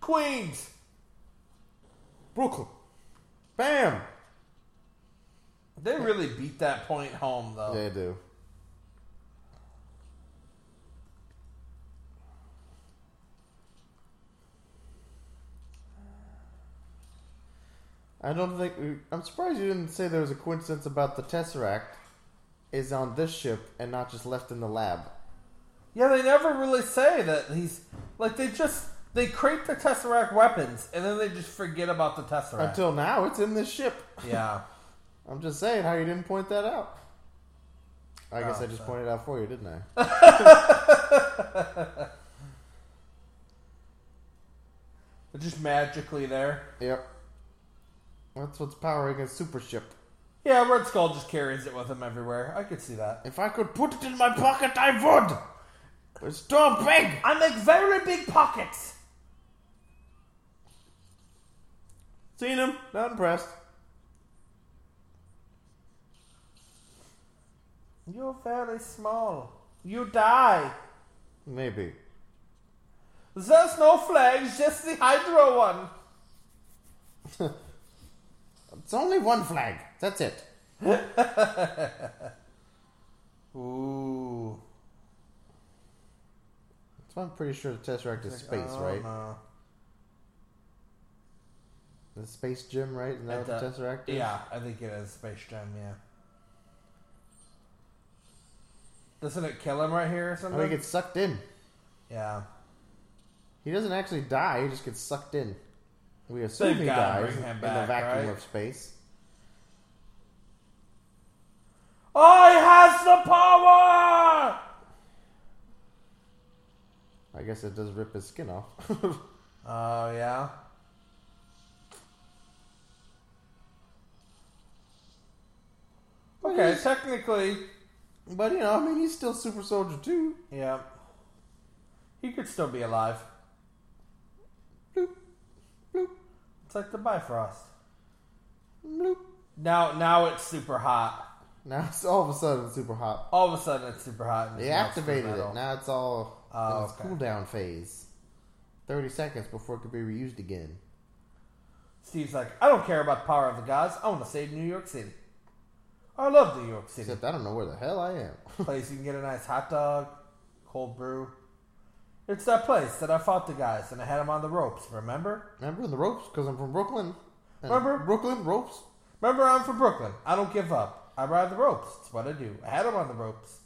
Speaker 3: Queens.
Speaker 4: Brooklyn. Bam!
Speaker 3: They really beat that point home, though.
Speaker 4: They do. I don't think. I'm surprised you didn't say there was a coincidence about the Tesseract is on this ship and not just left in the lab.
Speaker 3: Yeah, they never really say that he's like they just they create the tesseract weapons and then they just forget about the tesseract.
Speaker 4: Until now, it's in this ship.
Speaker 3: yeah,
Speaker 4: I'm just saying how you didn't point that out. I guess I just pointed it out for you, didn't I?
Speaker 3: they're just magically there.
Speaker 4: yep. That's what's powering a super ship.
Speaker 3: Yeah, Red Skull just carries it with him everywhere. I could see that.
Speaker 4: If I could put it in my pocket, I would. But it's too big.
Speaker 3: I make very big pockets.
Speaker 4: Seen him. Not impressed.
Speaker 3: You're very small. You die.
Speaker 4: Maybe.
Speaker 3: There's no flags, just the Hydra one.
Speaker 4: It's only one flag. That's it.
Speaker 3: Ooh.
Speaker 4: So I'm pretty sure the Tesseract is space,
Speaker 3: Oh,
Speaker 4: right?
Speaker 3: no.
Speaker 4: The space gym, right? Isn't that
Speaker 3: It
Speaker 4: what the
Speaker 3: does.
Speaker 4: Tesseract is?
Speaker 3: Yeah, I think it is Space Jam, yeah. Doesn't it kill him right here or
Speaker 4: I
Speaker 3: something?
Speaker 4: mean, Oh, he gets sucked in.
Speaker 3: yeah.
Speaker 4: He doesn't actually die. He just gets sucked in. We assume
Speaker 3: They've
Speaker 4: he
Speaker 3: gotta
Speaker 4: dies
Speaker 3: bring him
Speaker 4: in the
Speaker 3: back,
Speaker 4: vacuum
Speaker 3: right?
Speaker 4: of space.
Speaker 3: I has the power!
Speaker 4: I guess it does rip his skin off.
Speaker 3: Oh, yeah? Okay, technically,
Speaker 4: but you know, I mean, he's still Super Soldier too.
Speaker 3: yeah. He could still be alive.
Speaker 4: Bloop, bloop,
Speaker 3: It's like the Bifrost.
Speaker 4: bloop.
Speaker 3: Now, now it's super hot.
Speaker 4: Now it's all of a sudden super hot.
Speaker 3: All of a sudden, it's super hot. and
Speaker 4: They
Speaker 3: it melts the
Speaker 4: activated
Speaker 3: metal.
Speaker 4: it. Now it's all
Speaker 3: Oh,
Speaker 4: in its
Speaker 3: okay.
Speaker 4: cooldown phase. Thirty seconds before it could be reused again.
Speaker 3: Steve's like, I don't care about the power of the gods. I want to save New York City. I love New York City.
Speaker 4: Except I don't know where the hell I am.
Speaker 3: place you can get a nice hot dog, cold brew. It's that place that I fought the guys and I had them on the ropes. Remember?
Speaker 4: Remember the ropes? Because I'm from Brooklyn. And
Speaker 3: Remember?
Speaker 4: Brooklyn ropes?
Speaker 3: Remember, I'm from Brooklyn. I don't give up. I ride the ropes. It's what I do. I had them on the ropes.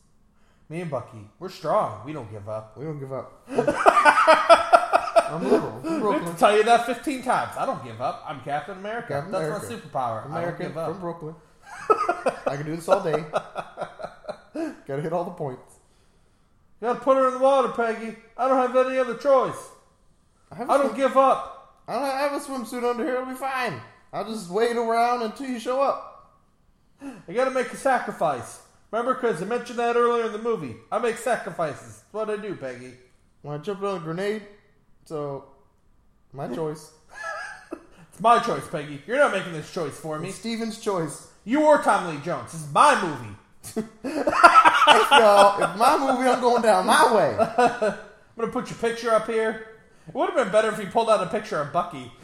Speaker 3: Me and Bucky, we're strong. We don't give up.
Speaker 4: We don't give up. I'm liberal. From
Speaker 3: I have
Speaker 4: Brooklyn.
Speaker 3: to tell you that 15 times. I don't give up. I'm Captain America.
Speaker 4: Captain
Speaker 3: That's my
Speaker 4: America.
Speaker 3: superpower. I
Speaker 4: American
Speaker 3: don't give up.
Speaker 4: from Brooklyn. I can do this all day. Gotta hit all the points.
Speaker 3: You gotta put her in the water, Peggy. I don't have any other choice.
Speaker 4: I have, a
Speaker 3: I don't
Speaker 4: swim-
Speaker 3: give up.
Speaker 4: I don't have a swimsuit under here. It'll be fine. I'll just wait around until you show up.
Speaker 3: I gotta make a sacrifice. Remember, because I mentioned that earlier in the movie. I make sacrifices. That's what I do, Peggy.
Speaker 4: When I jumped on a grenade, so my choice.
Speaker 3: It's my choice, Peggy. You're not making this choice for me.
Speaker 4: It's Steven's choice.
Speaker 3: You or Tom Lee Jones. This is my movie.
Speaker 4: No, if my movie, I'm going down my way.
Speaker 3: I'm gonna put your picture up here. It would have been better if you pulled out a picture of Bucky.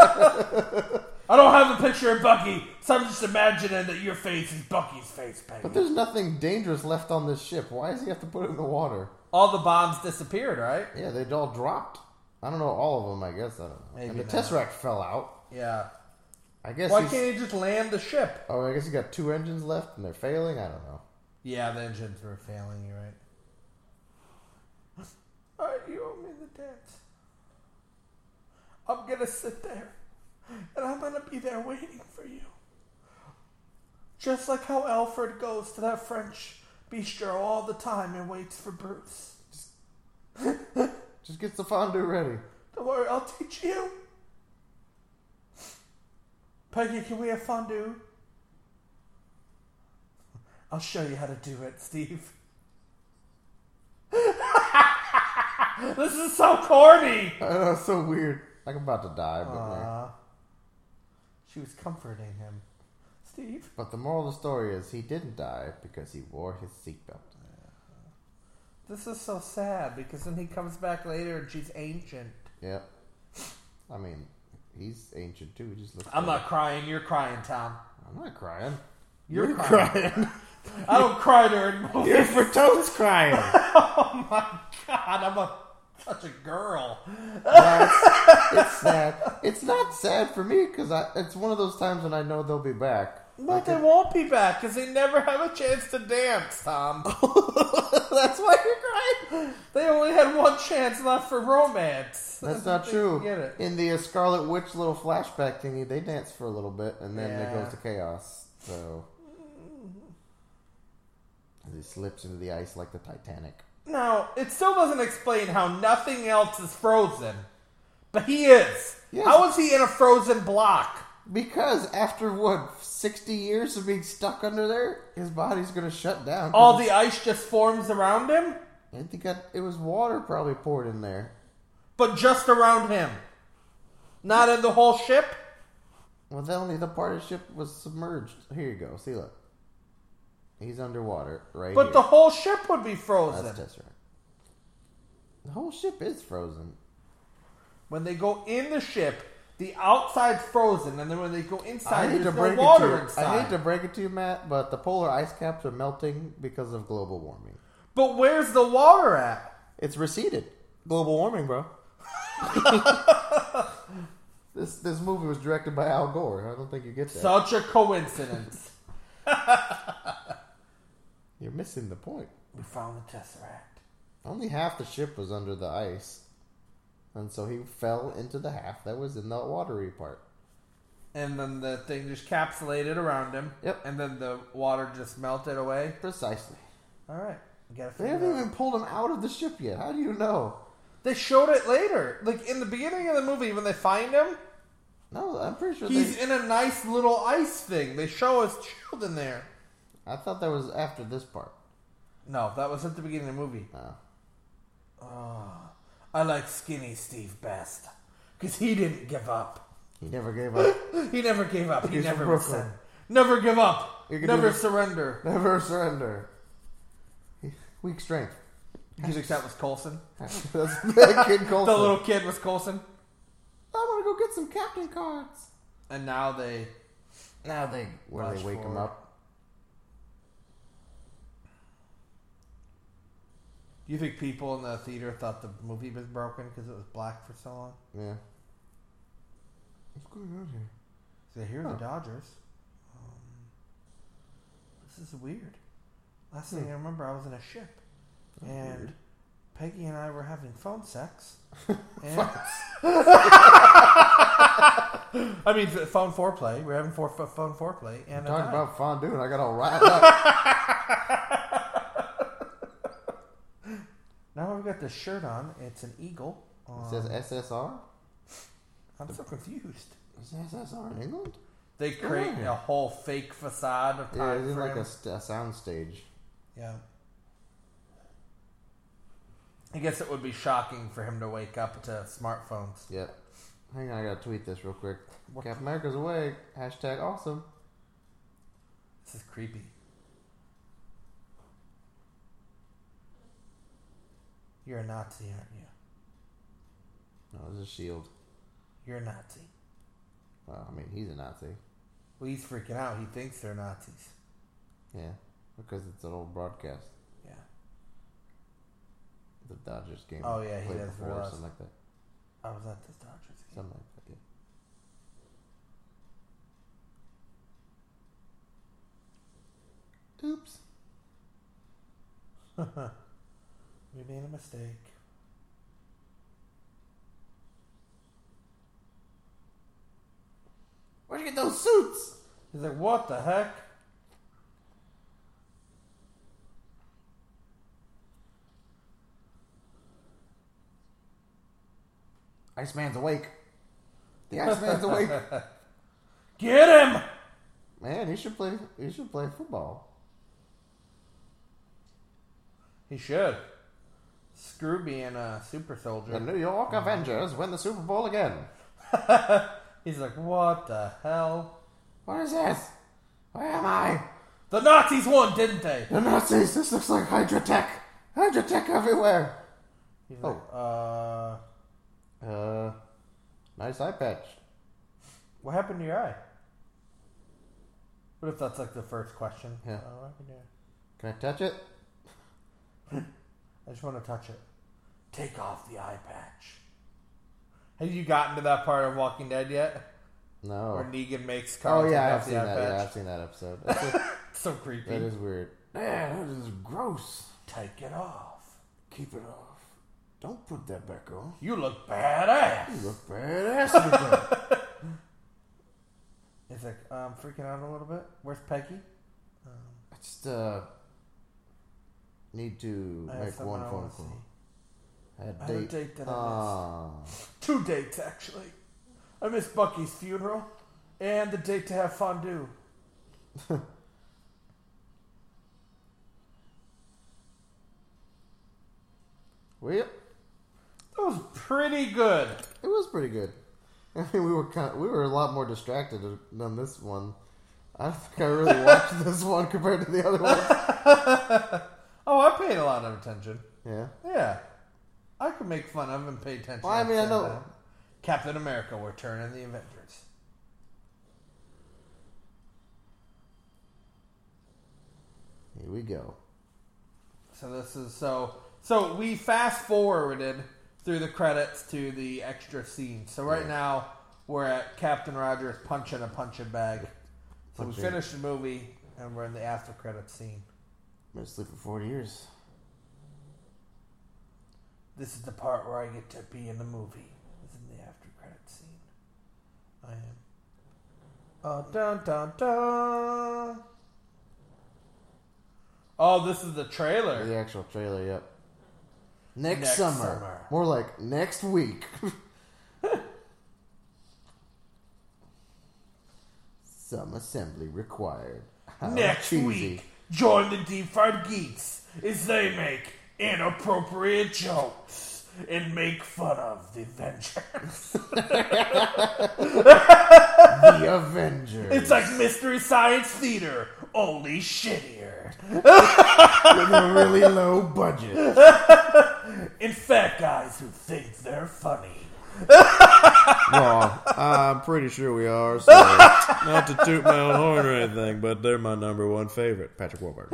Speaker 3: I don't have a picture of Bucky, so I'm just imagining that your face is Bucky's face, Peggy.
Speaker 4: There's nothing dangerous left on this ship. Why does he have to put it in the water?
Speaker 3: All the bombs disappeared, right?
Speaker 4: Yeah, they all dropped. I don't know all of them. I guess I don't know. and
Speaker 3: Maybe not.
Speaker 4: the tesseract fell out.
Speaker 3: Yeah.
Speaker 4: I guess.
Speaker 3: Why
Speaker 4: he's-
Speaker 3: can't he just land the ship?
Speaker 4: Oh, I guess he got two engines left and they're failing. I don't know.
Speaker 3: Yeah, the engines were failing, you're right. Alright, you owe me the dance. I'm gonna sit there, and I'm gonna be there waiting for you. Just like how Alfred goes to that French bistro all the time and waits for Bruce.
Speaker 4: Just gets the fondue ready.
Speaker 3: Don't worry, I'll teach you. Peggy, can we have fondue? I'll show you how to do it, Steve. this is so corny.
Speaker 4: I know, it's so weird. Like I'm about to die, but, uh,
Speaker 3: She was comforting him. Steve,
Speaker 4: but the moral of the story is he didn't die because he wore his seatbelt.
Speaker 3: this is so sad because then he comes back later and she's ancient.
Speaker 4: Yep. I mean, he's ancient too. He just looks.
Speaker 3: I'm
Speaker 4: old.
Speaker 3: not crying. You're crying, Tom.
Speaker 4: I'm not crying.
Speaker 3: You're, crying.
Speaker 4: Crying.
Speaker 3: I don't cry during movies.
Speaker 4: You're for totes crying.
Speaker 3: Oh my god, I'm a, such a girl.
Speaker 4: No, it's, it's sad. It's not sad for me because it's one of those times when I know they'll be back.
Speaker 3: But they won't be back because they never have a chance to dance, Tom.
Speaker 4: That's why you're crying.
Speaker 3: they only had one chance left for romance.
Speaker 4: That's not
Speaker 3: They
Speaker 4: true.
Speaker 3: Get it?
Speaker 4: In the uh, Scarlet Witch little flashback thingy, they dance for a little bit, and then it
Speaker 3: Yeah.
Speaker 4: goes to chaos. So, as he slips into the ice like the Titanic.
Speaker 3: Now, it still doesn't explain how nothing else is frozen, but he is.
Speaker 4: Yes.
Speaker 3: How is he in a frozen block?
Speaker 4: Because after what sixty years of being stuck under there, his body's gonna shut down. 'cause
Speaker 3: All the
Speaker 4: Mm-hmm.
Speaker 3: ice just forms around him,
Speaker 4: I think that it was water probably poured in there.
Speaker 3: but just around him, not in the whole ship.
Speaker 4: Well, the only the part of the ship was submerged. Here you go. See, look. He's underwater, right?
Speaker 3: But
Speaker 4: here.
Speaker 3: the whole ship would be frozen.
Speaker 4: That's Tesseract. The whole ship is frozen.
Speaker 3: When they go in the ship, the outside's frozen, and then when they go
Speaker 4: I
Speaker 3: inside,
Speaker 4: hate
Speaker 3: there's
Speaker 4: to
Speaker 3: no
Speaker 4: break it to
Speaker 3: water
Speaker 4: you.
Speaker 3: inside.
Speaker 4: I hate to break it to you, Matt, but the polar ice caps are melting because of global warming.
Speaker 3: But where's the water at?
Speaker 4: It's receded. Global warming, bro. this this movie was directed by Al Gore. I don't think you get that.
Speaker 3: Such a coincidence.
Speaker 4: You're missing the point.
Speaker 3: we found the tesseract.
Speaker 4: Only half the ship was under the ice, and so he fell into the half that was in the watery part.
Speaker 3: And then the thing just capsulated around him.
Speaker 4: Yep.
Speaker 3: And then the water just melted away.
Speaker 4: Precisely.
Speaker 3: All right. We gotta
Speaker 4: They
Speaker 3: figure it
Speaker 4: haven't
Speaker 3: out.
Speaker 4: even pulled him out of the ship yet. How do you know?
Speaker 3: They showed it later. Like in the beginning of the movie, when they find him,
Speaker 4: No, I'm pretty sure
Speaker 3: he's
Speaker 4: they.
Speaker 3: in a nice little ice thing. They show his shield in there.
Speaker 4: I thought that was after this part.
Speaker 3: No, that was at the beginning of the movie.
Speaker 4: Oh.
Speaker 3: I like skinny Steve best because he didn't give up.
Speaker 4: He never gave up.
Speaker 3: He never gave up. He
Speaker 4: He's
Speaker 3: never
Speaker 4: from
Speaker 3: was
Speaker 4: Brooklyn.
Speaker 3: sin. Never give up.
Speaker 4: You can
Speaker 3: Never
Speaker 4: do this.
Speaker 3: surrender.
Speaker 4: Never surrender. Weak strength.
Speaker 3: Do you think that was Colson?
Speaker 4: That's that kid
Speaker 3: The
Speaker 4: Coulson.
Speaker 3: little kid was Colson,
Speaker 4: I want to go get some captain cards.
Speaker 3: and now they
Speaker 4: Now they where
Speaker 3: Watch
Speaker 4: they wake him
Speaker 3: forward.
Speaker 4: up.
Speaker 3: You think people in the theater thought the movie was broken because it was black for so long?
Speaker 4: Yeah. What's going on here?
Speaker 3: So here are
Speaker 4: Huh.
Speaker 3: the Dodgers. Um, this is weird. Last thing I remember, I was in a ship, and
Speaker 4: weird.
Speaker 3: Peggy and I were having phone sex. and I mean, the phone foreplay. We were having for, f- phone foreplay, and I
Speaker 4: Talking
Speaker 3: died.
Speaker 4: about fondue, and I got all riled up.
Speaker 3: got this shirt on. It's an eagle.
Speaker 4: It
Speaker 3: Um,
Speaker 4: says SSR?
Speaker 3: I'm so confused.
Speaker 4: Is SSR in England?
Speaker 3: They create
Speaker 4: Yeah.
Speaker 3: a whole fake facade of
Speaker 4: Yeah,
Speaker 3: time
Speaker 4: it's in like
Speaker 3: frame.
Speaker 4: a, st- a sound stage.
Speaker 3: yeah. I guess it would be shocking for him to wake up to smartphones.
Speaker 4: Yep. Hang on, I gotta tweet this real quick.
Speaker 3: What
Speaker 4: Captain America's away. Hashtag awesome.
Speaker 3: This is creepy. You're a Nazi, aren't you?
Speaker 4: No, this is Shield.
Speaker 3: You're a Nazi.
Speaker 4: Well, I mean, he's a Nazi.
Speaker 3: Well, he's freaking out. He thinks they're Nazis.
Speaker 4: Yeah, because it's an old broadcast.
Speaker 3: Yeah.
Speaker 4: The Dodgers game.
Speaker 3: Oh, yeah, he
Speaker 4: played
Speaker 3: does
Speaker 4: before or
Speaker 3: realize.
Speaker 4: something like that.
Speaker 3: I was at the Dodgers game.
Speaker 4: Something like that. Yeah. Oops.
Speaker 3: We made a mistake.
Speaker 4: Where'd you get those suits?
Speaker 3: He's like, what the heck?
Speaker 4: Iceman's awake. The Iceman's awake.
Speaker 3: Get him!
Speaker 4: Man, he should play. He should play football.
Speaker 3: He should. Screw being a super soldier.
Speaker 4: The New York Avengers win the Super Bowl again.
Speaker 3: He's like, what the hell?
Speaker 4: What is this? Where am I?
Speaker 3: The Nazis won, didn't they?
Speaker 4: The Nazis. This looks like Hydra Tech. Hydra Tech everywhere.
Speaker 3: He's
Speaker 4: Oh.
Speaker 3: like, uh,
Speaker 4: Uh, nice eye patch.
Speaker 3: what happened to your eye? What if that's like the first question?
Speaker 4: Yeah.
Speaker 3: Uh, what happened to your eye?
Speaker 4: Can I touch it?
Speaker 3: I just want to touch it. Take off the eye patch. Have you gotten to that part of Walking Dead yet? Where
Speaker 4: No.
Speaker 3: Negan makes Carl
Speaker 4: Oh
Speaker 3: take
Speaker 4: yeah,
Speaker 3: off
Speaker 4: I've
Speaker 3: the
Speaker 4: seen
Speaker 3: eye
Speaker 4: that.
Speaker 3: patch.
Speaker 4: Yeah, I've seen that episode. That's it.
Speaker 3: So creepy.
Speaker 4: that is weird. Yeah, that is gross.
Speaker 3: Take it off.
Speaker 4: Keep it off. Don't put that back on.
Speaker 3: You look badass.
Speaker 4: You look badass with that.
Speaker 3: He's like, I'm freaking out a little bit. Where's Peggy?
Speaker 4: I just uh need to
Speaker 3: I have
Speaker 4: make
Speaker 3: someone
Speaker 4: one
Speaker 3: I
Speaker 4: phone
Speaker 3: wanna
Speaker 4: call.
Speaker 3: see.
Speaker 4: I had
Speaker 3: I
Speaker 4: a
Speaker 3: had a
Speaker 4: date.
Speaker 3: date that I
Speaker 4: Ah.
Speaker 3: Two dates, actually. I missed Bucky's funeral and the date to have fondue.
Speaker 4: Well,
Speaker 3: That was pretty good.
Speaker 4: it was pretty good. I mean, we were kind we were a lot more distracted than this one. I don't think I really watched this one compared to the other one.
Speaker 3: Oh, I paid a lot of attention.
Speaker 4: Yeah.
Speaker 3: Yeah. I could make fun of and pay attention.
Speaker 4: Well, I
Speaker 3: at the
Speaker 4: mean, I
Speaker 3: same
Speaker 4: know-
Speaker 3: time. Captain America, we're turning the Avengers.
Speaker 4: Here we go.
Speaker 3: So this is so so we fast forwarded through the credits to the extra scene. So right
Speaker 4: Yeah.
Speaker 3: now we're at Captain Rogers punching a punching bag. So
Speaker 4: Punching.
Speaker 3: we finished the movie and we're in the after credit scene.
Speaker 4: Been asleep for forty years.
Speaker 3: This is the part where I get to be in the movie. This is the after credit scene. I am. Oh dun dun dun. Oh, this is the trailer.
Speaker 4: The actual trailer, yep. Next,
Speaker 3: Next
Speaker 4: summer.
Speaker 3: summer.
Speaker 4: More like next week. Some assembly required. How
Speaker 1: Next
Speaker 4: Oh, cheesy.
Speaker 1: week, join the Deep Fried Geeks as they make inappropriate jokes and make fun of the Avengers.
Speaker 4: The Avengers.
Speaker 1: it's like Mystery Science Theater, only shittier.
Speaker 4: with a really low budget.
Speaker 1: And fat guys who think they're funny.
Speaker 4: Well, I'm pretty sure we are. So not to toot my own horn or anything, but they're my number one favorite, Patrick Warburg.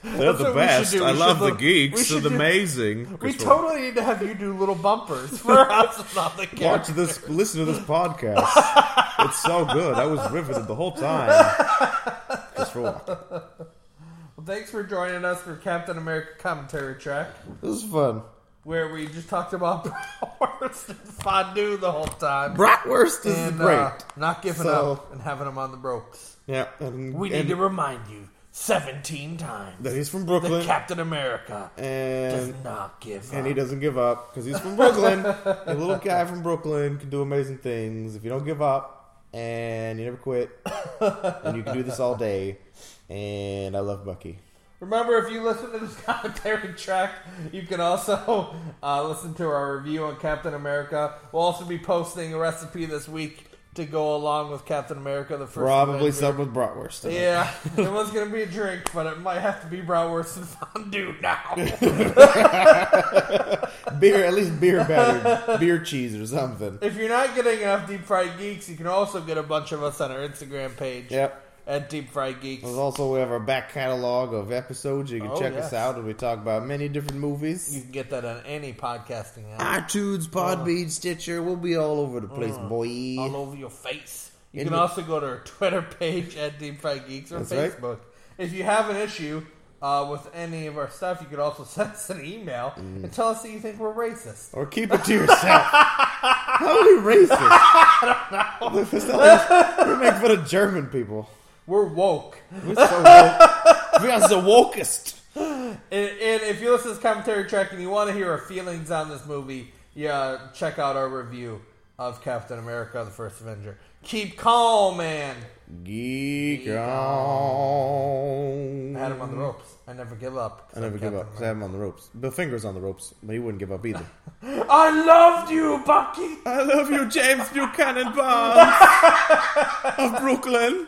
Speaker 4: They're the
Speaker 3: what we should best. do. I We should love the look-
Speaker 4: geeks.
Speaker 3: we should do-
Speaker 4: amazing.
Speaker 3: We totally need to have you do little bumpers for us on the
Speaker 4: watch
Speaker 3: couch.
Speaker 4: this, listen to this podcast. it's so good. I was riveted the whole time. Just for walking.
Speaker 3: Well, thanks for joining us for Captain America commentary track,
Speaker 4: This is fun.
Speaker 3: where we just talked about bratwurst and fondue the whole time.
Speaker 4: Bratwurst is
Speaker 3: and,
Speaker 4: great.
Speaker 3: uh, not giving
Speaker 4: So-
Speaker 3: up and having them on the ropes.
Speaker 4: yeah, and,
Speaker 1: We need
Speaker 4: and
Speaker 1: to remind you 17 times.
Speaker 4: That he's from
Speaker 1: The
Speaker 4: Brooklyn,
Speaker 1: Captain America does
Speaker 4: and
Speaker 1: not give
Speaker 4: and
Speaker 1: up.
Speaker 4: he doesn't give up because he's from Brooklyn. a little guy from Brooklyn can do amazing things if you don't give up and you never quit, and you can do this all day. And I love Bucky.
Speaker 3: Remember, if you listen to this commentary track, you can also uh, listen to our review on Captain America. We'll also be posting a recipe this week to go along with Captain America. The first
Speaker 4: Probably
Speaker 3: Avenger.
Speaker 4: something with bratwurst. in it.
Speaker 3: Yeah, there was gonna be a drink, but it might have to be bratwurst and fondue now.
Speaker 4: beer, at least beer battered, beer cheese or something.
Speaker 3: if you're not getting enough deep fried geeks, you can also get a bunch of us on our Instagram page
Speaker 4: Yep.
Speaker 3: at Deep Fried Geeks.
Speaker 4: There's also we have our back catalog of episodes. You can
Speaker 3: Oh,
Speaker 4: check
Speaker 3: yes.
Speaker 4: us out, and we talk about many different movies.
Speaker 3: You can get that on any podcasting app.
Speaker 4: iTunes, Podbean, Stitcher. We'll be all over the place,
Speaker 3: all
Speaker 4: boy.
Speaker 3: over your face. You
Speaker 4: In
Speaker 3: can
Speaker 4: the-
Speaker 3: also go to our Twitter page at Deep Fried Geeks or
Speaker 4: That's right.
Speaker 3: Facebook. If you have an issue uh, with any of our stuff, you could also send us an email
Speaker 4: Mm.
Speaker 3: and tell us that you think we're racist.
Speaker 4: Or keep it to yourself. How are we racist? I don't know. we make fun of German people.
Speaker 3: We're woke.
Speaker 4: We're so woke. we are the wokest.
Speaker 3: And, and if you listen to this commentary track and you want to hear our feelings on this movie, yeah, check out our review of Captain America: The First Avenger. Keep calm, man.
Speaker 4: Geek on.
Speaker 3: I had him on the ropes. I never give up. 'cause
Speaker 4: Mm. I never
Speaker 3: I'm
Speaker 4: give
Speaker 3: Captain
Speaker 4: up because I have him on the ropes. Bill Finger's on the ropes, but he wouldn't give up either.
Speaker 1: I loved you, Bucky!
Speaker 4: I love you, James Buchanan Barnes of Brooklyn.